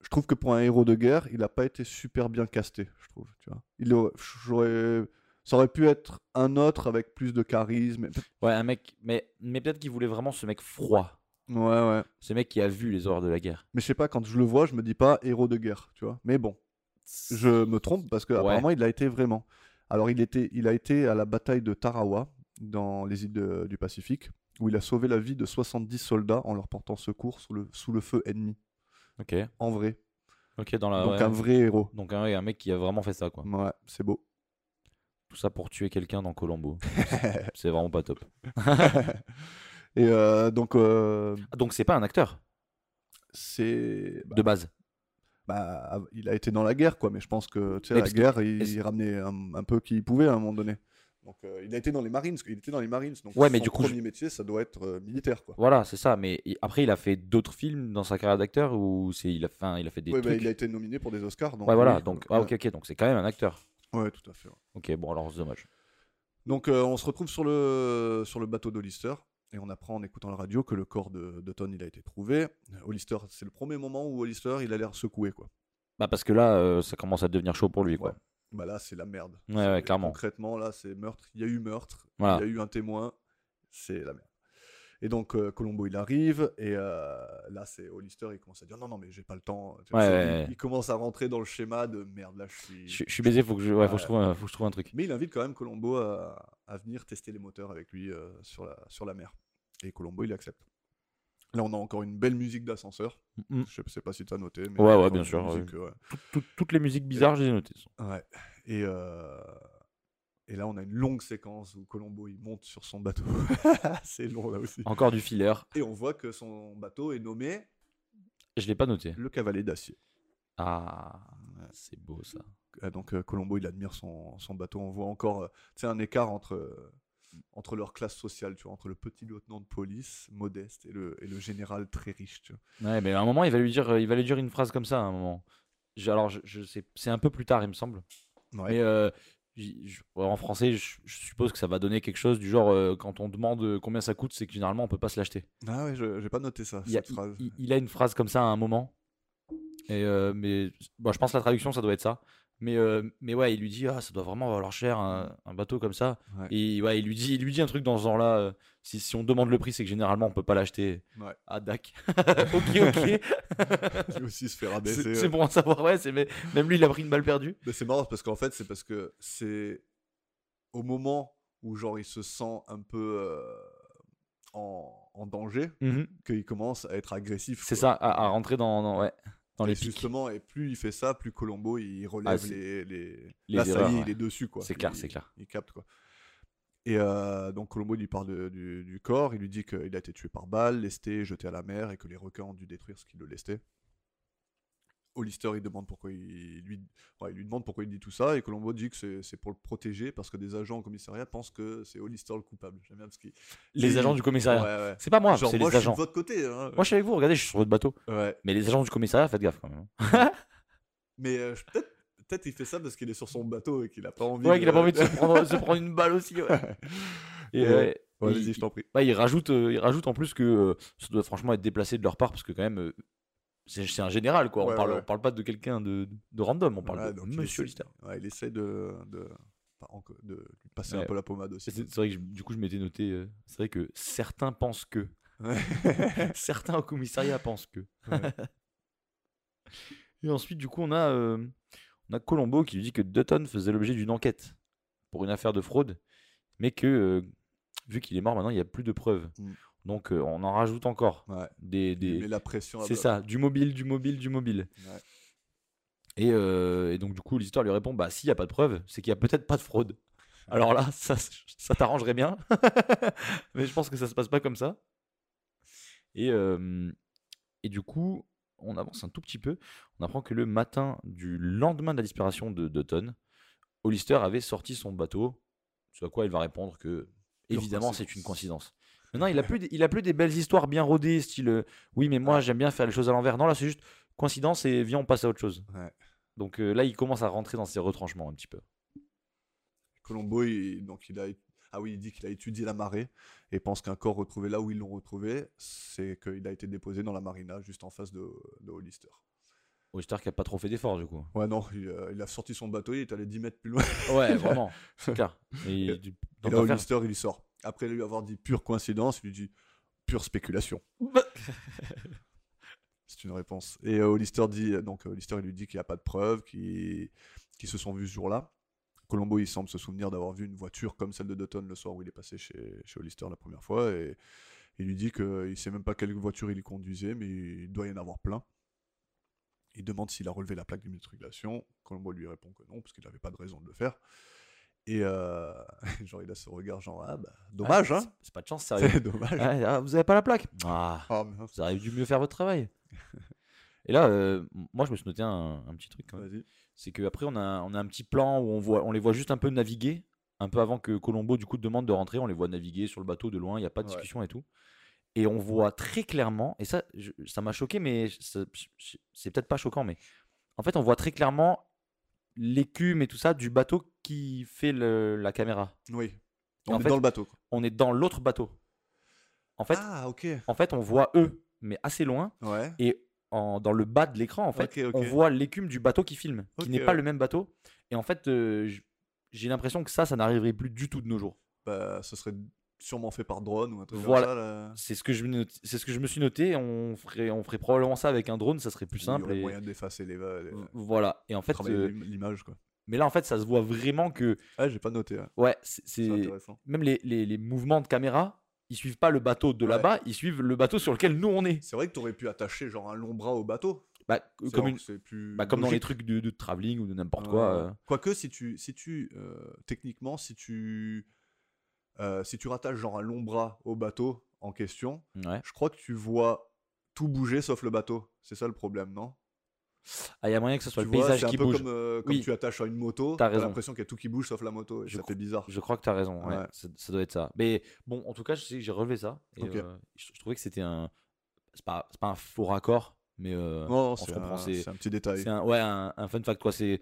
Speaker 1: je trouve que pour un héros de guerre, il n'a pas été super bien casté, je trouve. Tu vois. Il aurait... j'aurais- Ça aurait pu être un autre avec plus de charisme. et-
Speaker 2: Ouais, un mec. Mais, mais peut-être qu'il voulait vraiment ce mec froid.
Speaker 1: Ouais, ouais.
Speaker 2: Ce mec qui a vu les horreurs de la guerre.
Speaker 1: Mais je sais pas, quand je le vois, je me dis pas héros de guerre, tu vois. Mais bon, Je me trompe parce que
Speaker 2: Ouais.
Speaker 1: apparemment il l'a été vraiment. Alors il était, il a été à la bataille de Tarawa dans les îles de- du Pacifique où il a sauvé la vie de 70 soldats en leur portant secours sous le, sous le feu ennemi.
Speaker 2: Ok,
Speaker 1: En vrai,
Speaker 2: ok, dans la.
Speaker 1: donc
Speaker 2: Ah ouais.
Speaker 1: un Mm. vrai héros.
Speaker 2: Donc un, ouais, un mec qui a vraiment fait ça, quoi.
Speaker 1: Ouais, c'est beau.
Speaker 2: Tout ça pour tuer quelqu'un dans Colombo. c'est vraiment pas top.
Speaker 1: Et euh, donc euh,
Speaker 2: Ah, Donc c'est pas un acteur
Speaker 1: c'est, bah,
Speaker 2: de base.
Speaker 1: bah, il a été dans la guerre quoi, mais je pense que tu sais,
Speaker 2: Mais
Speaker 1: la
Speaker 2: parce que-
Speaker 1: guerre il,
Speaker 2: est-ce-
Speaker 1: il ramenait un, un peu qui il pouvait à un moment donné. Donc euh, il a été dans les marines, il était dans les marines. Donc
Speaker 2: Ouais, mais
Speaker 1: son
Speaker 2: du coup, je-
Speaker 1: premier métier ça doit être euh, militaire quoi.
Speaker 2: Voilà, c'est ça. Mais i- après, il a fait d'autres films dans sa carrière d'acteur ou c'est il a, enfin, il a fait des
Speaker 1: Ouais, bah,
Speaker 2: trucs.
Speaker 1: il a été nominé pour des Oscars. Donc
Speaker 2: ouais, voilà.
Speaker 1: oui,
Speaker 2: donc,
Speaker 1: quoi.
Speaker 2: ah, ok, ok. Donc c'est quand même un acteur.
Speaker 1: Ouais, tout à fait. ouais.
Speaker 2: Ok, bon alors c'est dommage.
Speaker 1: Donc euh, on se retrouve sur le, sur le bateau d'Hollister et on apprend en écoutant la radio que le corps de, de Ton il a été trouvé. Hollister, c'est le premier moment où Hollister il a l'air secoué quoi.
Speaker 2: Bah parce que là, euh, ça commence à devenir chaud pour lui, quoi.
Speaker 1: Bah là c'est la merde.
Speaker 2: Ouais, ouais,
Speaker 1: C'est-
Speaker 2: clairement.
Speaker 1: Concrètement là c'est meurtre. Il y a eu meurtre.
Speaker 2: Voilà.
Speaker 1: Il y a eu un témoin. C'est la merde. Et donc euh, Colombo il arrive et euh, là c'est Hollister il commence à dire non non mais j'ai pas le temps. Tu vois,
Speaker 2: Ouais,
Speaker 1: c'est-
Speaker 2: ouais,
Speaker 1: il,
Speaker 2: ouais.
Speaker 1: il commence à rentrer dans le schéma de merde là je suis.
Speaker 2: Je, je suis baisé, faut que je, ouais, faut que je trouve, un- faut que je trouve un truc.
Speaker 1: Mais il invite quand même Colombo à, à venir tester les moteurs avec lui euh, sur, la, sur la mer. Et Colombo, il accepte. Là, on a encore une belle musique d'ascenseur.
Speaker 2: Mm.
Speaker 1: Je sais pas si tu as noté. Mais
Speaker 2: Ouais, ouais,
Speaker 1: encore
Speaker 2: bien
Speaker 1: une
Speaker 2: sûr,
Speaker 1: musique, euh, ouais.
Speaker 2: Tout- toutes les musiques bizarres, j'ai noté.
Speaker 1: Ouais. Et, euh, et là, on a une longue séquence où Colombo, il monte sur son bateau. C'est long, là aussi.
Speaker 2: Encore du filler.
Speaker 1: Et on voit que son bateau est nommé
Speaker 2: Je l'ai pas noté.
Speaker 1: le Cavalet d'Acier.
Speaker 2: Ah, c'est beau ça.
Speaker 1: Ah, donc euh, Colombo il admire son, son bateau. On voit encore euh, tu sais, un écart entre, euh, entre leur classe sociale, tu vois, entre le petit lieutenant de police modeste et le, et le général très riche. tu vois.
Speaker 2: Ouais, mais à un moment, il va lui dire, euh, il va lui dire une phrase comme ça. À un moment. Je- alors, je, je sais, c'est un peu plus tard, il me semble.
Speaker 1: Ouais.
Speaker 2: Mais euh, j- j- ouais, en français, je, je suppose que ça va donner quelque chose du genre euh, quand on demande combien ça coûte, c'est que généralement on peut pas se l'acheter.
Speaker 1: Ah ouais, je- j'ai pas noté ça,
Speaker 2: Il, y a-
Speaker 1: cette phrase.
Speaker 2: il- il- il a une phrase comme ça à un moment. Et euh, mais bon, je pense que la traduction ça doit être ça. Mais euh, mais ouais, il lui dit ah ça doit vraiment valoir cher un, un bateau comme ça.
Speaker 1: Ouais.
Speaker 2: Et ouais, il lui dit il lui dit un truc dans ce genre-là. euh, si, si on demande le prix, c'est que généralement on peut pas l'acheter.
Speaker 1: Ouais.
Speaker 2: Ah dac. ok ok.
Speaker 1: Qui aussi se fait
Speaker 2: C'est
Speaker 1: rabaisser.
Speaker 2: c'est
Speaker 1: euh.
Speaker 2: pour en savoir, ouais, c'est- mais- même lui il a pris une balle perdue.
Speaker 1: Mais c'est marrant parce qu'en fait, c'est parce que c'est au moment où genre il se sent un peu euh, en, en danger qu'il commence à être agressif.
Speaker 2: C'est
Speaker 1: quoi.
Speaker 2: ça, à, à rentrer dans, dans- ouais, dans
Speaker 1: Et
Speaker 2: les pics. Ah,
Speaker 1: justement, et plus il fait ça, plus Colombo il relève
Speaker 2: c'est-
Speaker 1: les, les...
Speaker 2: les
Speaker 1: Là, ça
Speaker 2: erreurs,
Speaker 1: y est,
Speaker 2: ouais.
Speaker 1: il est dessus quoi.
Speaker 2: C'est
Speaker 1: Il-
Speaker 2: clair, c'est clair.
Speaker 1: Il capte quoi. Et euh, donc Colombo lui parle de- du, du corps, il lui dit qu'il a été tué par balle, lesté, jeté à la mer et que les requins ont dû détruire ce qui le lestait. Hollister il demande pourquoi il lui, ouais, il lui demande pourquoi il dit tout ça et Colombo dit que c'est- c'est pour le protéger parce que des agents au commissariat pensent que c'est Hollister le coupable. J'aime bien parce qu'il-
Speaker 2: Les
Speaker 1: il-
Speaker 2: agents du commissariat.
Speaker 1: Ouais, ouais.
Speaker 2: C'est pas moi,
Speaker 1: Genre,
Speaker 2: c'est
Speaker 1: moi
Speaker 2: les
Speaker 1: je suis
Speaker 2: agents.
Speaker 1: de votre côté. hein.
Speaker 2: Moi, je suis avec vous, regardez, je suis sur votre bateau.
Speaker 1: Ouais.
Speaker 2: Mais les agents du commissariat, faites gaffe quand même. hein.
Speaker 1: Mais euh, je- peut-être peut-être il fait ça parce qu'il est sur son bateau et qu'il a pas envie.
Speaker 2: Ouais, qu'il a pas envie de se prendre, se prendre une balle aussi. Ouais.
Speaker 1: euh, Ouais.
Speaker 2: Et, euh,
Speaker 1: Ouais,
Speaker 2: il-
Speaker 1: vas-y, je t'en prie.
Speaker 2: ouais, il, rajoute, euh, il rajoute en plus que euh, ça doit franchement être déplacé de leur part parce que, quand même, euh, c'est c'est un général quoi.
Speaker 1: Ouais,
Speaker 2: on, parle,
Speaker 1: ouais.
Speaker 2: on parle pas de quelqu'un de, de random, on parle
Speaker 1: Voilà,
Speaker 2: de
Speaker 1: donc il
Speaker 2: monsieur
Speaker 1: essaie-
Speaker 2: Lister.
Speaker 1: ouais, il essaie de, de, pas encore- de lui passer un
Speaker 2: Ouais.
Speaker 1: peu la pommade
Speaker 2: C'est
Speaker 1: aussi.
Speaker 2: c'est vrai que je- du coup, je m'étais noté. euh, c'est vrai que certains pensent que.
Speaker 1: Ouais.
Speaker 2: certains au commissariat pensent que.
Speaker 1: Ouais.
Speaker 2: Et ensuite, du coup, on a, euh, on a Colombo qui lui dit que Dutton faisait l'objet d'une enquête pour une affaire de fraude, mais que, euh, vu qu'il est mort maintenant, il n'y a plus de preuves.
Speaker 1: Mm.
Speaker 2: Donc, euh, on en rajoute encore.
Speaker 1: Ouais.
Speaker 2: Des,
Speaker 1: Il
Speaker 2: des-
Speaker 1: met la pression. à
Speaker 2: C'est
Speaker 1: bas-
Speaker 2: ça, du mobile, du mobile, du mobile.
Speaker 1: Ouais.
Speaker 2: Et, euh, et donc, du coup, l'histoire lui répond Bah, s'il n'y a pas de preuves, c'est qu'il n'y a peut-être pas de fraude. Alors là, ça, ça t'arrangerait bien. Mais je pense que ça se passe pas comme ça. Et, euh, et du coup, on avance un tout petit peu. On apprend que le matin du lendemain de la disparition de Dutton, Hollister avait sorti son bateau. Ce à quoi il va répondre que,
Speaker 1: Pure
Speaker 2: évidemment, c'est
Speaker 1: coïncidence.
Speaker 2: une coïncidence. Maintenant, il a plus, des- il a plus des belles histoires bien rodées, style euh, oui, mais moi j'aime bien faire les choses à l'envers. Non, là, c'est juste coïncidence et viens, on passe à autre chose.
Speaker 1: Ouais.
Speaker 2: Donc euh, là, il commence à rentrer dans ses retranchements un petit peu.
Speaker 1: Colombo, il, donc il a, ah oui, il dit qu'il a étudié la marée et pense qu'un corps retrouvé là où ils l'ont retrouvé, c'est qu'il a été déposé dans la marina juste en face de, de Hollister.
Speaker 2: Hollister qui a pas trop fait d'efforts du coup.
Speaker 1: Ouais, non, il, euh, il a sorti son bateau, il est allé 10 mètres plus loin.
Speaker 2: Ouais, vraiment, c'est clair. Et, du-
Speaker 1: Et là,
Speaker 2: tant qu'à faire-
Speaker 1: Hollister, il y sort. Après lui avoir dit pure coïncidence, il lui dit pure spéculation. C'est une réponse. Et euh, Hollister dit, donc euh, Hollister, il lui dit qu'il n'y a pas de preuves, qu'ils qu'ils se sont vus ce jour-là. Colombo, il semble se souvenir d'avoir vu une voiture comme celle de Dutton le soir où il est passé chez, chez Hollister la première fois. Et il lui dit qu'il ne sait même pas quelle voiture il conduisait, mais il doit y en avoir plein. Il demande s'il a relevé la plaque d'immatriculation. Colombo lui répond que non, parce qu'il n'avait pas de raison de le faire. Et euh, genre, il a ce regard genre, ah bah, dommage,
Speaker 2: Ah,
Speaker 1: hein
Speaker 2: c'est- C'est pas de chance, sérieux.
Speaker 1: C'est dommage.
Speaker 2: Ah, ah, vous avez pas la plaque Ah,
Speaker 1: Ah, mince.
Speaker 2: vous auriez dû mieux faire votre travail. Et là, euh, m- moi, je me suis noté un, un petit truc. quand même.
Speaker 1: Vas-y.
Speaker 2: C'est qu'après, on a, on a un petit plan où on, voit, on les voit juste un peu naviguer, un peu avant que Colombo, du coup, demande de rentrer. On les voit naviguer sur le bateau de loin, il n'y a pas de
Speaker 1: Ouais.
Speaker 2: discussion et tout. Et on voit très clairement, et ça, je- ça m'a choqué, mais ça- c'est peut-être pas choquant, mais en fait, on voit très clairement l'écume et tout ça du bateau qui fait le- la caméra.
Speaker 1: Oui.
Speaker 2: Et
Speaker 1: On
Speaker 2: en
Speaker 1: est
Speaker 2: fait-
Speaker 1: dans le bateau. quoi.
Speaker 2: On est dans l'autre bateau. En fait,
Speaker 1: ah, ok.
Speaker 2: en fait, on voit eux, mais assez loin.
Speaker 1: Ouais.
Speaker 2: Et en- dans le bas de l'écran, en fait,
Speaker 1: Ok, ok.
Speaker 2: on voit l'écume du bateau qui filme, qui
Speaker 1: Ok,
Speaker 2: n'est pas
Speaker 1: ouais.
Speaker 2: le même bateau. Et en fait, euh, j- j'ai l'impression que ça, ça n'arriverait plus du tout de nos jours.
Speaker 1: Bah, ce serait sûrement fait par drone ou un truc
Speaker 2: Voilà.
Speaker 1: comme ça. là.
Speaker 2: C'est ce que je, me note- c'est ce que je me suis noté. On ferait, on ferait probablement ça avec un drone, ça serait plus
Speaker 1: Il y
Speaker 2: simple.
Speaker 1: aurait
Speaker 2: et-
Speaker 1: moyen d'effacer les, va- les-
Speaker 2: v- Voilà. Et en fait,
Speaker 1: travailler
Speaker 2: euh,
Speaker 1: l'im- l'image quoi.
Speaker 2: mais là, en fait, ça se voit vraiment que,
Speaker 1: Ah, j'ai pas noté. ouais.
Speaker 2: ouais, c'est-
Speaker 1: C'est
Speaker 2: c'est
Speaker 1: intéressant.
Speaker 2: même les, les- les mouvements de caméra, ils suivent pas le bateau de
Speaker 1: Ouais.
Speaker 2: là-bas, ils suivent le bateau sur lequel nous on est.
Speaker 1: C'est vrai que t'aurais pu attacher genre un long bras au bateau.
Speaker 2: Bah,
Speaker 1: C'est
Speaker 2: comme
Speaker 1: alors
Speaker 2: une-
Speaker 1: que c'est plus
Speaker 2: bah, comme dans les
Speaker 1: logique.
Speaker 2: trucs de, de travelling ou de n'importe
Speaker 1: Ouais,
Speaker 2: quoi.
Speaker 1: ouais.
Speaker 2: euh.
Speaker 1: Quoique, si tu, si tu euh, techniquement, si tu, euh, si tu rattaches genre un long bras au bateau en question,
Speaker 2: euh, Ouais.
Speaker 1: je crois que tu vois tout bouger sauf le bateau. C'est ça le problème, non
Speaker 2: Ah, il y a moyen que ce soit
Speaker 1: Tu
Speaker 2: le
Speaker 1: vois,
Speaker 2: paysage
Speaker 1: c'est un
Speaker 2: qui
Speaker 1: peu
Speaker 2: bouge.
Speaker 1: comme, euh, comme
Speaker 2: Oui.
Speaker 1: tu attaches à une moto.
Speaker 2: T'as
Speaker 1: T'as
Speaker 2: raison.
Speaker 1: l'impression qu'il y a tout qui bouge sauf la moto. Et
Speaker 2: Je
Speaker 1: ça
Speaker 2: cro-
Speaker 1: fait bizarre.
Speaker 2: Je crois que tu as raison, ouais,
Speaker 1: Ouais.
Speaker 2: Ça, ça doit être ça. Mais bon, en tout cas, je sais que j'ai relevé ça. Et,
Speaker 1: Ok.
Speaker 2: euh, je, je trouvais que c'était un. C'est pas, c'est pas un faux raccord, mais euh,
Speaker 1: Non, non,
Speaker 2: on
Speaker 1: c'est
Speaker 2: se comprend,
Speaker 1: un,
Speaker 2: c'est-
Speaker 1: c'est un petit détail.
Speaker 2: c'est un, ouais, un, un fun fact. Quoi. C'est-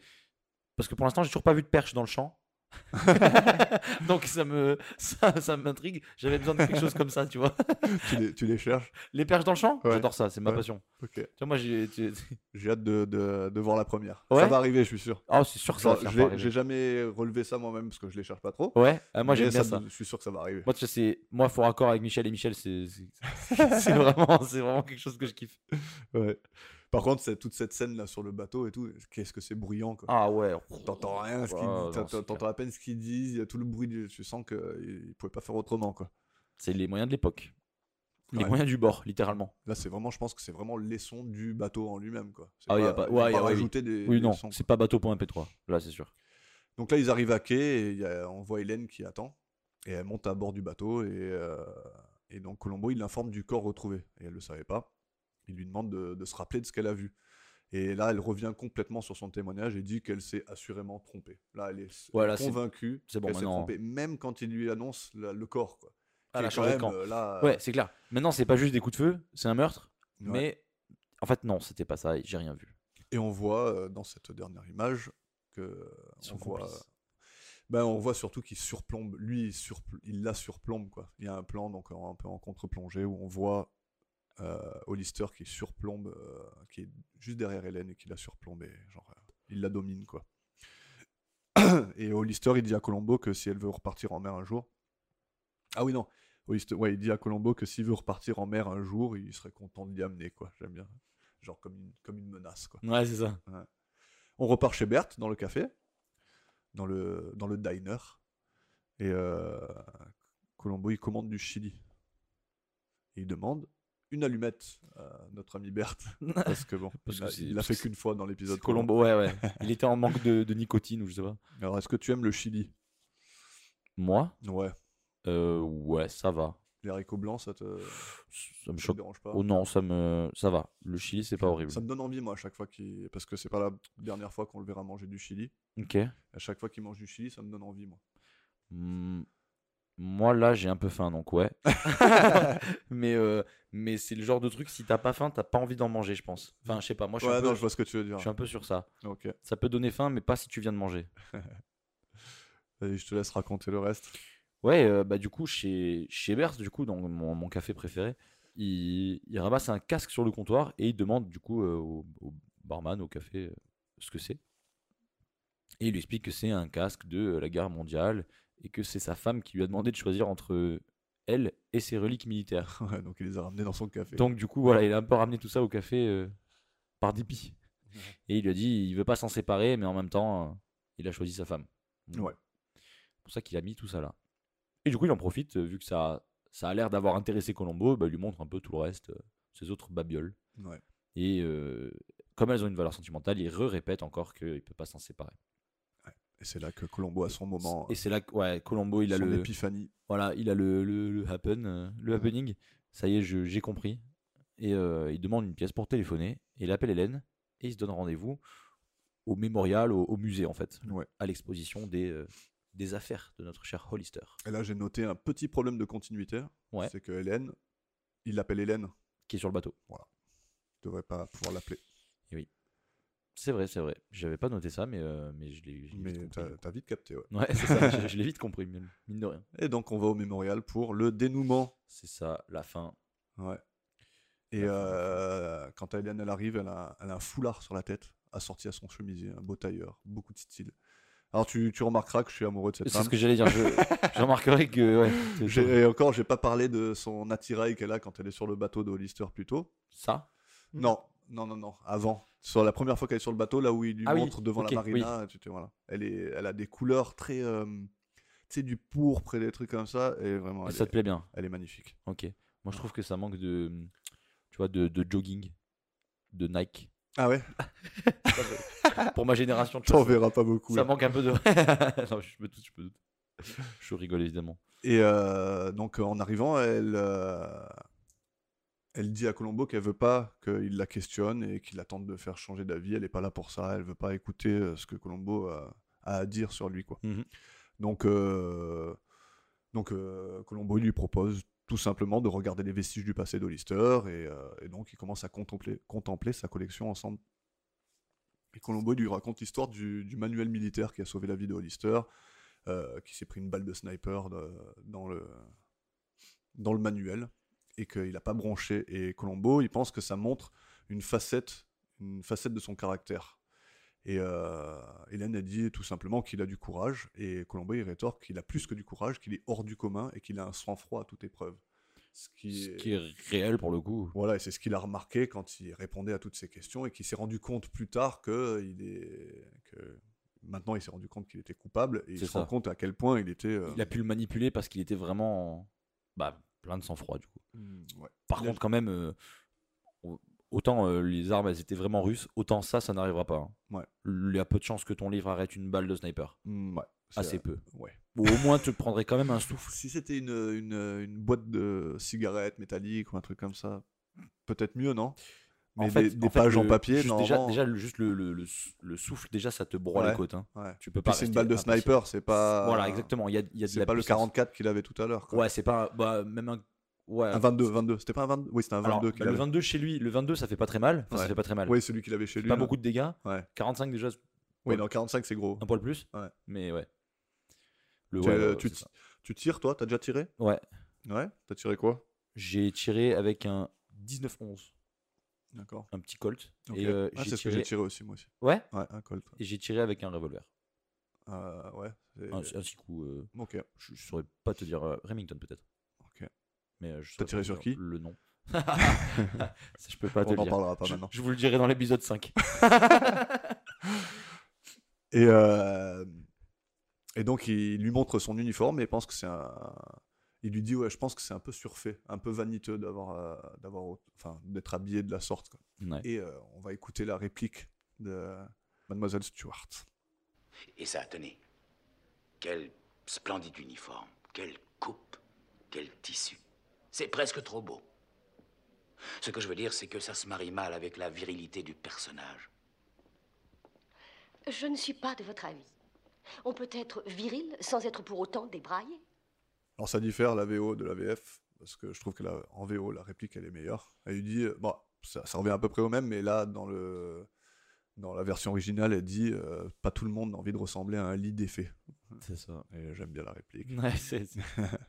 Speaker 2: Parce que pour l'instant, j'ai toujours pas vu de perche dans le champ. Donc ça me ça, ça m'intrigue. J'avais besoin de quelque chose comme ça, tu vois.
Speaker 1: tu, les, tu les cherches.
Speaker 2: Les perches dans le champ,
Speaker 1: Ouais.
Speaker 2: j'adore ça, c'est ma
Speaker 1: Ouais.
Speaker 2: passion.
Speaker 1: Ok.
Speaker 2: Tu vois, moi, j'ai. tu-
Speaker 1: J'ai hâte de, de- de voir la première.
Speaker 2: Ouais.
Speaker 1: Ça va arriver, je suis sûr.
Speaker 2: Oh, c'est sûr que ça
Speaker 1: Genre,
Speaker 2: va faire
Speaker 1: je
Speaker 2: pas
Speaker 1: l'ai-
Speaker 2: rêver.
Speaker 1: J'ai jamais relevé ça moi-même parce que je les cherche pas trop.
Speaker 2: Ouais, ah, moi j'aime
Speaker 1: mais
Speaker 2: bien ça.
Speaker 1: Je suis sûr que ça va arriver.
Speaker 2: Moi, tu sais, c'est- moi, faux raccord avec Michel et Michel, c'est c'est- c'est vraiment, c'est vraiment quelque chose que je kiffe.
Speaker 1: Ouais. Par contre, c'est toute cette scène là sur le bateau et tout, qu'est-ce que c'est bruyant quoi.
Speaker 2: Ah ouais.
Speaker 1: T'entends rien, ce qu'ils-
Speaker 2: Ah, non,
Speaker 1: t'en-
Speaker 2: c'est
Speaker 1: t'entends à peine ce qu'ils disent, il y a tout le bruit, du- tu sens qu'ils pouvaient pas faire autrement quoi.
Speaker 2: C'est les moyens de l'époque. Les
Speaker 1: Ouais.
Speaker 2: moyens du bord, littéralement.
Speaker 1: Là, c'est vraiment, je pense que c'est vraiment les sons du bateau en lui-même quoi. C'est
Speaker 2: Ah, y a pas-
Speaker 1: ils ont
Speaker 2: ouais, y a- ouais,
Speaker 1: rajouté des,
Speaker 2: oui,
Speaker 1: des
Speaker 2: non,
Speaker 1: sons,
Speaker 2: c'est
Speaker 1: quoi.
Speaker 2: pas bateau.mp3. Là, c'est sûr.
Speaker 1: Donc là, ils arrivent à quai et il y a- on voit Hélène qui attend et elle monte à bord du bateau et, euh, et donc Colombo, il l'informe du corps retrouvé et elle le savait pas. Il lui demande de, de se rappeler de ce qu'elle a vu. Et là, elle revient complètement sur son témoignage et dit qu'elle s'est assurément trompée. Là, elle est
Speaker 2: Ouais, là, c'est-
Speaker 1: convaincue
Speaker 2: c'est bon,
Speaker 1: qu'elle s'est
Speaker 2: maintenant. hein.
Speaker 1: trompée, même quand il lui annonce la- le corps. Quoi.
Speaker 2: Ah,
Speaker 1: Qui
Speaker 2: la
Speaker 1: est quand
Speaker 2: changé de
Speaker 1: même,
Speaker 2: camp.
Speaker 1: euh, là, euh,
Speaker 2: Ouais, c'est clair. Maintenant, c'est pas juste des coups de feu, c'est un meurtre.
Speaker 1: ouais.
Speaker 2: Mais en fait, non, c'était pas ça. J'ai rien vu.
Speaker 1: Et on voit euh, dans cette dernière image que
Speaker 2: Ils sont
Speaker 1: on voit,
Speaker 2: complices.
Speaker 1: ben, on voit surtout qu'il surplombe, lui il, surpl- il la surplombe quoi. Il y a un plan donc en- un peu en contre-plongée où on voit euh, Hollister qui surplombe, euh, qui est juste derrière Hélène et qui la surplombe et genre euh, il la domine quoi. et Hollister il dit à Colombo que si elle veut repartir en mer un jour, ah oui non. Hollister- ouais, il dit à Colombo que s'il veut repartir en mer un jour, il serait content de l'y amener, quoi. J'aime bien. Genre comme une, comme une menace, quoi.
Speaker 2: Ouais, c'est ça.
Speaker 1: On repart chez Berthe dans le café, dans le, dans le diner. Et euh, Colombo, il commande du chili. Et il demande une allumette à notre ami Berthe. Parce que bon,
Speaker 2: Parce
Speaker 1: il
Speaker 2: que
Speaker 1: l'a-
Speaker 2: c'est-
Speaker 1: il l'a
Speaker 2: parce
Speaker 1: fait
Speaker 2: que c'est-
Speaker 1: qu'une fois dans l'épisode.
Speaker 2: C'est Colombo, ouais, ouais. Il était en manque de, de nicotine ou je sais pas.
Speaker 1: Colombo. Alors, est-ce que tu aimes le chili
Speaker 2: Moi,
Speaker 1: Ouais.
Speaker 2: euh, ouais, ça va.
Speaker 1: Les haricots blancs, ça te,
Speaker 2: Ça me
Speaker 1: Euh, ça te
Speaker 2: choque.
Speaker 1: dérange pas
Speaker 2: Oh non, ça me, ça va. Le chili, c'est pas horrible.
Speaker 1: Ça me donne envie, moi, à chaque fois qu'il. Parce que c'est pas la dernière fois qu'on le verra manger du chili.
Speaker 2: Ok.
Speaker 1: À chaque fois qu'il mange du chili, ça me donne envie, moi.
Speaker 2: Hmm, Moi là j'ai un peu faim donc ouais. mais euh, mais c'est le genre de truc si t'as pas faim t'as pas envie d'en manger je pense. Enfin je sais pas moi je suis,
Speaker 1: Ouais,
Speaker 2: un,
Speaker 1: non,
Speaker 2: peu,
Speaker 1: je vois ce que tu veux dire.
Speaker 2: je suis un peu sur ça.
Speaker 1: Ok.
Speaker 2: Ça peut donner faim mais pas si tu viens de manger.
Speaker 1: Vas-y, je te laisse raconter le reste.
Speaker 2: Ouais euh, bah du coup chez chez Berthe du coup dans mon, mon café préféré il, il ramasse un casque sur le comptoir et il demande du coup euh, au, au barman au café euh, ce que c'est. Et il lui explique que c'est un casque de euh, la guerre mondiale et que c'est sa femme qui lui a demandé de choisir entre elle et ses reliques militaires.
Speaker 1: Ouais, donc il les a ramenés dans son café.
Speaker 2: Donc du coup, voilà, il a un peu ramené tout ça au café euh, par dépit. Et il lui a dit, il veut pas s'en séparer, mais en même temps, euh, il a choisi sa femme. Donc,
Speaker 1: Ouais.
Speaker 2: C'est pour ça qu'il a mis tout ça là. Et du coup, il en profite, euh, vu que ça, ça a l'air d'avoir intéressé Colombo, bah, il lui montre un peu tout le reste, euh, ses autres babioles.
Speaker 1: Ouais.
Speaker 2: Et euh, comme elles ont une valeur sentimentale, il re-répète encore qu'il ne peut pas s'en séparer.
Speaker 1: Et c'est là que Colombo a son moment,
Speaker 2: Et c'est là que ouais, Colombo, il a
Speaker 1: son
Speaker 2: le...
Speaker 1: épiphanie.
Speaker 2: Voilà, il a le, le, le happen, euh,
Speaker 1: Mmh.
Speaker 2: le happening. Ça y est, je- j'ai compris. Et euh, il demande une pièce pour téléphoner. Et il appelle Hélène. Et il se donne rendez-vous au mémorial, au, au musée, en fait.
Speaker 1: Ouais.
Speaker 2: À l'exposition des, euh, des affaires de notre cher Hollister.
Speaker 1: Et là, j'ai noté un petit problème de continuité.
Speaker 2: Ouais.
Speaker 1: C'est que Hélène, il l'appelle Hélène.
Speaker 2: Qui est sur le bateau.
Speaker 1: Il devrait pas pouvoir l'appeler.
Speaker 2: C'est vrai, c'est vrai. J'avais pas noté ça, mais, euh, mais je l'ai je l'ai
Speaker 1: Mais
Speaker 2: vite compris.
Speaker 1: t'as t'as vite capté, ouais.
Speaker 2: Ouais, c'est ça. je je l'ai vite compris, mine mine de rien.
Speaker 1: Et donc, on va au mémorial pour le dénouement.
Speaker 2: C'est ça, la fin.
Speaker 1: Ouais. Et euh, quand Hélène, elle arrive, elle a, elle a un foulard sur la tête, assorti à son chemisier, un beau tailleur, beaucoup de style. Alors, tu, tu remarqueras que je suis amoureux de cette
Speaker 2: C'est
Speaker 1: femme.
Speaker 2: ce que j'allais dire. Je, je remarquerai que. ouais, c'est-
Speaker 1: J'ai- Et encore, j'ai pas parlé de son attirail qu'elle a quand elle est sur le bateau de Hollister plus tôt.
Speaker 2: ça, Mhm.
Speaker 1: Non, non, non, non, avant. Sur la première fois qu'elle est sur le bateau, là où il lui
Speaker 2: Ah oui,
Speaker 1: montre devant
Speaker 2: ok,
Speaker 1: la marina, tu te- voilà. elle, est, elle a des couleurs très. euh, tu sais, du pourpre et des trucs comme ça. Et vraiment, elle,
Speaker 2: Ah, ça te
Speaker 1: est,
Speaker 2: plaît bien.
Speaker 1: elle est magnifique.
Speaker 2: Ok. Moi, je trouve que ça manque de, tu vois, de, de jogging, de Nike.
Speaker 1: Ah ouais
Speaker 2: Pour ma génération,
Speaker 1: Ah.
Speaker 2: tu
Speaker 1: T'en
Speaker 2: vois,
Speaker 1: verras pas
Speaker 2: ça,
Speaker 1: beaucoup.
Speaker 2: ça
Speaker 1: là.
Speaker 2: manque un peu de. non, je me doute, je me doute. Je rigole évidemment.
Speaker 1: Et euh, donc, euh, en arrivant, elle, euh, elle dit à Colombo qu'elle veut pas qu'il la questionne et qu'il attende de faire changer d'avis. Elle est pas là pour ça. Elle veut pas écouter euh, ce que Colombo a, a à dire sur lui, quoi.
Speaker 2: Mhm.
Speaker 1: Donc, euh, donc euh, Colombo lui propose tout simplement de regarder les vestiges du passé d'Hollister et, euh, et donc ils commencent à contempler, contempler sa collection ensemble. Et Colombo lui raconte l'histoire du, du manuel militaire qui a sauvé la vie de Hollister, euh, qui s'est pris une balle de sniper de- dans, le, dans le manuel et qu'il n'a pas bronché. Et Colombo, il pense que ça montre une facette, une facette de son caractère. Et euh, Hélène a dit tout simplement qu'il a du courage, et Colombo il rétorque qu'il a plus que du courage, qu'il est hors du commun et qu'il a un sang-froid à toute épreuve. Ce qui,
Speaker 2: Ce
Speaker 1: est-
Speaker 2: qui est réel pour le coup.
Speaker 1: voilà, et c'est ce qu'il a remarqué quand il répondait à toutes ces questions et qu'il s'est rendu compte plus tard que, euh, il est... que maintenant il s'est rendu compte qu'il était coupable et il
Speaker 2: C'est
Speaker 1: se
Speaker 2: ça.
Speaker 1: rend compte à quel point il était. euh,
Speaker 2: Il a pu le manipuler parce qu'il était vraiment, en- bah, plein de sang-froid du coup.
Speaker 1: mm, ouais.
Speaker 2: Par
Speaker 1: Il a-
Speaker 2: contre, quand même, euh, au- autant euh, les armes elles étaient vraiment russes, autant ça, ça n'arrivera pas. hein.
Speaker 1: Ouais.
Speaker 2: Il y a peu de chances que ton livre arrête une balle de sniper.
Speaker 1: Mm, ouais, c'est-
Speaker 2: Assez peu.
Speaker 1: ouais.
Speaker 2: Ou au moins, tu prendrais quand même un souffle.
Speaker 1: Si c'était une, une, une boîte de cigarettes métalliques ou un truc comme ça, peut-être mieux, non Mais
Speaker 2: en fait,
Speaker 1: des, des
Speaker 2: en fait,
Speaker 1: pages en
Speaker 2: le-
Speaker 1: papier,
Speaker 2: juste
Speaker 1: non
Speaker 2: déjà, déjà le- juste le, le- le sou- le souffle déjà ça te broie
Speaker 1: Ouais.
Speaker 2: les côtes hein. tu peux pas
Speaker 1: Puis c'est une
Speaker 2: rester
Speaker 1: balle de
Speaker 2: impassible.
Speaker 1: sniper, c'est pas.
Speaker 2: voilà exactement il y a, il y a de
Speaker 1: C'est
Speaker 2: la
Speaker 1: pas le
Speaker 2: puissance.
Speaker 1: 44 qu'il avait tout à l'heure. quoi.
Speaker 2: ouais c'est pas bah, même un ouais
Speaker 1: Un 22, 22. C'était pas un 22 Oui, c'était un 22
Speaker 2: Alors,
Speaker 1: qu'il
Speaker 2: bah, le
Speaker 1: avait.
Speaker 2: 22 chez lui le 22 ça fait pas très mal enfin, ça
Speaker 1: Ouais.
Speaker 2: fait pas très mal
Speaker 1: Oui, celui qu'il avait chez lui.
Speaker 2: pas
Speaker 1: là.
Speaker 2: beaucoup de dégâts
Speaker 1: Ouais.
Speaker 2: 45 déjà
Speaker 1: Oui, non, 45, c'est gros.
Speaker 2: un poil plus
Speaker 1: Ouais.
Speaker 2: mais ouais le
Speaker 1: Tu-
Speaker 2: ouais,
Speaker 1: euh,
Speaker 2: ouais,
Speaker 1: tu
Speaker 2: c'est ça.
Speaker 1: Tu tires, toi T'as déjà tiré
Speaker 2: Ouais.
Speaker 1: Ouais T'as tiré quoi
Speaker 2: j'ai tiré avec un 19 11
Speaker 1: D'accord.
Speaker 2: un petit colt
Speaker 1: Ok.
Speaker 2: et euh,
Speaker 1: Ah,
Speaker 2: j'ai
Speaker 1: c'est ce que j'ai
Speaker 2: tiré
Speaker 1: tiré aussi, moi aussi.
Speaker 2: ouais
Speaker 1: Ouais, un Colt.
Speaker 2: et j'ai tiré avec un revolver
Speaker 1: Euh, ouais. c'est-
Speaker 2: un, un six coups euh,
Speaker 1: Ok.
Speaker 2: je, je saurais pas te dire euh, Remington peut-être.
Speaker 1: Ok.
Speaker 2: Mais euh, je
Speaker 1: T'as tiré
Speaker 2: saurais pas te
Speaker 1: sur
Speaker 2: dire
Speaker 1: qui
Speaker 2: Le nom. Ça, je peux pas te
Speaker 1: On
Speaker 2: le
Speaker 1: n'en
Speaker 2: dire.
Speaker 1: parlera pas
Speaker 2: je,
Speaker 1: maintenant.
Speaker 2: je vous le dirai dans l'épisode 5.
Speaker 1: Et, euh, et donc, il lui montre son uniforme et pense que c'est un. Il lui dit, ouais, je pense que c'est un peu surfait, un peu vaniteux d'avoir, euh, d'avoir, au- enfin, d'être habillé de la sorte. quoi.
Speaker 2: Ouais.
Speaker 1: Et euh, on va écouter la réplique de Mademoiselle Stewart.
Speaker 4: Et ça, tenez. Quel splendide uniforme, quelle coupe, quel tissu. C'est presque trop beau. Ce que je veux dire, c'est que ça se marie mal avec la virilité du personnage.
Speaker 5: Je ne suis pas de votre avis. On peut être viril sans être pour autant débraillé.
Speaker 1: Alors ça diffère la VO de la VF, parce que je trouve que la, en VO, la réplique, elle est meilleure. Elle lui dit, euh, bon, ça, ça revient à peu près au même, mais là, dans, le, dans la version originale, elle dit, euh, pas tout le monde a envie de ressembler à un lit d'effet.
Speaker 2: C'est ça.
Speaker 1: Et j'aime bien la réplique.
Speaker 2: Ouais, c'est- c'est-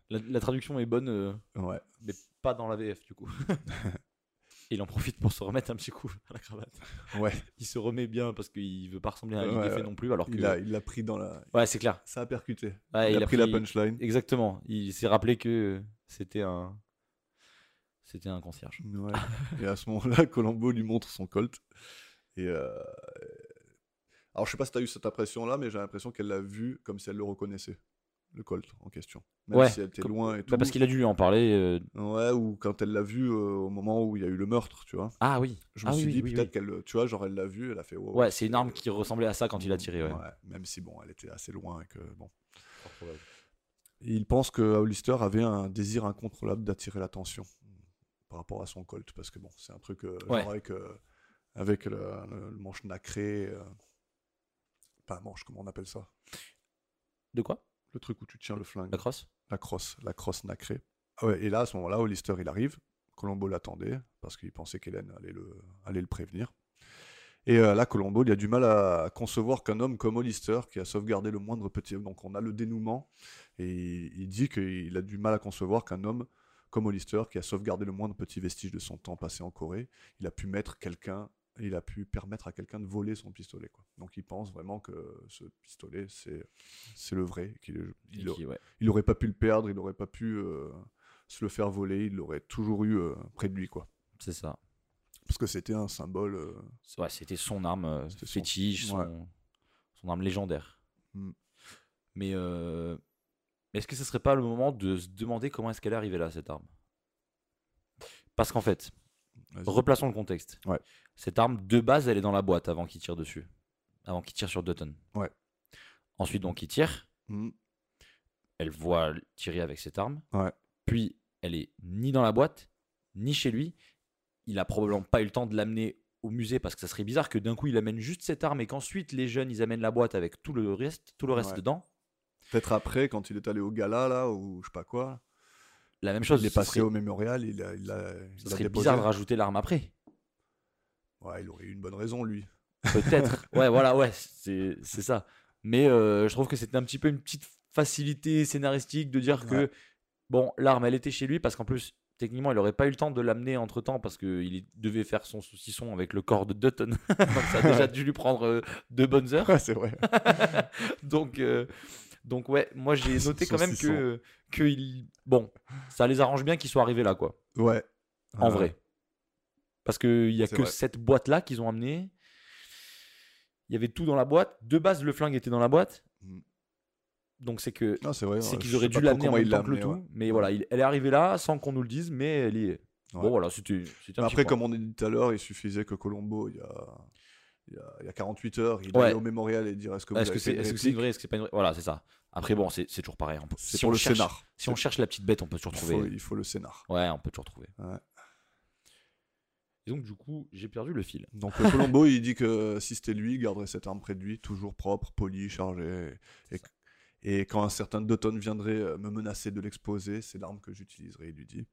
Speaker 2: la, la traduction est bonne, euh,
Speaker 1: Ouais.
Speaker 2: mais pas dans la VF du coup. Et il en profite pour se remettre un petit coup à la cravate.
Speaker 1: Ouais.
Speaker 2: Il se remet bien parce qu'il veut pas ressembler à un
Speaker 1: Ouais,
Speaker 2: idée
Speaker 1: ouais.
Speaker 2: non plus. Alors que...
Speaker 1: Il l'a il l'a pris dans la.
Speaker 2: Ouais, c'est clair.
Speaker 1: Ça a percuté.
Speaker 2: Ouais,
Speaker 1: il, a, pris, la punchline.
Speaker 2: Exactement. Il s'est rappelé que c'était un. C'était un concierge.
Speaker 1: Ouais. et à ce moment-là, Colombo lui montre son colt. Et euh, Alors, je sais pas si tu as eu cette impression-là, mais j'ai l'impression qu'elle l'a vu comme si elle le reconnaissait, le colt en question. Même
Speaker 2: Ouais,
Speaker 1: si elle était
Speaker 2: comme-
Speaker 1: loin et tout.
Speaker 2: Bah, parce qu'il a dû lui en parler. euh,
Speaker 1: Ouais, ou quand elle l'a vu euh, au moment où il y a eu le meurtre, tu vois.
Speaker 2: Ah oui.
Speaker 1: Je me
Speaker 2: Ah
Speaker 1: suis
Speaker 2: oui,
Speaker 1: dit,
Speaker 2: oui,
Speaker 1: peut-être
Speaker 2: oui.
Speaker 1: qu'elle, tu vois, genre, elle l'a vu, elle a fait wow.
Speaker 2: Ouais, c'est une arme qui ressemblait à ça quand il a tiré. Ouais.
Speaker 1: euh, Même si, bon, elle était assez loin et que, bon.
Speaker 2: Fort probable.
Speaker 1: Et il pense que Hollister avait un désir incontrôlable d'attirer l'attention par rapport à son colt, parce que, bon, c'est un truc, euh, genre,
Speaker 2: Ouais.
Speaker 1: avec, euh, avec le, le- le manche nacré. euh, Pas un manche, comment on appelle ça
Speaker 2: De quoi
Speaker 1: Le truc où tu tiens le flingue.
Speaker 2: La crosse
Speaker 1: la crosse, la crosse nacrée. Ah ouais, et là, à ce moment-là, Hollister, il arrive. Colombo l'attendait parce qu'il pensait qu'Hélène allait le, allait le prévenir. Et euh, là, Colombo, il a du mal à concevoir qu'un homme comme Hollister, qui a sauvegardé le moindre petit... Donc on a le dénouement, et il, il dit qu'il a du mal à concevoir qu'un homme comme Hollister, qui a sauvegardé le moindre petit vestige de son temps passé en Corée, il a pu mettre quelqu'un... Il a pu permettre à quelqu'un de voler son pistolet. Quoi. Donc il pense vraiment que ce pistolet, c'est c'est le vrai. qu'il il,
Speaker 2: Qui- ouais.
Speaker 1: il n'aurait pas pu le perdre, il n'aurait pas pu euh, se le faire voler, il l'aurait toujours eu euh, près de lui, quoi.
Speaker 2: C'est ça.
Speaker 1: Parce que c'était un symbole. euh,
Speaker 2: C'est- Ouais, c'était son arme euh,
Speaker 1: C'était son-
Speaker 2: fétiche, son... son arme légendaire.
Speaker 1: Mm.
Speaker 2: Mais euh, est-ce que ce serait pas le moment de se demander comment est-ce qu'elle est arrivée là, cette arme Parce qu'en fait,
Speaker 1: vas-y.
Speaker 2: replaçons le contexte.
Speaker 1: Ouais.
Speaker 2: Cette arme, de base, elle est dans la boîte avant qu'il tire dessus. Avant qu'il tire sur Dutton.
Speaker 1: Ouais.
Speaker 2: Ensuite, donc, il tire.
Speaker 1: Mm.
Speaker 2: Elle voit tirer avec cette arme.
Speaker 1: Ouais.
Speaker 2: Puis, elle est ni dans la boîte, ni chez lui. Il a probablement pas eu le temps de l'amener au musée parce que ça serait bizarre que d'un coup, il amène juste cette arme et qu'ensuite, les jeunes, ils amènent la boîte avec tout le reste, tout le reste
Speaker 1: Ouais.
Speaker 2: dedans.
Speaker 1: Peut-être après, quand il est allé au gala, là, ou je sais pas quoi,
Speaker 2: La même chose.
Speaker 1: il est
Speaker 2: ce
Speaker 1: passé
Speaker 2: serait-
Speaker 1: au mémorial, il a, il a, il
Speaker 2: ce
Speaker 1: l'a
Speaker 2: serait
Speaker 1: déposé.
Speaker 2: bizarre de rajouter l'arme après.
Speaker 1: Ouais, il aurait eu une bonne raison, lui.
Speaker 2: Peut-être. ouais, voilà, ouais, c'est c'est ça. Mais euh, je trouve que c'était un petit peu une petite facilité scénaristique de dire que,
Speaker 1: Ouais.
Speaker 2: bon, l'arme, elle était chez lui, parce qu'en plus, techniquement, il n'aurait pas eu le temps de l'amener entre temps, parce qu'il devait faire son saucisson avec le corps de Dutton. Donc ça a déjà dû lui prendre euh, deux bonnes heures.
Speaker 1: Ouais, c'est vrai.
Speaker 2: donc, euh, donc, ouais, moi, j'ai
Speaker 1: Son
Speaker 2: noté quand même
Speaker 1: saucisson.
Speaker 2: que, euh, que il... bon, ça les arrange bien qu'ils soient arrivés là, quoi
Speaker 1: Ouais.
Speaker 2: en
Speaker 1: Euh,
Speaker 2: vrai. Parce qu'il n'y a
Speaker 1: C'est
Speaker 2: que
Speaker 1: vrai.
Speaker 2: cette boîte-là qu'ils ont amenée. Il y avait tout dans la boîte. De base, le flingue était dans la boîte.
Speaker 1: Mm.
Speaker 2: Donc c'est que
Speaker 1: Non, c'est vrai.
Speaker 2: c'est
Speaker 1: ouais,
Speaker 2: qu'ils
Speaker 1: je
Speaker 2: auraient
Speaker 1: sais pas trop
Speaker 2: dû l'amener en
Speaker 1: comment
Speaker 2: même
Speaker 1: il
Speaker 2: temps que le
Speaker 1: l'a
Speaker 2: tout.
Speaker 1: amené, ouais. Mm.
Speaker 2: Mais voilà, il- elle est arrivée là sans qu'on nous le dise, mais elle y est. Bon
Speaker 1: Ouais.
Speaker 2: voilà, c'était c'était un petit
Speaker 1: Après,
Speaker 2: point.
Speaker 1: comme on a dit tout à l'heure, il suffisait que Colombo, il y a, il y a, il y a 48 heures, il
Speaker 2: Ouais.
Speaker 1: aille au mémorial et dire est-ce que vous
Speaker 2: Est-ce
Speaker 1: avez
Speaker 2: que c'est
Speaker 1: fait des
Speaker 2: est-ce que c'est
Speaker 1: répliques
Speaker 2: vrai Est-ce que c'est pas une vraie Voilà, c'est ça. Après bon, c'est c'est toujours pareil. hein. on peut-
Speaker 1: C'est
Speaker 2: si
Speaker 1: pour
Speaker 2: on
Speaker 1: le
Speaker 2: cherche-
Speaker 1: scénar.
Speaker 2: Si on cherche la petite bête, on peut toujours
Speaker 1: Il faut,
Speaker 2: trouver.
Speaker 1: il faut le scénar.
Speaker 2: Ouais, on peut toujours trouver.
Speaker 1: Ouais.
Speaker 2: Et donc du coup, j'ai perdu le fil.
Speaker 1: Donc euh, Colombo, il dit que si c'était lui, il garderait cette arme près de lui, toujours propre, poli, chargée. Et,
Speaker 2: C'est
Speaker 1: et quand un certain Dutton viendrait euh, me menacer de l'exposer, c'est l'arme que j'utiliserai, il lui dit.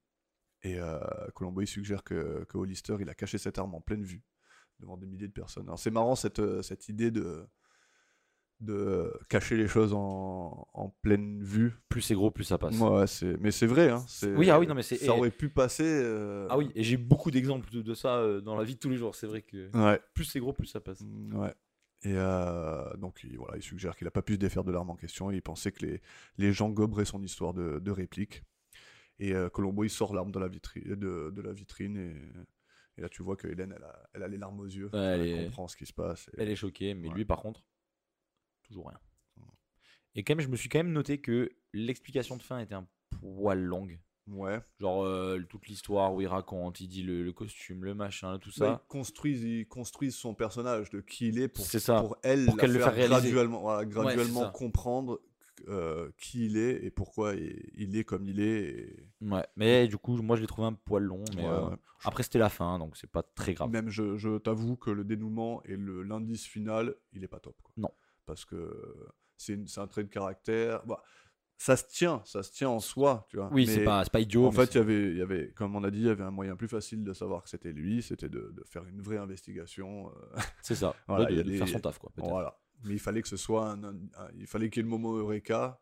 Speaker 1: Et euh, Colombo, il suggère que, que Hollister, il a caché cette arme en pleine vue, devant des milliers de personnes. Alors c'est marrant cette, euh, cette idée de, de cacher les choses en, en pleine vue.
Speaker 2: Plus c'est gros, plus ça passe.
Speaker 1: Moi, ouais, c'est- mais c'est vrai. Hein, c'est-
Speaker 2: Oui, ah oui, non, mais c'est-
Speaker 1: Ça aurait pu passer. euh,
Speaker 2: Ah oui, et j'ai beaucoup d'exemples de, de ça euh, dans la vie de tous les jours. C'est vrai que
Speaker 1: Ouais.
Speaker 2: plus c'est gros, plus ça passe.
Speaker 1: Mm, Ouais. Et euh, donc, il, voilà, il suggère qu'il n'a pas pu se défaire de l'arme en question. Il pensait que les, les gens goberaient son histoire de, de réplique. Et euh, Colombo, il sort l'arme de la, vitri- de, de la vitrine. Et, et là, tu vois que Hélène, elle a, elle a les larmes aux yeux.
Speaker 2: Ouais,
Speaker 1: elle
Speaker 2: elle est-
Speaker 1: comprend ce qui se passe. et-
Speaker 2: Elle est choquée, mais
Speaker 1: Ouais.
Speaker 2: lui, par contre, toujours rien. Et quand même, je me suis quand même noté que l'explication de fin était un poil longue.
Speaker 1: Ouais.
Speaker 2: Genre, euh, toute l'histoire où il raconte, il dit le, le costume, le machin, tout
Speaker 1: Ça,
Speaker 2: ça.
Speaker 1: ils, construisent, ils construisent son personnage, de qui il est, pour,
Speaker 2: C'est ça.
Speaker 1: pour elle,
Speaker 2: Pour
Speaker 1: la
Speaker 2: qu'elle le
Speaker 1: faire
Speaker 2: fasse réaliser.
Speaker 1: graduellement, voilà,
Speaker 2: c'est
Speaker 1: graduellement
Speaker 2: ça.
Speaker 1: comprendre euh, qui il est et pourquoi il, il est comme il est. et-
Speaker 2: Ouais, mais du coup, moi, je l'ai trouvé un poil long. Mais
Speaker 1: Ouais,
Speaker 2: euh,
Speaker 1: ouais.
Speaker 2: après, c'était la fin, donc c'est pas très grave.
Speaker 1: Même je, je t'avoue que le dénouement et le l'indice final, il est pas top. quoi.
Speaker 2: Non.
Speaker 1: Parce que c'est une- c'est un trait de caractère. Bah, ça se tient, ça se tient en soi, tu vois.
Speaker 2: Oui,
Speaker 1: mais
Speaker 2: c'est pas, c'est pas idiot.
Speaker 1: En
Speaker 2: mais
Speaker 1: fait,
Speaker 2: c'est-
Speaker 1: il y avait, il y avait, comme on a dit, il y avait un moyen plus facile de savoir que c'était lui, c'était de, de faire une vraie investigation. euh,
Speaker 2: c'est ça.
Speaker 1: voilà,
Speaker 2: Ouais,
Speaker 1: il y
Speaker 2: de,
Speaker 1: a
Speaker 2: de
Speaker 1: des-
Speaker 2: faire son taf, quoi. peut-être.
Speaker 1: voilà. Mais il fallait que ce soit un, un- un- il fallait qu'il y ait le moment eureka.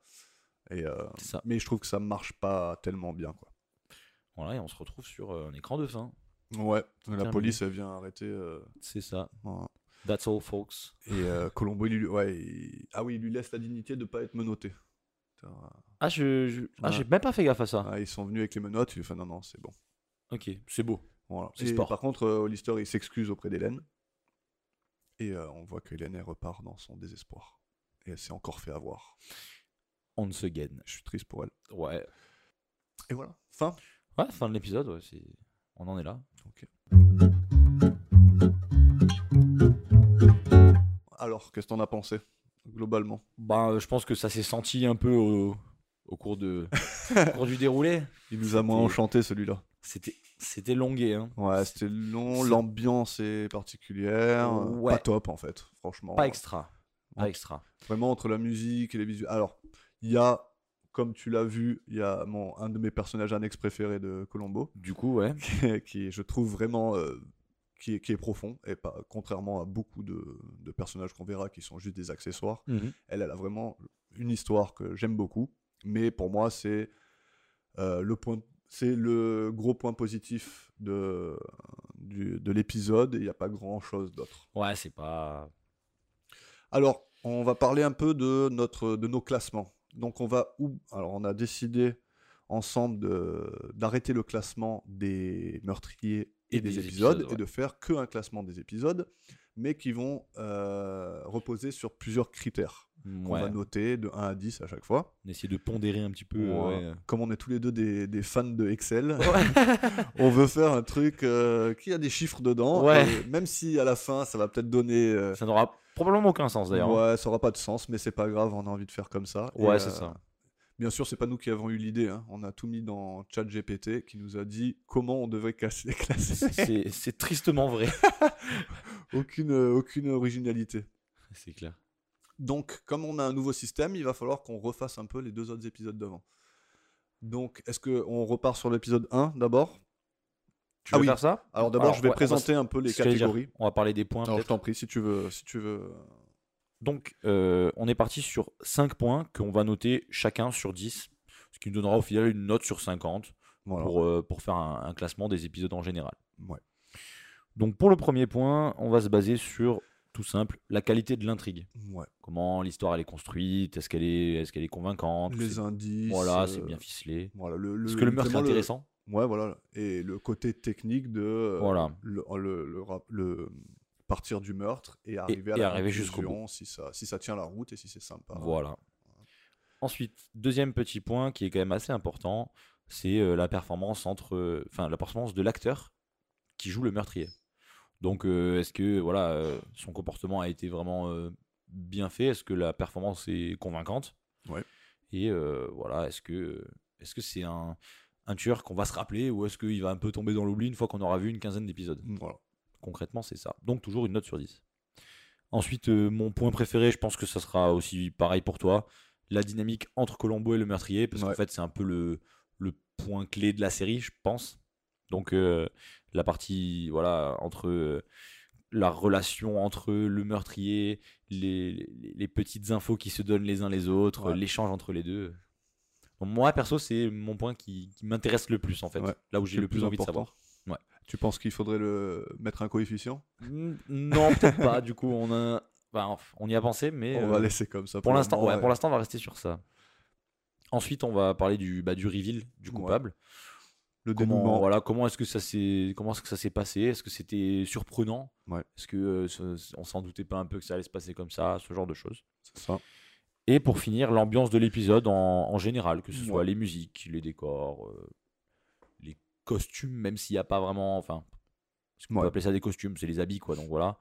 Speaker 1: Et euh,
Speaker 2: C'est ça.
Speaker 1: mais je trouve que ça marche pas tellement bien, quoi.
Speaker 2: Voilà, et on se retrouve sur euh, un écran de fin.
Speaker 1: Ouais, la
Speaker 2: Terminé.
Speaker 1: police, elle vient arrêter. euh,
Speaker 2: C'est ça.
Speaker 1: voilà.
Speaker 2: That's all, folks.
Speaker 1: Et euh, Colombo, il lui... Ouais, il- ah oui, il lui laisse la dignité de pas être menotté. Putain,
Speaker 2: Ah, je, je- ah,
Speaker 1: Ouais.
Speaker 2: j'ai même pas fait gaffe à ça.
Speaker 1: ah, ils sont venus avec les menottes, il lui fait non, non, c'est bon.
Speaker 2: Ok, c'est beau.
Speaker 1: Voilà.
Speaker 2: C'est
Speaker 1: Et
Speaker 2: sport.
Speaker 1: Par contre, euh, Hollister, il s'excuse auprès d'Hélène. Et euh, on voit que Hélène, elle repart dans son désespoir. Et elle s'est encore fait avoir.
Speaker 2: On se gagne.
Speaker 1: Je suis triste pour elle.
Speaker 2: Ouais.
Speaker 1: Et voilà. Fin.
Speaker 2: Ouais, fin de l'épisode, ouais, c'est... on en est là.
Speaker 1: Alors, qu'est-ce que t'en as pensé, globalement
Speaker 2: Ben, euh, je pense que ça s'est senti un peu au, au cours, de... au cours du déroulé.
Speaker 1: Il nous a moins
Speaker 2: C'était-
Speaker 1: enchanté, celui-là.
Speaker 2: C'était, c'était longué, hein.
Speaker 1: Ouais, c'était long,
Speaker 2: c'est-
Speaker 1: l'ambiance est particulière. euh,
Speaker 2: Ouais.
Speaker 1: Pas top, en fait, franchement.
Speaker 2: pas extra. Pas
Speaker 1: Ouais.
Speaker 2: extra.
Speaker 1: Vraiment, entre la musique et les visuels. Alors, il y a, comme tu l'as vu, il y a mon, un de mes personnages annexes préférés de Colombo.
Speaker 2: Du coup, ouais.
Speaker 1: qui- qui je trouve vraiment euh, qui, est, qui est profond et pas contrairement à beaucoup de, de personnages qu'on verra qui sont juste des accessoires
Speaker 2: Mhm.
Speaker 1: elle elle a vraiment une histoire que j'aime beaucoup mais pour moi c'est euh, le point c'est le gros point positif de du- de l'épisode et il n'y a pas grand chose d'autre
Speaker 2: Ouais, c'est pas.
Speaker 1: alors on va parler un peu de notre de nos classements donc on va où alors on a décidé ensemble de- d'arrêter le classement des meurtriers et,
Speaker 2: Et
Speaker 1: des,
Speaker 2: des
Speaker 1: épisodes,
Speaker 2: épisodes, ouais.
Speaker 1: et de faire que un classement des épisodes, mais qui vont euh, reposer sur plusieurs critères qu'on
Speaker 2: Ouais.
Speaker 1: va
Speaker 2: On
Speaker 1: noter de 1 à 10 à chaque fois.
Speaker 2: essaie de pondérer un petit peu. euh, ouais.
Speaker 1: Comme on est tous les deux des, des fans de Excel,
Speaker 2: Ouais.
Speaker 1: on veut faire un truc euh, qui a des chiffres dedans,
Speaker 2: Ouais.
Speaker 1: et même si à la fin ça va peut-être donner... euh,
Speaker 2: ça n'aura probablement aucun sens d'ailleurs. hein.
Speaker 1: ouais, ça aura pas de sens, mais c'est pas grave, on a envie de faire comme ça. Et,
Speaker 2: Ouais, c'est
Speaker 1: euh,
Speaker 2: ça.
Speaker 1: Bien sûr, c'est pas nous qui avons eu l'idée. hein. On a tout mis dans ChatGPT qui nous a dit comment on devrait classer. classer.
Speaker 2: C'est, c'est tristement vrai.
Speaker 1: aucune, euh, aucune originalité.
Speaker 2: c'est clair.
Speaker 1: Ah Donc, comme on a un nouveau système, il va falloir qu'on refasse un peu les deux autres épisodes d'avant. Donc, est-ce qu'on repart sur l'épisode 1 d'abord
Speaker 2: Tu
Speaker 1: Ah
Speaker 2: veux
Speaker 1: oui.
Speaker 2: faire ça
Speaker 1: Alors, d'abord,
Speaker 2: Alors,
Speaker 1: je vais
Speaker 2: ouais, on va
Speaker 1: présenter un peu les
Speaker 2: Ce que j'allais dire,
Speaker 1: catégories.
Speaker 2: On va parler des points.
Speaker 1: Alors, je
Speaker 2: peut-être.
Speaker 1: t'en prie, si tu veux. Si tu veux... euh,
Speaker 2: Donc, euh, on est parti sur 5 points qu'on va noter chacun sur 10, ce qui nous donnera au final une note sur 50
Speaker 1: Voilà.
Speaker 2: pour, euh, pour faire un, un classement des épisodes en général.
Speaker 1: Ouais.
Speaker 2: Donc, pour le premier point, on va se baser sur, tout simple, la qualité de l'intrigue.
Speaker 1: Ouais.
Speaker 2: Comment l'histoire elle est construite, est-ce qu'elle est, est, qu'elle est convaincante
Speaker 1: Les
Speaker 2: c'est-
Speaker 1: indices.
Speaker 2: Voilà,
Speaker 1: euh,
Speaker 2: c'est bien ficelé.
Speaker 1: Voilà, le,
Speaker 2: Est-ce que le meurtre est
Speaker 1: vraiment
Speaker 2: intéressant
Speaker 1: Ouais, voilà. Et le côté technique de. euh,
Speaker 2: Voilà.
Speaker 1: le, le- le rap- le- partir du meurtre et arriver à
Speaker 2: et
Speaker 1: la
Speaker 2: arriver jusqu'au
Speaker 1: conclusion, si ça, si ça tient la route et si c'est sympa.
Speaker 2: Voilà. Ensuite, deuxième petit point qui est quand même assez important, c'est euh, la performance entre, euh, enfin la performance de l'acteur qui joue le meurtrier. Donc, euh, est-ce que voilà, euh, son comportement a été vraiment euh, bien fait Est-ce que la performance est convaincante
Speaker 1: Ouais.
Speaker 2: Et euh, voilà, est-ce que est-ce que c'est un, un tueur qu'on va se rappeler ou est-ce qu'il va un peu tomber dans l'oubli une fois qu'on aura vu une quinzaine d'épisodes
Speaker 1: Voilà.
Speaker 2: Concrètement, c'est ça. Donc toujours une note sur 10. Ensuite, euh, mon point préféré, je pense que ça sera aussi pareil pour toi, la dynamique entre Colombo et le meurtrier, parce qu'en
Speaker 1: Ouais.
Speaker 2: fait, c'est un peu le, le point clé de la série, je pense. Donc euh, la partie, voilà, entre euh, la relation entre le meurtrier, les, les- les petites infos qui se donnent les uns les autres,
Speaker 1: Ouais.
Speaker 2: euh, l'échange entre les deux. Donc, moi, perso, c'est mon point qui, qui m'intéresse le plus, en fait.
Speaker 1: Ouais.
Speaker 2: Là où j'ai
Speaker 1: C'est
Speaker 2: le plus envie de
Speaker 1: important.
Speaker 2: savoir. Ouais.
Speaker 1: Tu penses qu'il faudrait le mettre un coefficient
Speaker 2: Mm, Non, peut-être pas. Du coup, on a, bah, enf- on y a pensé, mais
Speaker 1: On
Speaker 2: euh,
Speaker 1: va laisser comme ça.
Speaker 2: pour l'instant,
Speaker 1: le moment,
Speaker 2: ouais, pour l'instant, on va rester sur ça. Ensuite, on va parler du, bah, du reveal du
Speaker 1: Ouais.
Speaker 2: coupable.
Speaker 1: le
Speaker 2: Comment,
Speaker 1: dénouement.
Speaker 2: voilà, comment est-ce que ça s'est, comment est-ce que ça s'est passé Est-ce que c'était surprenant
Speaker 1: Ouais.
Speaker 2: Est-ce que euh, ce- on s'en doutait pas un peu que ça allait se passer comme ça, ce genre de choses
Speaker 1: c'est ça.
Speaker 2: Et pour finir, l'ambiance de l'épisode en, en général, que ce soit
Speaker 1: Ouais.
Speaker 2: les musiques, les décors, euh, les costumes, même s'il n'y a pas vraiment, enfin, ce qu'on
Speaker 1: Ouais.
Speaker 2: peut appeler ça des costumes, c'est les habits, quoi. Donc voilà.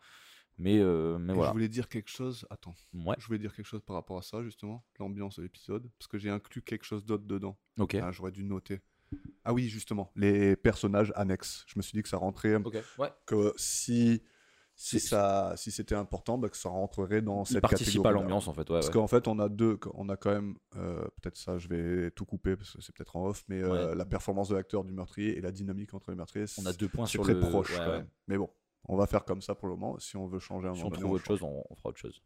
Speaker 2: Mais, euh, mais
Speaker 1: Et
Speaker 2: voilà.
Speaker 1: Je voulais dire quelque chose. Attends,
Speaker 2: Ouais,
Speaker 1: je voulais dire quelque chose par rapport à ça justement, l'ambiance de l'épisode, parce que j'ai inclus quelque chose d'autre dedans.
Speaker 2: ok.
Speaker 1: Ah, J'aurais dû noter. Ah oui, justement, les personnages annexes. Je me suis dit que ça rentrait
Speaker 2: Ok, ouais.
Speaker 1: que si si
Speaker 2: C'est-
Speaker 1: ça si c'était important, bah, que ça rentrerait dans
Speaker 2: Il
Speaker 1: cette
Speaker 2: participe
Speaker 1: catégorie.
Speaker 2: à l'ambiance, en fait. Ouais,
Speaker 1: Parce
Speaker 2: ouais.
Speaker 1: qu'en fait, on a deux, on a quand même, euh, peut-être ça, je vais tout couper parce que c'est peut-être en off, mais euh,
Speaker 2: Ouais.
Speaker 1: la performance de l'acteur du meurtrier et la dynamique entre les meurtriers,
Speaker 2: On a deux points
Speaker 1: c'est
Speaker 2: sur
Speaker 1: très
Speaker 2: le...
Speaker 1: proche
Speaker 2: ouais,
Speaker 1: quand
Speaker 2: ouais.
Speaker 1: même. Mais bon, on va faire comme ça pour le moment. Si on veut changer un
Speaker 2: Si
Speaker 1: moment
Speaker 2: on
Speaker 1: donné,
Speaker 2: trouve
Speaker 1: on
Speaker 2: autre
Speaker 1: change.
Speaker 2: chose, on, on fera autre chose.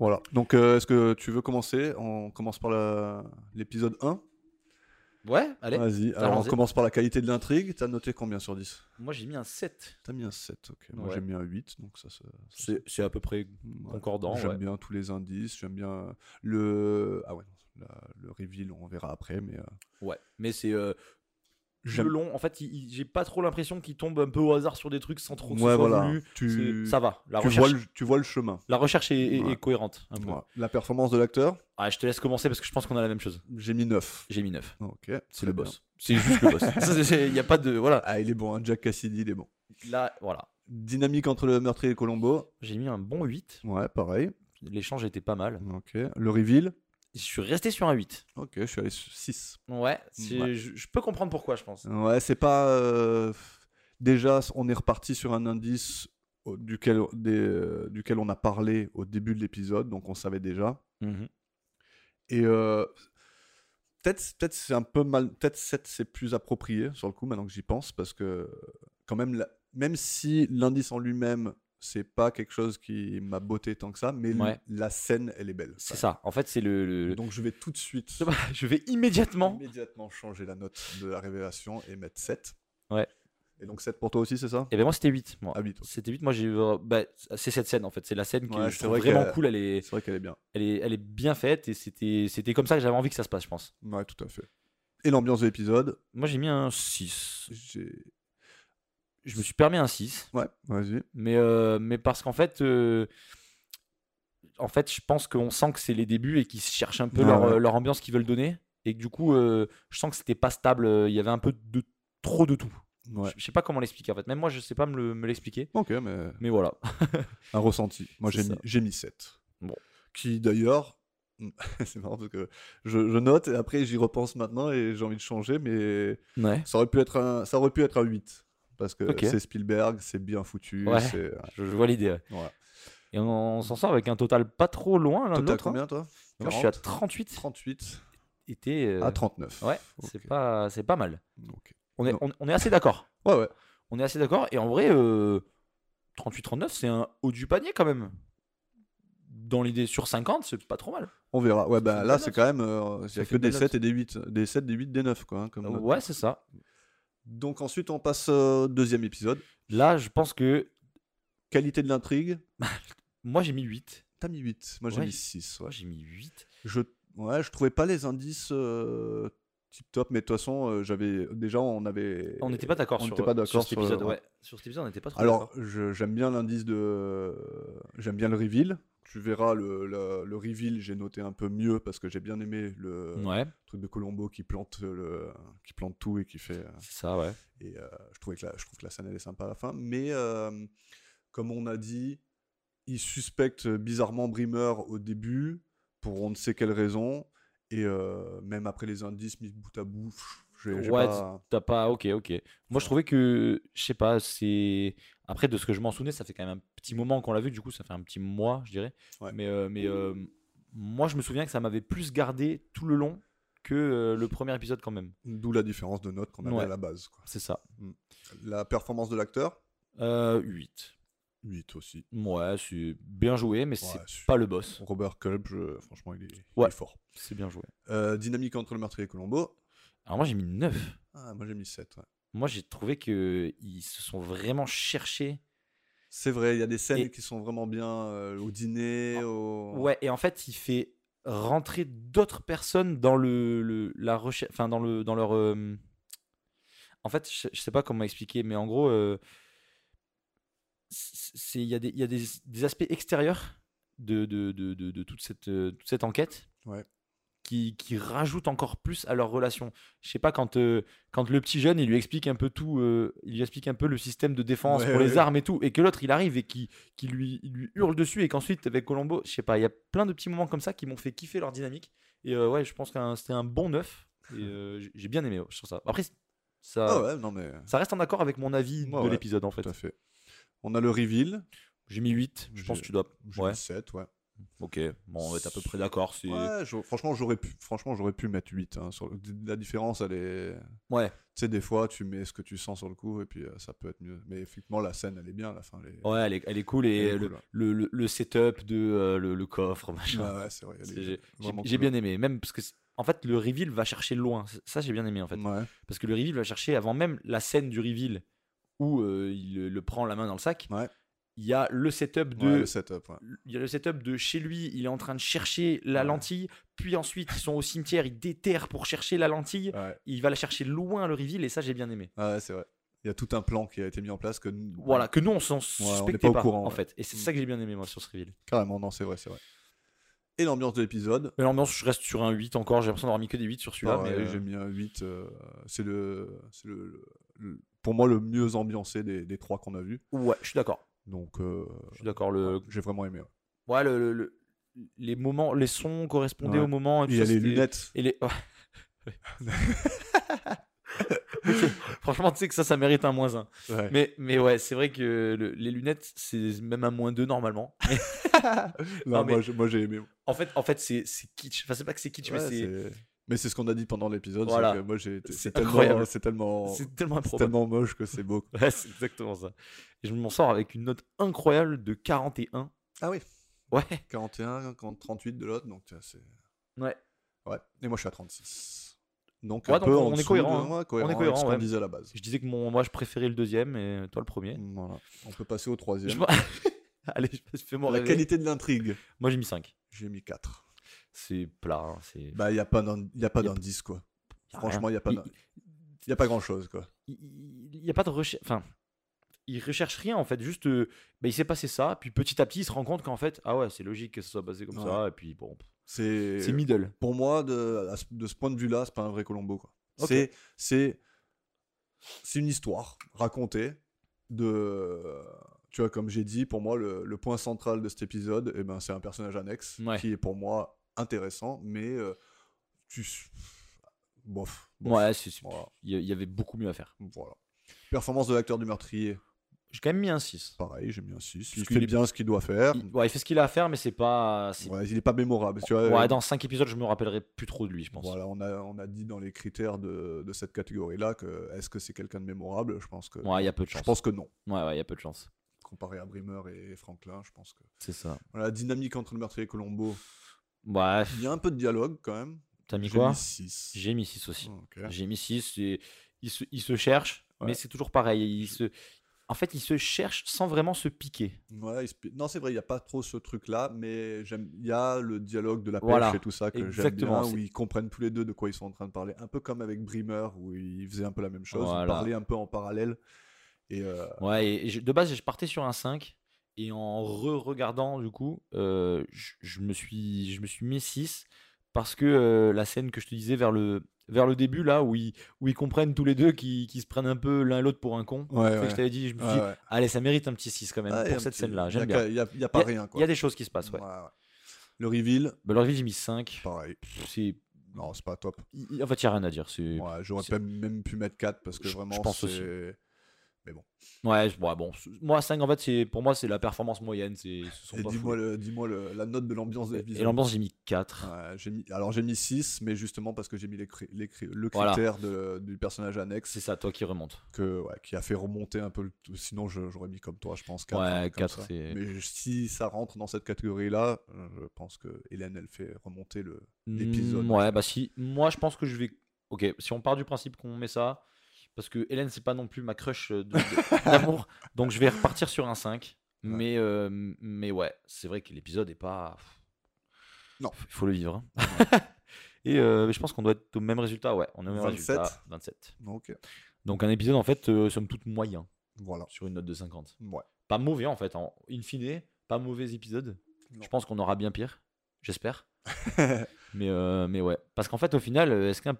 Speaker 1: Voilà. Donc, euh, est-ce que tu veux commencer On commence par la- l'épisode 1
Speaker 2: Ouais, allez.
Speaker 1: Vas-y, alors on
Speaker 2: allons-y.
Speaker 1: commence par la qualité de l'intrigue. T'as noté combien sur 10
Speaker 2: Moi, j'ai mis un 7.
Speaker 1: T'as mis un 7, ok. Moi
Speaker 2: Ouais.
Speaker 1: j'ai mis un 8, donc ça, ça- ça-
Speaker 2: C'est c'est à peu près
Speaker 1: Ouais.
Speaker 2: concordant.
Speaker 1: J'aime
Speaker 2: ouais.
Speaker 1: bien tous les indices, j'aime bien euh, le. Ah ouais, non, la- le reveal, on verra après, mais. euh,
Speaker 2: Ouais, mais c'est euh, jeu
Speaker 1: J'aime-
Speaker 2: long. En fait, il- il- j'ai pas trop l'impression qu'il tombe un peu au hasard sur des trucs sans trop que ce
Speaker 1: ouais,
Speaker 2: soit
Speaker 1: voilà.
Speaker 2: voulu.
Speaker 1: Tu,
Speaker 2: C'est- Ça va. La
Speaker 1: tu,
Speaker 2: recherche, Ah
Speaker 1: vois le, tu vois le chemin.
Speaker 2: la recherche est, est- est
Speaker 1: Ouais.
Speaker 2: cohérente. un peu.
Speaker 1: Voilà. La performance de l'acteur,
Speaker 2: Ah, je te laisse commencer parce que je pense qu'on a la même chose.
Speaker 1: j'ai mis 9.
Speaker 2: J'ai mis 9.
Speaker 1: Ok.
Speaker 2: C'est
Speaker 1: très
Speaker 2: le
Speaker 1: bien.
Speaker 2: boss. C'est juste le boss. Ça, c'est- Il n'y a pas de. Voilà.
Speaker 1: Ah, il est bon, hein, Jack Cassidy, il est bon.
Speaker 2: Là, voilà.
Speaker 1: Dynamique entre le meurtrier et Colombo.
Speaker 2: J'ai mis un bon 8.
Speaker 1: Ouais, pareil.
Speaker 2: L'échange était pas mal.
Speaker 1: Ok. Le reveal.
Speaker 2: Je suis resté sur un 8.
Speaker 1: Ok, je suis allé sur 6.
Speaker 2: Ouais, c'est-
Speaker 1: Mm, Ouais. Mm-hmm.
Speaker 2: Je, je peux comprendre pourquoi, je pense.
Speaker 1: Ouais, c'est pas. euh, Déjà, on est reparti sur un indice au- duquel, des- euh, duquel on a parlé au début de l'épisode, donc on savait déjà.
Speaker 2: Mhm.
Speaker 1: Et euh, peut-être, peut-être c'est un peu mal. Peut-être 7 c'est plus approprié sur le coup maintenant que j'y pense parce que quand même, la- même si l'indice en lui-même c'est pas quelque chose qui m'a botté tant que ça, mais l-
Speaker 2: Ouais.
Speaker 1: la scène elle est belle.
Speaker 2: C'est ça. En fait, c'est le. le- Bah,
Speaker 1: Donc je vais tout de suite
Speaker 2: Je vais immédiatement.
Speaker 1: immédiatement changer la note de la révélation et mettre 7.
Speaker 2: Ouais.
Speaker 1: Et donc 7 pour toi aussi, c'est ça
Speaker 2: Et ben moi, c'était 8. Moi.
Speaker 1: Ah, 8, ok.
Speaker 2: C'était 8. Moi, j'ai. euh, bah, c'est cette scène, en fait. C'est la scène que
Speaker 1: Ouais,
Speaker 2: je
Speaker 1: c'est
Speaker 2: trouve
Speaker 1: vrai
Speaker 2: vraiment
Speaker 1: qu'elle-
Speaker 2: cool. Elle est,
Speaker 1: C'est vrai qu'elle est bien.
Speaker 2: elle est, elle est bien faite et c'était, c'était comme ça que j'avais envie que ça se passe, je pense.
Speaker 1: Ouais, tout à fait. Et l'ambiance de l'épisode,
Speaker 2: Moi, j'ai mis un 6.
Speaker 1: j'ai.
Speaker 2: Je me suis permis un 6,
Speaker 1: Ouais, vas-y.
Speaker 2: mais, euh, mais parce qu'en fait, euh, en fait, je pense qu'on sent que c'est les débuts et qu'ils cherchent un peu
Speaker 1: Ouais,
Speaker 2: leur,
Speaker 1: Ah ouais.
Speaker 2: euh, leur ambiance qu'ils veulent donner. Et que du coup, euh, je sens que c'était pas stable. euh, Il y avait un peu de trop de tout.
Speaker 1: Ouais.
Speaker 2: Je, je sais pas comment l'expliquer en fait. Même moi, je sais pas me le- me l'expliquer.
Speaker 1: Ok, mais
Speaker 2: mais voilà.
Speaker 1: un ressenti. Moi,
Speaker 2: C'est
Speaker 1: j'ai
Speaker 2: ça.
Speaker 1: mis, j'ai mis 7.
Speaker 2: Bon.
Speaker 1: Qui, d'ailleurs, c'est marrant parce que je, je note et après, j'y repense maintenant et j'ai envie de changer, mais
Speaker 2: Ouais.
Speaker 1: ça aurait pu être un, ça aurait pu être un 8. Parce que
Speaker 2: Ok.
Speaker 1: c'est Spielberg, c'est bien foutu.
Speaker 2: Ouais.
Speaker 1: c'est- ouais.
Speaker 2: Je, je vois l'idée. ouais.
Speaker 1: Ouais.
Speaker 2: Et on, on s'en sort avec un total pas trop loin l'un
Speaker 1: Toi,
Speaker 2: de
Speaker 1: t'es à
Speaker 2: l'autre. hein.
Speaker 1: combien, toi
Speaker 2: Moi, je suis à
Speaker 1: 40,
Speaker 2: 38.
Speaker 1: 38
Speaker 2: Et t'es, euh,
Speaker 1: à 39.
Speaker 2: Ouais,
Speaker 1: Ah, Ok.
Speaker 2: c'est pas, c'est pas mal.
Speaker 1: Ok.
Speaker 2: On est,
Speaker 1: Non.
Speaker 2: on, on est assez d'accord.
Speaker 1: Ouais, ouais.
Speaker 2: On est assez d'accord. Et en vrai, euh, 38-39, c'est un haut du panier quand même. Dans l'idée, sur 50, c'est pas trop mal.
Speaker 1: On verra. Ouais, bah
Speaker 2: fait une
Speaker 1: là,
Speaker 2: belle
Speaker 1: c'est
Speaker 2: note.
Speaker 1: quand même. euh, Il
Speaker 2: Ça
Speaker 1: n'y a
Speaker 2: fait
Speaker 1: que
Speaker 2: une
Speaker 1: des
Speaker 2: belle
Speaker 1: 7 et des 8. Des 7, des 8, des 9, quoi. hein, comme note.
Speaker 2: ouais, c'est ça.
Speaker 1: Donc ensuite, on passe euh, au deuxième épisode.
Speaker 2: Là, je pense que
Speaker 1: Qualité de l'intrigue.
Speaker 2: moi, j'ai mis 8.
Speaker 1: T'as mis 8. Moi, j'ai
Speaker 2: Ouais.
Speaker 1: mis 6.
Speaker 2: Moi, j'ai mis 8.
Speaker 1: Je, ouais, je trouvais pas les indices euh, tip top, mais de toute façon, euh, j'avais déjà, on avait.
Speaker 2: On n'était pas d'accord
Speaker 1: on
Speaker 2: sur, euh,
Speaker 1: n'était pas
Speaker 2: sur
Speaker 1: d'accord sur-
Speaker 2: cet épisode.
Speaker 1: ouais.
Speaker 2: ouais. Sur cet épisode, on n'était pas trop
Speaker 1: Alors,
Speaker 2: d'accord.
Speaker 1: je- j'aime bien l'indice de, j'aime bien le reveal. Tu verras le, le, le reveal, j'ai noté un peu mieux parce que j'ai bien aimé le
Speaker 2: ouais,
Speaker 1: truc de Colombo qui plante le, qui plante tout et qui fait. euh,
Speaker 2: c'est ça, ouais.
Speaker 1: Et euh, je trouvais que la, je trouve que la scène elle est sympa à la fin, mais euh, comme on a dit, il suspecte bizarrement Brimmer au début pour on ne sait quelle raison, et euh, même après les indices mis bout à bout, pff, j'ai j'ai
Speaker 2: Ouais,
Speaker 1: pas.
Speaker 2: T'as pas. Ok, ok. Moi, je trouvais que. Je sais pas, c'est. Après, de ce que je m'en souvenais, ça fait quand même un petit moment qu'on l'a vu, du coup, ça fait un petit mois, je dirais.
Speaker 1: Ouais.
Speaker 2: Mais, euh, mais euh, moi, je me souviens que ça m'avait plus gardé tout le long que euh, le premier épisode, quand même.
Speaker 1: D'où la différence de notes qu'on avait
Speaker 2: Ouais.
Speaker 1: à la base. quoi.
Speaker 2: C'est ça.
Speaker 1: La performance de l'acteur,
Speaker 2: Euh, 8.
Speaker 1: 8 aussi.
Speaker 2: Ouais, c'est bien joué, mais
Speaker 1: Ouais,
Speaker 2: c'est
Speaker 1: su-
Speaker 2: pas le boss.
Speaker 1: Robert Culp, je- franchement, il est, il
Speaker 2: Ouais.
Speaker 1: est fort.
Speaker 2: C'est bien joué.
Speaker 1: Euh, dynamique entre le meurtrier et Colombo,
Speaker 2: Alors, moi, j'ai mis 9.
Speaker 1: ah, moi j'ai mis 7. ouais.
Speaker 2: Moi, j'ai trouvé que ils se sont vraiment cherchés.
Speaker 1: C'est vrai, il y a des scènes
Speaker 2: Et- Ah,
Speaker 1: qui sont vraiment bien euh, au dîner, au.
Speaker 2: Ouais, et en fait, il fait rentrer d'autres personnes dans le, le- la recherche, enfin dans le dans leur. euh, En fait, je, je sais pas comment expliquer, mais en gros, euh, c- c'est il y a des il y a des, des aspects extérieurs de de, de, de- de toute cette euh, toute cette enquête.
Speaker 1: Ouais.
Speaker 2: Qui, qui rajoutent encore plus à leur relation. Je sais pas quand euh, quand le petit jeune il lui explique un peu tout, euh, il lui explique un peu le système de défense
Speaker 1: Ouais,
Speaker 2: pour les
Speaker 1: ouais.
Speaker 2: armes et tout, et que l'autre il arrive et qui qui lui, il lui hurle dessus et qu'ensuite avec Colombo, je sais pas, il y a plein de petits moments comme ça qui m'ont fait kiffer leur dynamique. Et euh, ouais, je pense que c'était un bon neuf. Et euh, j'ai- j'ai bien aimé ouais, sur ça. Après, c- ça,
Speaker 1: Ah ouais, non mais.
Speaker 2: ça reste en accord avec mon avis
Speaker 1: Ouais,
Speaker 2: de
Speaker 1: ouais.
Speaker 2: l'épisode en fait.
Speaker 1: Tout à fait. On a le reveal.
Speaker 2: J'ai mis 8, je
Speaker 1: J'ai-
Speaker 2: pense que tu dois.
Speaker 1: J'ai
Speaker 2: Ouais,
Speaker 1: mis 7, ouais.
Speaker 2: ok, bon, on va être à peu près d'accord. c'est-
Speaker 1: Ouais, j'aurais- franchement, j'aurais pu, franchement, j'aurais pu mettre 8. hein, sur le- La différence, elle est.
Speaker 2: Ouais.
Speaker 1: Tu sais, des fois, tu mets ce que tu sens sur le coup et puis euh, ça peut être mieux. Mais effectivement, la scène, elle est bien à la fin. Elle est...
Speaker 2: Ouais, elle est, elle est cool et
Speaker 1: elle est
Speaker 2: le,
Speaker 1: cool, ouais.
Speaker 2: le, le- le setup de euh, le, le coffre, machin.
Speaker 1: Ouais, ouais, c'est vrai. elle est
Speaker 2: C'est- j'ai-
Speaker 1: vraiment
Speaker 2: J'ai
Speaker 1: cool.
Speaker 2: bien aimé, même parce que c'est- en fait, le reveal va chercher loin. Ça, j'ai bien aimé, en fait.
Speaker 1: Ouais.
Speaker 2: Parce que le reveal va chercher, avant même la scène du reveal où euh, il le prend la main dans le sac,
Speaker 1: Ouais.
Speaker 2: il y a le setup de.
Speaker 1: Ouais, le setup. ouais.
Speaker 2: il y a le setup de chez lui, il est en train de chercher la
Speaker 1: Ouais.
Speaker 2: lentille, puis ensuite ils sont au cimetière, il déterre pour chercher la lentille,
Speaker 1: Ouais,
Speaker 2: il va la chercher loin le reveal et ça j'ai bien aimé.
Speaker 1: Ah ouais, c'est vrai. Il y a tout un plan qui a été mis en place que nous-
Speaker 2: Voilà, que nous on s'en
Speaker 1: on n'est
Speaker 2: suspectait
Speaker 1: pas au
Speaker 2: pas,
Speaker 1: courant,
Speaker 2: en
Speaker 1: ouais.
Speaker 2: fait. Et c'est
Speaker 1: Mm.
Speaker 2: ça que j'ai bien aimé moi sur ce reveal.
Speaker 1: Carrément, non, c'est vrai, c'est vrai. Et l'ambiance de l'épisode.
Speaker 2: Mais L'ambiance, je reste sur un 8 encore, j'ai l'impression d'avoir mis que des 8 sur celui-là.
Speaker 1: pareil,
Speaker 2: mais, euh,
Speaker 1: J'ai mis un 8. euh, c'est le, c'est le, le- le- pour moi, le mieux ambiancé des, des trois qu'on a vus.
Speaker 2: Ouais, je suis d'accord.
Speaker 1: Donc, euh,
Speaker 2: Je suis d'accord. Le...
Speaker 1: j'ai vraiment aimé. hein. ouais.
Speaker 2: Ouais, le, le- le- Les moments, les sons correspondaient
Speaker 1: Ouais.
Speaker 2: au moment. et tout
Speaker 1: Il y a
Speaker 2: ça,
Speaker 1: les
Speaker 2: c'était-
Speaker 1: lunettes.
Speaker 2: Et les... ouais. Franchement, tu sais que ça, ça mérite un moins 1.
Speaker 1: Ouais.
Speaker 2: Mais, mais ouais, c'est vrai que le- les lunettes, c'est même un moins 2 normalement. Mais
Speaker 1: Non,
Speaker 2: non, mais-
Speaker 1: moi, j'ai- moi, j'ai aimé.
Speaker 2: en fait, en fait c'est c'est kitsch. Enfin, c'est pas que c'est kitsch,
Speaker 1: Ouais,
Speaker 2: mais c'est-
Speaker 1: c'est- mais c'est ce qu'on a dit pendant l'épisode. c'est
Speaker 2: Voilà.
Speaker 1: que Moi, j'ai été-
Speaker 2: C'est
Speaker 1: c'est tellement,
Speaker 2: incroyable.
Speaker 1: c'est tellement,
Speaker 2: c'est tellement
Speaker 1: c'est
Speaker 2: improbable.
Speaker 1: tellement moche que c'est beau. quoi.
Speaker 2: Ouais, c'est exactement ça. Et je m'en sors avec une note incroyable de 41.
Speaker 1: Ah oui.
Speaker 2: Ouais.
Speaker 1: 41, 40, 38 de l'autre, donc euh, c'est.
Speaker 2: Ouais.
Speaker 1: Ouais. Et moi, je suis à 36. Donc,
Speaker 2: Ouais,
Speaker 1: un
Speaker 2: donc,
Speaker 1: peu
Speaker 2: on
Speaker 1: en
Speaker 2: est
Speaker 1: dessous
Speaker 2: cohérent,
Speaker 1: de-
Speaker 2: hein.
Speaker 1: ouais, cohérent
Speaker 2: On est
Speaker 1: avec
Speaker 2: cohérent,
Speaker 1: ce qu'on
Speaker 2: ouais.
Speaker 1: disait à la base.
Speaker 2: Je disais que mon, moi, je préférais le deuxième et toi le premier.
Speaker 1: Voilà. On peut passer au troisième.
Speaker 2: Je m'en- Allez, je fais mon
Speaker 1: La qualité de l'intrigue.
Speaker 2: Moi, j'ai mis 5.
Speaker 1: J'ai mis 4.
Speaker 2: C'est plat. hein, c'est...
Speaker 1: Bah, il n'y a pas d'in- y a pas
Speaker 2: Y a-
Speaker 1: d'indice, quoi.
Speaker 2: y a
Speaker 1: Franchement, il n'y a, pas
Speaker 2: Il-
Speaker 1: d'in- y a pas grand-chose, quoi.
Speaker 2: il n'y a pas de recherche. Enfin, il recherche rien en fait. Juste, euh, bah, il s'est passé ça, puis petit à petit, il se rend compte qu'en fait, ah ouais, c'est logique que ça soit passé comme
Speaker 1: Ouais. euh,
Speaker 2: ça, et puis bon, pff,
Speaker 1: C'est
Speaker 2: c'est middle.
Speaker 1: Pour moi, de, à ce- de ce point de vue-là, c'est pas un vrai Colombo, quoi.
Speaker 2: Ok.
Speaker 1: C'est- C'est c'est une histoire racontée de... Tu vois, comme j'ai dit, pour moi, le, le point central de cet épisode, eh ben, c'est un personnage annexe
Speaker 2: Ouais.
Speaker 1: qui est pour moi intéressant, mais euh, tu... s- Bof. bof.
Speaker 2: Ouais, c'est- c'est-
Speaker 1: Voilà.
Speaker 2: il y, a- il y avait beaucoup mieux à faire.
Speaker 1: Voilà. Performance de l'acteur du meurtrier,
Speaker 2: J'ai quand même mis un 6.
Speaker 1: pareil, j'ai mis un 6. Il
Speaker 2: Parce qu'il
Speaker 1: fait
Speaker 2: est-
Speaker 1: bien ce qu'il doit faire.
Speaker 2: Il, ouais, il fait ce qu'il a à faire, mais c'est pas. c'est-
Speaker 1: Ouais, il n'est pas mémorable. Tu vois, euh,
Speaker 2: ouais, dans 5 épisodes, je me rappellerai plus trop de lui, je pense.
Speaker 1: Voilà, on a, on a dit dans les critères de, de cette catégorie-là que est-ce que c'est quelqu'un de mémorable Je pense que,
Speaker 2: Ouais, il y a peu de
Speaker 1: je
Speaker 2: chance.
Speaker 1: pense que non.
Speaker 2: Ouais, ouais, il y a peu de chance.
Speaker 1: Comparé à Bremer et Franklin, je pense que.
Speaker 2: C'est ça.
Speaker 1: Voilà, la dynamique entre le meurtrier et Colombo.
Speaker 2: Ouais,
Speaker 1: Il y a un peu de dialogue quand même.
Speaker 2: t'as mis
Speaker 1: J'ai
Speaker 2: quoi
Speaker 1: mis 6.
Speaker 2: J'ai mis 6 aussi.
Speaker 1: Ok.
Speaker 2: J'ai mis 6. Et il, se, il se cherche,
Speaker 1: Ouais.
Speaker 2: mais c'est toujours pareil. Il se... En fait, il se cherche sans vraiment se piquer.
Speaker 1: Ouais, il se pi- Non, c'est vrai, il n'y a pas trop ce truc-là, mais j'aime- il y a le dialogue de la pêche
Speaker 2: Voilà,
Speaker 1: et tout ça que j'aime bien,
Speaker 2: exactement,
Speaker 1: où
Speaker 2: c'est-
Speaker 1: ils comprennent tous les deux de quoi ils sont en train de parler. Un peu comme avec Bremer, où ils faisaient un peu la même chose, ils
Speaker 2: Voilà.
Speaker 1: parlaient un peu en parallèle. Et euh,
Speaker 2: Ouais, et, et je- de base, je partais sur un 5. Et en re-regardant, du coup, euh, je, je me suis, je me suis mis 6. Parce que euh, la scène que je te disais vers le, vers le début, là, où ils, où ils comprennent tous les deux qu'ils qu'ils se prennent un peu l'un l'autre pour un con.
Speaker 1: Ouais,
Speaker 2: C'est que
Speaker 1: ouais.
Speaker 2: je t'avais dit, je me suis
Speaker 1: ouais,
Speaker 2: dit,
Speaker 1: ouais.
Speaker 2: allez, ça mérite un petit 6 quand même
Speaker 1: Ouais, Ah, un
Speaker 2: pour cette
Speaker 1: petit-
Speaker 2: scène-là.
Speaker 1: y
Speaker 2: J'aime
Speaker 1: a
Speaker 2: bien.
Speaker 1: qu'à- Y a, y a pas rien, quoi.
Speaker 2: Il y a des choses qui se passent, ouais.
Speaker 1: Ouais, ouais. Le reveal,
Speaker 2: Bah, leur vie, j'ai mis 5.
Speaker 1: pareil.
Speaker 2: C'est.
Speaker 1: Non, c'est pas top.
Speaker 2: il- il- En fait, il n'y a rien à dire. C'est.
Speaker 1: Ouais, J'aurais
Speaker 2: c'est-
Speaker 1: pas- même pu mettre 4 parce que
Speaker 2: Je- je
Speaker 1: vraiment,
Speaker 2: pense aussi.
Speaker 1: c'est.
Speaker 2: Ouais, je- ouais, bon. c'est- Moi, 5, en fait, c'est- pour moi, c'est la performance moyenne. c'est- ce sont
Speaker 1: Et
Speaker 2: pas
Speaker 1: Dis-moi
Speaker 2: fous.
Speaker 1: le- dis-moi le- la note de l'ambiance de
Speaker 2: Et-
Speaker 1: l'épisode.
Speaker 2: Et l'ambiance, j'ai mis 4.
Speaker 1: Ouais, j'ai mis, alors j'ai mis 6, mais justement parce que j'ai mis les cri- les cri- le
Speaker 2: Voilà.
Speaker 1: critère de- du personnage annexe
Speaker 2: C'est ça, toi qui remonte.
Speaker 1: que, ouais, qui a fait remonter un peu le tout. Sinon, je- j'aurais mis comme toi, je pense, 4.
Speaker 2: Ouais, quatre, c'est-
Speaker 1: Mais je- si ça rentre dans cette catégorie-là, euh, je pense que Hélène, elle fait remonter le. l'épisode.
Speaker 2: Mm, Ouais, bah si. Moi, je pense que je vais. Ok, si on part du principe qu'on met ça, parce que Hélène, c'est pas non plus ma crush euh, de- de- d'amour, donc je vais repartir sur un 5.
Speaker 1: Ouais.
Speaker 2: Mais, euh, mais ouais, c'est vrai que l'épisode est pas.
Speaker 1: Non.
Speaker 2: Il faut le vivre. hein. Et euh, je pense qu'on doit être au même résultat, ouais. On est au même
Speaker 1: 27.
Speaker 2: résultat. 27.
Speaker 1: Ok,
Speaker 2: Donc un épisode, en fait, euh, somme toute moyen,
Speaker 1: voilà.
Speaker 2: sur une note de 50.
Speaker 1: Ouais.
Speaker 2: Pas mauvais, en fait. En... In fine, pas mauvais épisode.
Speaker 1: Non.
Speaker 2: Je pense qu'on aura bien pire. J'espère. Mais, euh, mais ouais. Parce qu'en fait, au final, euh, est-ce qu'un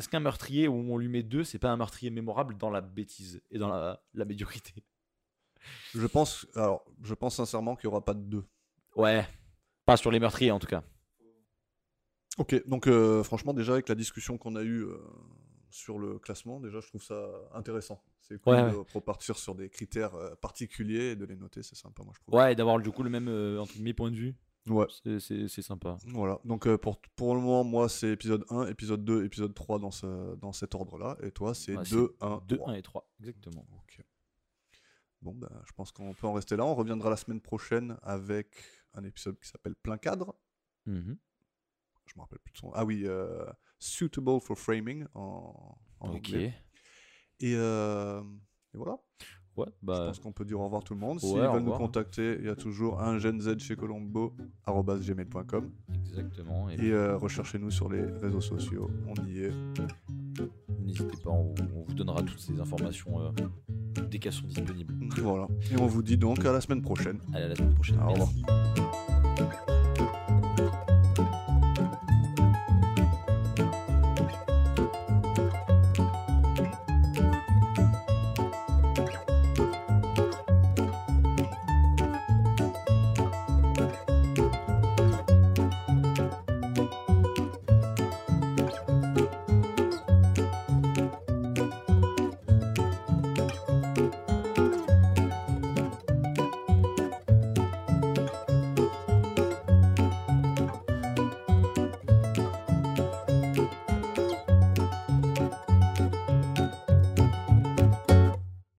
Speaker 2: est-ce qu'un meurtrier où on lui met deux, c'est pas un meurtrier mémorable dans la bêtise et dans la, la médiocrité
Speaker 1: Je pense, alors, je pense sincèrement qu'il n'y aura pas de 2.
Speaker 2: Ouais. Pas sur les meurtriers, en tout cas.
Speaker 1: Ok, donc euh, franchement, déjà avec la discussion qu'on a eue euh, sur le classement, déjà je trouve ça intéressant. C'est cool
Speaker 2: Ouais,
Speaker 1: de repartir sur des critères euh, particuliers et de les noter, c'est sympa, moi je trouve.
Speaker 2: Ouais, et d'avoir du coup le même, euh, entre guillemets, point de vue,
Speaker 1: Ouais,
Speaker 2: c'est- c'est c'est sympa.
Speaker 1: Voilà, donc euh, pour, pour le moment, moi c'est épisode 1, épisode 2, épisode 3 dans, ce- dans cet ordre-là, et toi c'est
Speaker 2: Ouais,
Speaker 1: 2, 1,
Speaker 2: 2,
Speaker 1: 3.
Speaker 2: 1 et 3, exactement.
Speaker 1: Ok. Bon, ben, je pense qu'on peut en rester là. On reviendra la semaine prochaine avec un épisode qui s'appelle Plein cadre.
Speaker 2: Mhm.
Speaker 1: je me rappelle plus de son. Ah oui, euh, Suitable for Framing en, en
Speaker 2: Ok.
Speaker 1: anglais. Et, euh, et voilà.
Speaker 2: Ouais,
Speaker 1: Je
Speaker 2: bah,
Speaker 1: pense qu'on peut dire au revoir tout le monde.
Speaker 2: ouais,
Speaker 1: S'ils
Speaker 2: au
Speaker 1: veulent nous
Speaker 2: revoir.
Speaker 1: contacter, il y a toujours un genz chez Colombo, arobase gmail.com.
Speaker 2: exactement. Et,
Speaker 1: Et euh, recherchez-nous sur les réseaux sociaux. On y est.
Speaker 2: n'hésitez pas, on, vous- on vous donnera toutes ces informations euh, dès qu'elles sont disponibles.
Speaker 1: Voilà. Et on vous dit donc à la semaine prochaine.
Speaker 2: Allez, à la semaine prochaine.
Speaker 1: Au revoir.
Speaker 2: Merci.